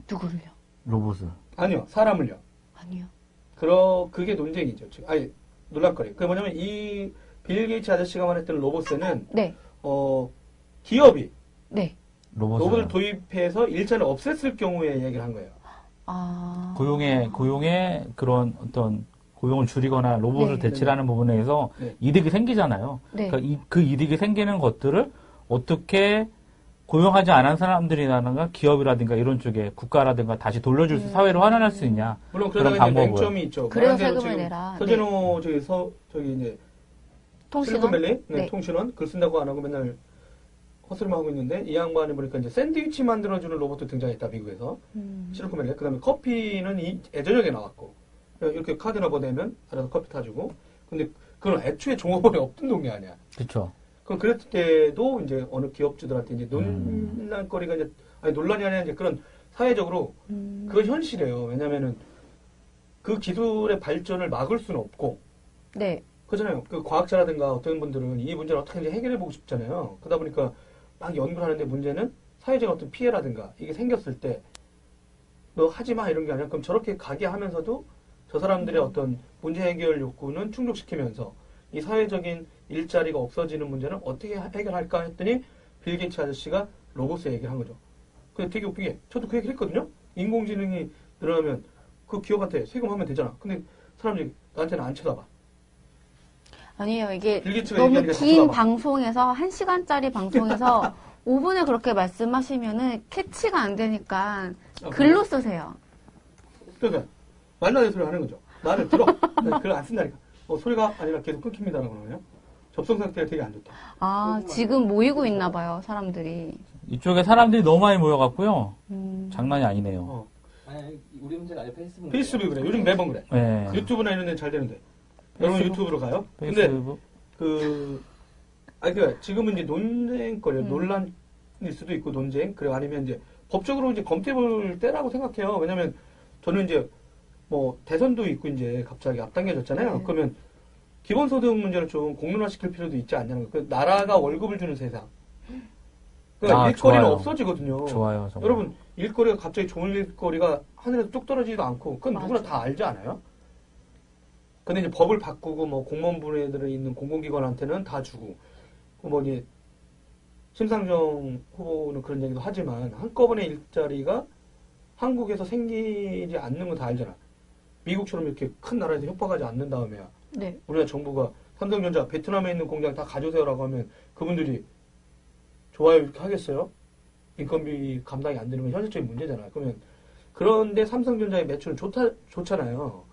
[SPEAKER 3] 누구를요?
[SPEAKER 2] 로봇을.
[SPEAKER 4] 아니요, 사람을요.
[SPEAKER 3] 아니요.
[SPEAKER 4] 그러 그게 논쟁이죠. 지금. 아니 놀랄거리. 그게 뭐냐면 이 빌 게이츠 아저씨가 말했던 로봇세는
[SPEAKER 3] 네.
[SPEAKER 4] 어 기업이
[SPEAKER 3] 네.
[SPEAKER 2] 로봇을.
[SPEAKER 4] 로봇을 도입해서 일자를 없앴을 경우에 얘기를 한 거예요.
[SPEAKER 3] 아.
[SPEAKER 4] 그
[SPEAKER 2] 고용의 고용의 그런 어떤 고용을 줄이거나 로봇을
[SPEAKER 3] 네.
[SPEAKER 2] 대체하는 부분에서
[SPEAKER 4] 네.
[SPEAKER 2] 이득이 생기잖아요.
[SPEAKER 3] 네.
[SPEAKER 2] 그러니까 이, 그 이득이 생기는 것들을 어떻게 고용하지 않은 사람들이라든가 기업이라든가 이런 쪽에 국가라든가 다시
[SPEAKER 3] 네.
[SPEAKER 2] 돌려줄 수 사회로 환원할 수 있냐.
[SPEAKER 4] 물론
[SPEAKER 2] 그런
[SPEAKER 4] 그러다가 이제
[SPEAKER 2] 방법을.
[SPEAKER 4] 맹점이 있죠. 뭐
[SPEAKER 3] 그래서
[SPEAKER 4] 말한 대로
[SPEAKER 3] 세금을
[SPEAKER 4] 지금
[SPEAKER 3] 내라. 네.
[SPEAKER 4] 서진호 저기 서 저기 이제
[SPEAKER 3] 통신원.
[SPEAKER 4] 실리콘밸리 네,
[SPEAKER 3] 네.
[SPEAKER 4] 통신원 글 쓴다고 안 하고 맨날 헛소리만 하고 있는데 이 양반이 보니까 이제 샌드위치 만들어주는 로봇도 등장했다 미국에서
[SPEAKER 3] 음.
[SPEAKER 4] 실리콘밸리 그다음에 커피는 이 애저녁에 나왔고 이렇게 카드나 보내면 알아서 커피 타주고 근데 그건 애초에 종업원이 없던 동네 아니야.
[SPEAKER 2] 그렇죠.
[SPEAKER 4] 그 그랬을 때도 이제 어느 기업주들한테 이제
[SPEAKER 2] 음.
[SPEAKER 4] 논란거리가 이제 아니 논란이 아니라 이제 그런 사회적으로
[SPEAKER 3] 음.
[SPEAKER 4] 그건 현실이에요. 왜냐면은 그 기술의 발전을 막을 수는 없고
[SPEAKER 3] 네.
[SPEAKER 4] 그렇잖아요. 그 과학자라든가 어떤 분들은 이 문제를 어떻게 든 해결해 보고 싶잖아요. 그러다 보니까 막 연구를 하는데 문제는 사회적 어떤 피해라든가 이게 생겼을 때 너 하지 마 이런 게 아니라 그럼 저렇게 가게 하면서도 저 사람들의 어떤 문제 해결 욕구는 충족시키면서 이 사회적인 일자리가 없어지는 문제는 어떻게 하- 해결할까 했더니 빌 게이츠 아저씨가 로봇에 얘기를 한 거죠. 근데 되게 웃긴 게 저도 그 얘기를 했거든요. 인공지능이 늘어나면 그 기업한테 세금하면 되잖아. 근데 사람들이 나한테는 안 쳐다봐.
[SPEAKER 3] 아니에요. 이게
[SPEAKER 4] 빌게츠가
[SPEAKER 3] 너무
[SPEAKER 4] 얘기하니까
[SPEAKER 3] 긴
[SPEAKER 4] 자체가 막-
[SPEAKER 3] 방송에서 한 시간짜리 방송에서 5분을 그렇게 말씀하시면은 캐치가 안 되니까
[SPEAKER 4] 아,
[SPEAKER 3] 글로 쓰세요.
[SPEAKER 4] 그러니까 말도 안 되는 소리 하는 거죠. 말을 들어. 근데 글을 안 쓴다니까. 어, 소리가 아니라 계속 끊깁니다라고 그러네요. 접속 상태가 되게 안 좋다. 어,
[SPEAKER 3] 아, 지금 모이고 있나 봐요, 사람들이.
[SPEAKER 2] 이쪽에 사람들이 너무 많이 모여갖고요.
[SPEAKER 3] 음.
[SPEAKER 2] 장난이 아니네요.
[SPEAKER 4] 어.
[SPEAKER 1] 아니, 아니, 우리 문제가 아니라 페이스북.
[SPEAKER 4] 페이스북이 그래. 요즘 매번 그래.
[SPEAKER 2] 네.
[SPEAKER 4] 유튜브나 이런 데는 잘 되는데. 여러분 유튜브로 가요? 근데
[SPEAKER 2] 페이스북.
[SPEAKER 4] 그, 아니, 그, 지금은 이제 논쟁거리예요.
[SPEAKER 3] 음.
[SPEAKER 4] 논란일 수도 있고 논쟁. 그리고 아니면 이제 법적으로 이제 검토해 볼 때라고 생각해요. 왜냐면 저는 이제 뭐 대선도 있고 이제 갑자기 앞당겨졌잖아요.
[SPEAKER 3] 네.
[SPEAKER 4] 그러면 기본소득 문제를 좀 공론화시킬 필요도 있지 않냐는 거예요. 그 나라가 월급을 주는 세상. 그러니까
[SPEAKER 2] 아,
[SPEAKER 4] 일거리는
[SPEAKER 2] 좋아요.
[SPEAKER 4] 없어지거든요.
[SPEAKER 2] 좋아요. 정말.
[SPEAKER 4] 여러분 일거리가 갑자기 좋은 일거리가 하늘에서 뚝 떨어지지도 않고 그건 누구나 다 알지 않아요? 근데 이제 법을 바꾸고 뭐 공무원분들에 있는 공공기관한테는 다 주고 뭐 이제 심상정 후보는 그런 얘기도 하지만 한꺼번에 일자리가 한국에서 생기지 않는 건 다 알잖아. 미국처럼 이렇게 큰 나라에서 협박하지 않는 다음에야
[SPEAKER 3] 네.
[SPEAKER 4] 우리나라 정부가 삼성전자 베트남에 있는 공장 다 가져오세요라고 하면 그분들이 좋아요 이렇게 하겠어요? 인건비 감당이 안 되는 건 현실적인 문제잖아요. 그러면 그런데 삼성전자의 매출은 좋다 좋잖아요.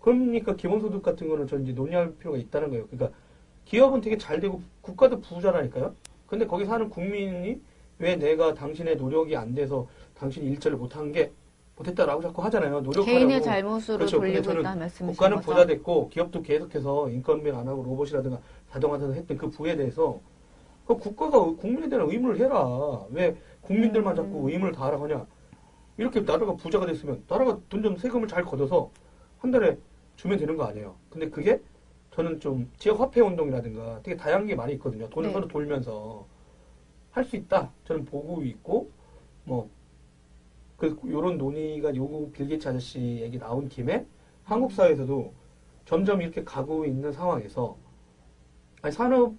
[SPEAKER 4] 그러니까 기본소득 같은 거는 저는 이제 논의할 필요가 있다는 거예요. 그러니까 기업은 되게 잘 되고 국가도 부자라니까요. 근데 거기 사는 국민이 왜 내가 당신의 노력이 안 돼서 당신 일자를 못한 게 못했다라고 자꾸 하잖아요. 노력하라고.
[SPEAKER 3] 개인의 잘못으로
[SPEAKER 4] 그렇죠. 근데
[SPEAKER 3] 돌리고
[SPEAKER 4] 저는
[SPEAKER 3] 있다는 말씀이신
[SPEAKER 4] 국가는
[SPEAKER 3] 거죠?
[SPEAKER 4] 부자 됐고 기업도 계속해서 인건비 안 하고 로봇이라든가 자동화돼서 했던 그 부에 대해서 그 국가가 국민에 대한 의무를 해라. 왜
[SPEAKER 3] 음.
[SPEAKER 4] 국민들만 자꾸 의무를 다하라고 하냐? 이렇게 나라가 부자가 됐으면 나라가 돈 좀 세금을 잘 걷어서 한 달에 주면 되는 거 아니에요. 근데 그게 저는 좀 지역 화폐 운동이라든가 되게 다양한 게 많이 있거든요. 돈을
[SPEAKER 3] 네.
[SPEAKER 4] 서로 돌면서 할 수 있다. 저는 보고 있고 뭐 그, 요런 논의가 요구 빌게츠 아저씨 얘기 나온 김에 한국 사회에서도 점점 이렇게 가고 있는 상황에서 아니 산업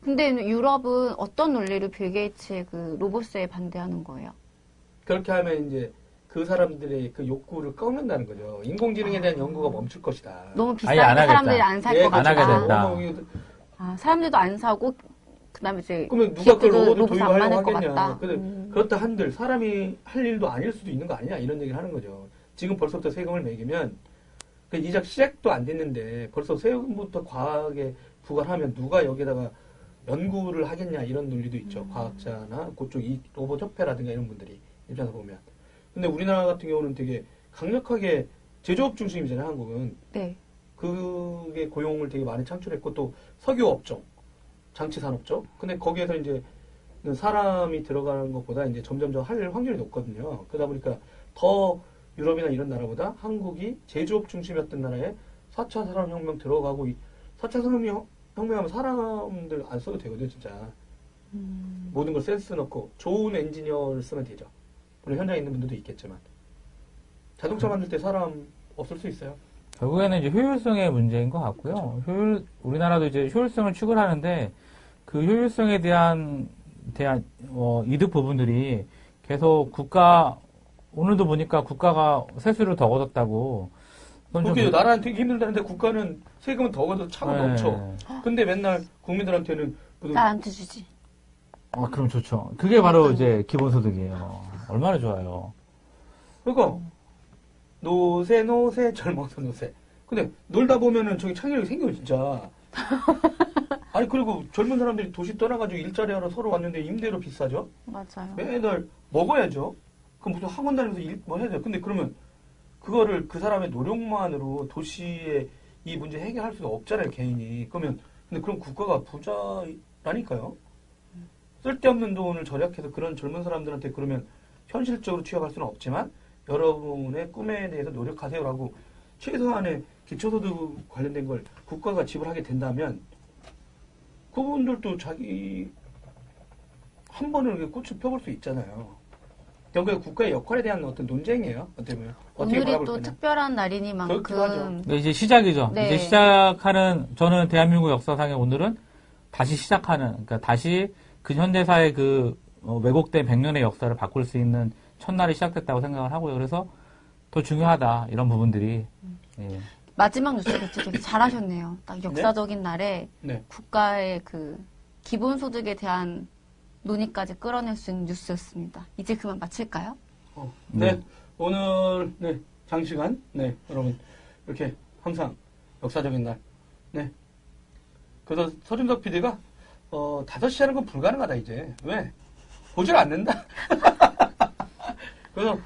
[SPEAKER 3] 근데 유럽은 어떤 논리로 빌 게이츠의 그 로봇에 반대하는 거예요?
[SPEAKER 4] 그렇게 하면 이제 그 사람들의 그 욕구를 꺾는다는 거죠. 인공지능에 대한 연구가 멈출 것이다.
[SPEAKER 3] 아.
[SPEAKER 4] 그렇죠.
[SPEAKER 3] 너무
[SPEAKER 2] 아예 안
[SPEAKER 3] 비싸니까
[SPEAKER 2] 하겠다.
[SPEAKER 3] 사람들이 안 살 것
[SPEAKER 2] 안
[SPEAKER 3] 같다.
[SPEAKER 2] 하게 된다.
[SPEAKER 4] 어머, 이거
[SPEAKER 3] 아, 사람들도 안 사고 그다음에 이제
[SPEAKER 4] 그러면 누가 그걸
[SPEAKER 3] 기업들도
[SPEAKER 4] 로봇을
[SPEAKER 3] 안
[SPEAKER 4] 도입하려고
[SPEAKER 3] 만들 것
[SPEAKER 4] 하겠냐. 그
[SPEAKER 3] 같다.
[SPEAKER 4] 근데
[SPEAKER 3] 음.
[SPEAKER 4] 그렇다 한들 사람이 할 일도 아닐 수도 있는 거 아니냐 이런 얘기를 하는 거죠. 지금 벌써부터 세금을 매기면 그 이작 시작도 안 됐는데 벌써 세금부터 과하게 부과하면 누가 여기다가 연구를 하겠냐 이런 논리도 있죠.
[SPEAKER 3] 음.
[SPEAKER 4] 과학자나 그쪽 이 로봇 협회라든가 이런 분들이 입장에서 보면. 근데 우리나라 같은 경우는 되게 강력하게 제조업 중심이잖아요. 한국은.
[SPEAKER 3] 네.
[SPEAKER 4] 그게 고용을 되게 많이 창출했고 또 석유 업종, 장치 산업죠. 근데 거기에서 이제 사람이 들어가는 것보다 이제 점점점 할 확률이 높거든요. 그러다 보니까 더 유럽이나 이런 나라보다 한국이 제조업 중심이었던 나라에 4차 산업혁명 들어가고 이 4차 산업혁명하면 사람들 안 써도 되거든요, 진짜. 모든 걸 센스 넣고 좋은 엔지니어를 쓰면 되죠. 물론 현장에 있는 분들도 있겠지만 자동차 만들 때 사람 없을 수 있어요.
[SPEAKER 2] 결국에는 이제 효율성의 문제인 것 같고요.
[SPEAKER 4] 그렇죠.
[SPEAKER 2] 효율 우리나라도 이제 효율성을 추구하는데 그 효율성에 대한 대한 어, 이득 부분들이 계속 국가 오늘도 보니까 국가가 세수를 더 걷었다고. 그건 좀
[SPEAKER 4] 그게
[SPEAKER 2] 그-
[SPEAKER 4] 나라는 되게 힘들다는데 국가는 세금은 더 걷어 차고
[SPEAKER 2] 네.
[SPEAKER 4] 넘쳐. 근데 맨날 국민들한테는 무슨
[SPEAKER 3] 나한테 주지.
[SPEAKER 2] 아 그럼 좋죠. 그게 바로 이제 기본소득이에요. 얼마나 좋아요.
[SPEAKER 4] 그거 노세 노세 젊어서 노세. 근데 놀다 보면은 저기 창의력이 생겨요 진짜. 아니 그리고 젊은 사람들이 도시 떠나가지고 일자리 하러 서로 왔는데 임대료 비싸죠?
[SPEAKER 3] 맞아요.
[SPEAKER 4] 매달 먹어야죠. 그럼 무슨 학원 다니면서 일 뭐 해야 돼요? 근데 그러면 그거를 그 사람의 노력만으로 도시의 이 문제 해결할 수가 없잖아요, 개인이. 그러면 근데 그럼 국가가 부자라니까요. 쓸데없는 돈을 절약해서 그런 젊은 사람들한테 그러면 현실적으로 취업할 수는 없지만 여러분의 꿈에 대해서 노력하세요라고 최소한의 기초소득 관련된 걸 국가가 지불하게 된다면 그분들도 자기 한 번은 이렇게 꽃을 펴볼 수 있잖아요. 결국에 국가의 역할에 대한 어떤 논쟁이에요. 어떻게 보면 어떻게
[SPEAKER 3] 오늘이
[SPEAKER 4] 바라볼
[SPEAKER 3] 또
[SPEAKER 4] 거냐.
[SPEAKER 3] 특별한
[SPEAKER 4] 그렇기도 하죠.
[SPEAKER 3] 날이니만큼
[SPEAKER 2] 근데 이제 시작이죠.
[SPEAKER 3] 네.
[SPEAKER 2] 이제 시작하는 저는 대한민국 역사상의 오늘은 다시 시작하는 그러니까 다시 근현대사의 그 어, 왜곡된 100년의 역사를 바꿀 수 있는 첫날이 시작됐다고 생각을 하고요. 그래서 더 중요하다 이런 부분들이 예.
[SPEAKER 3] 마지막 뉴스 되게 잘하셨네요. 딱 역사적인 날에
[SPEAKER 4] 네.
[SPEAKER 3] 국가의 그 기본소득에 대한 논의까지 끌어낼 수 있는 뉴스였습니다. 이제 그만 마칠까요?
[SPEAKER 4] 어, 네.
[SPEAKER 2] 네.
[SPEAKER 4] 오늘 네, 장시간 네 여러분 이렇게 항상 역사적인 날. 네. 그래서 서준석 PD가 예, 어 5시 하는 건 불가능하다 이제. 왜? 보질 않는다. 그래서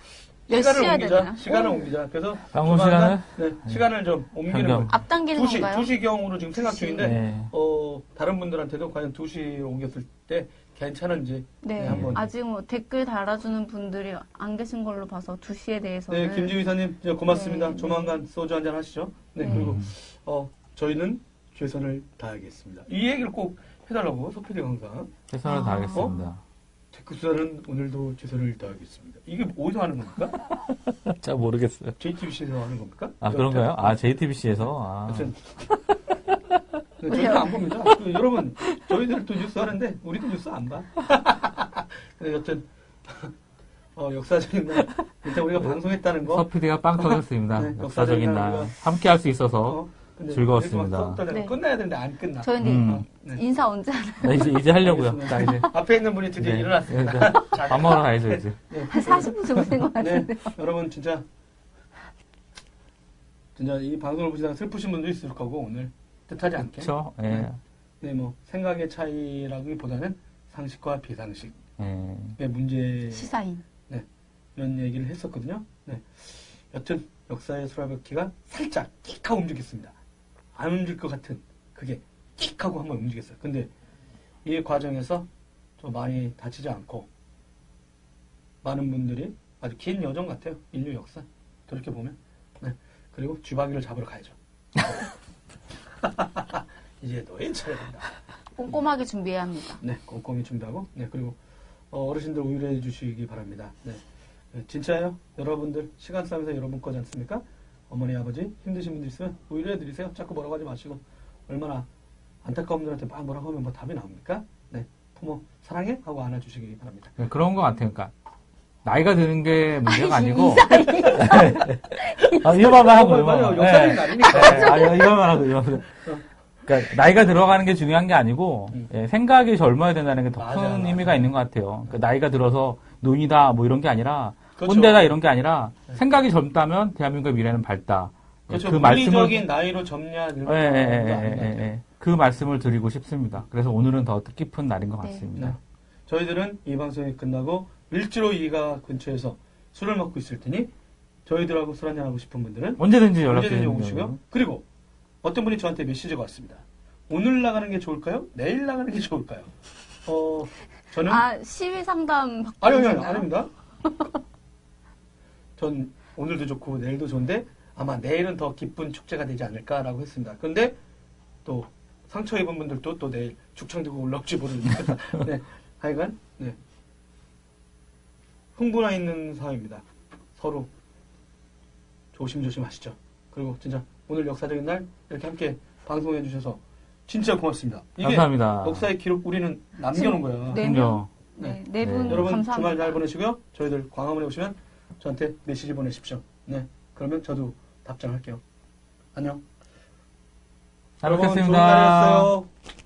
[SPEAKER 3] 몇
[SPEAKER 4] 시간을
[SPEAKER 3] 시에 해야
[SPEAKER 4] 옮기자.
[SPEAKER 3] 되나?
[SPEAKER 4] 시간을 옮기자. 그래서
[SPEAKER 2] 방금
[SPEAKER 4] 조만간, 네, 시간을 좀 옮기는
[SPEAKER 2] 변경.
[SPEAKER 4] 걸.
[SPEAKER 3] 앞당기는
[SPEAKER 4] 2시,
[SPEAKER 3] 건가요?
[SPEAKER 4] 2시경으로 지금 생각 중인데,
[SPEAKER 2] 네.
[SPEAKER 4] 어, 다른 분들한테도 과연 2시로 옮겼을 때 괜찮은지.
[SPEAKER 3] 네,
[SPEAKER 4] 네, 한번.
[SPEAKER 3] 아직 뭐 댓글 달아주는 분들이 안 계신 걸로 봐서 2시에 대해서는
[SPEAKER 4] 네, 김지우 이사님, 예, 고맙습니다.
[SPEAKER 3] 네.
[SPEAKER 4] 조만간 소주 한잔 하시죠. 네,
[SPEAKER 3] 네.
[SPEAKER 4] 그리고, 어, 저희는 최선을 다하겠습니다. 이 얘기를 꼭 해달라고, 서피디 항상.
[SPEAKER 2] 최선을
[SPEAKER 3] 아.
[SPEAKER 2] 다하겠습니다.
[SPEAKER 4] 댓글 수사는 오늘도 최선을 다하겠습니다. 이게 어디서 하는 겁니까?
[SPEAKER 2] 잘 모르겠어요.
[SPEAKER 4] JTBC에서 하는 겁니까?
[SPEAKER 2] 아 그런가요? 아 JTBC에서 아.
[SPEAKER 4] 하여튼. 네, 저희는 안 봅니다. 그, 여러분, 저희들도 뉴스 하는데, 우리도 뉴스 안 봐. 근데 여튼, 어, 역사적인 날, 일단
[SPEAKER 2] 네.
[SPEAKER 4] 우리가 방송했다는 거.
[SPEAKER 2] 서 PD가 빵 터졌습니다.
[SPEAKER 4] 네,
[SPEAKER 2] 어? 역사적인 날
[SPEAKER 4] 역사적인
[SPEAKER 2] 함께 할 수 있어서
[SPEAKER 4] 어, 근데
[SPEAKER 2] 즐거웠습니다.
[SPEAKER 4] 이렇게 막 수업 때는
[SPEAKER 3] 네.
[SPEAKER 4] 끝나야 되는데 안 끝나.
[SPEAKER 3] 저희 이제
[SPEAKER 2] 음.
[SPEAKER 4] 네.
[SPEAKER 3] 인사 언제 하나?
[SPEAKER 2] 나 이제 이제 하려고요.
[SPEAKER 4] 알겠습니다.
[SPEAKER 2] 나 이제
[SPEAKER 4] 앞에 있는 분이 드디어
[SPEAKER 2] 네.
[SPEAKER 4] 일어났습니다.
[SPEAKER 2] 그러니까
[SPEAKER 4] 자,
[SPEAKER 2] 밥 먹으러 가야죠 이제.
[SPEAKER 4] 네.
[SPEAKER 3] 한 40분 정도 된 것
[SPEAKER 4] 네,
[SPEAKER 3] 같은데.
[SPEAKER 4] 여러분 진짜 진짜 이 방송을 보시다가 슬프신 분도 있을 거고 오늘 뜻하지 않게.
[SPEAKER 2] 그렇죠. 예.
[SPEAKER 4] 네. 네, 뭐 생각의 차이라기보다는 상식과 비상식의 네.
[SPEAKER 2] 예.
[SPEAKER 4] 문제
[SPEAKER 3] 시사인.
[SPEAKER 4] 이런 얘기를 했었거든요. 네. 여튼 역사의 수라바퀴가 살짝 끽 하고 움직였습니다. 안 움직일 것 같은 그게 끽 하고 한번 움직였어요. 근데 이 과정에서 좀 많이 다치지 않고 많은 분들이 아주 긴 여정 같아요. 인류 역사. 그렇게 보면. 네. 그리고 쥐바기를 잡으러 가야죠. 이제 너의 차례다.
[SPEAKER 3] 꼼꼼하게 준비해야 합니다.
[SPEAKER 4] 네, 꼼꼼히 준비하고, 네, 그리고 어, 어르신들 우유해 주시기 바랍니다. 네. 네, 진짜예요. 여러분들, 시간 싸움에서 여러분 거지 않습니까? 어머니, 아버지, 힘드신 분들 있으면 우유해 드리세요. 자꾸 뭐라고 하지 마시고, 얼마나 안타까운 분들한테 막 뭐라고 하면 뭐 답이 나옵니까? 네, 부모, 사랑해? 하고 안아주시기 바랍니다.
[SPEAKER 2] 네, 그런 것 같아요. 그러니까 나이가 드는 게 문제가
[SPEAKER 3] 아니,
[SPEAKER 2] 아니고 아, 이거만 하고
[SPEAKER 4] 정말 말이에요.
[SPEAKER 2] 이거만.
[SPEAKER 4] 역사적인
[SPEAKER 2] 네.
[SPEAKER 4] 날이니까.
[SPEAKER 2] 네, 아, 이거만 하고 이거만. 그러니까 나이가 들어가는 게 중요한 게 아니고
[SPEAKER 4] 음.
[SPEAKER 2] 예, 생각이 젊어야 된다는 게 더
[SPEAKER 4] 맞아,
[SPEAKER 2] 큰
[SPEAKER 4] 맞아.
[SPEAKER 2] 의미가 있는 것 같아요. 그러니까 나이가 들어서 노인이다 뭐 이런 게 아니라
[SPEAKER 4] 그렇죠. 네.
[SPEAKER 2] 꼰대다 이런 게 아니라 생각이 젊다면 대한민국의 미래는 밝다.
[SPEAKER 4] 그렇죠.
[SPEAKER 2] 그
[SPEAKER 4] 물리적인
[SPEAKER 2] 말씀을
[SPEAKER 4] 나이로 점냐 늙냐
[SPEAKER 2] 예, 예, 예,
[SPEAKER 4] 그런 거
[SPEAKER 2] 예,
[SPEAKER 4] 아닙니다.
[SPEAKER 2] 예, 예. 그 말씀을 드리고 싶습니다. 그래서 오늘은 더 뜻깊은 날인 것
[SPEAKER 3] 네.
[SPEAKER 2] 같습니다.
[SPEAKER 4] 저희들은 이 방송이 끝나고 밀주로 이가 근처에서 술을 먹고 있을 테니 저희들하고 술 한잔 하고 싶은 분들은
[SPEAKER 2] 언제든지 연락드리면
[SPEAKER 4] 언제든지 오시고요. 그리고 어떤 분이 저한테 메시지가 왔습니다. 오늘 나가는 게 좋을까요? 내일 나가는 게 좋을까요? 어, 저는 아니
[SPEAKER 3] 아, 시위 상담 받고
[SPEAKER 4] 아니 아니
[SPEAKER 3] 계신가요?
[SPEAKER 4] 아닙니다. 전 오늘도 좋고 내일도 좋은데 아마 내일은 더 기쁜 축제가 되지 않을까라고 했습니다. 그런데 또 상처 입은 분들도 또 내일 죽창되고 올라올지 모르니까 네, 하여간 네. 흥분해 있는 사회입니다. 서로 조심조심 하시죠. 그리고 진짜 오늘 역사적인 날 이렇게 함께 방송해 주셔서 진짜 고맙습니다. 이게
[SPEAKER 2] 감사합니다.
[SPEAKER 4] 역사의 기록 우리는 남겨놓은 거예요.
[SPEAKER 3] 네.
[SPEAKER 2] 그럼요.
[SPEAKER 3] 네,
[SPEAKER 2] 네.
[SPEAKER 3] 네 분
[SPEAKER 2] 음,
[SPEAKER 4] 여러분
[SPEAKER 3] 감사합니다.
[SPEAKER 4] 주말 잘 보내시고요. 저희들 광화문에 오시면 저한테 메시지 보내십시오. 네, 그러면 저도 답장할게요. 안녕.
[SPEAKER 2] 잘
[SPEAKER 4] 여러분, 좋은
[SPEAKER 2] 뵙겠습니다.
[SPEAKER 4] 하루 되세요.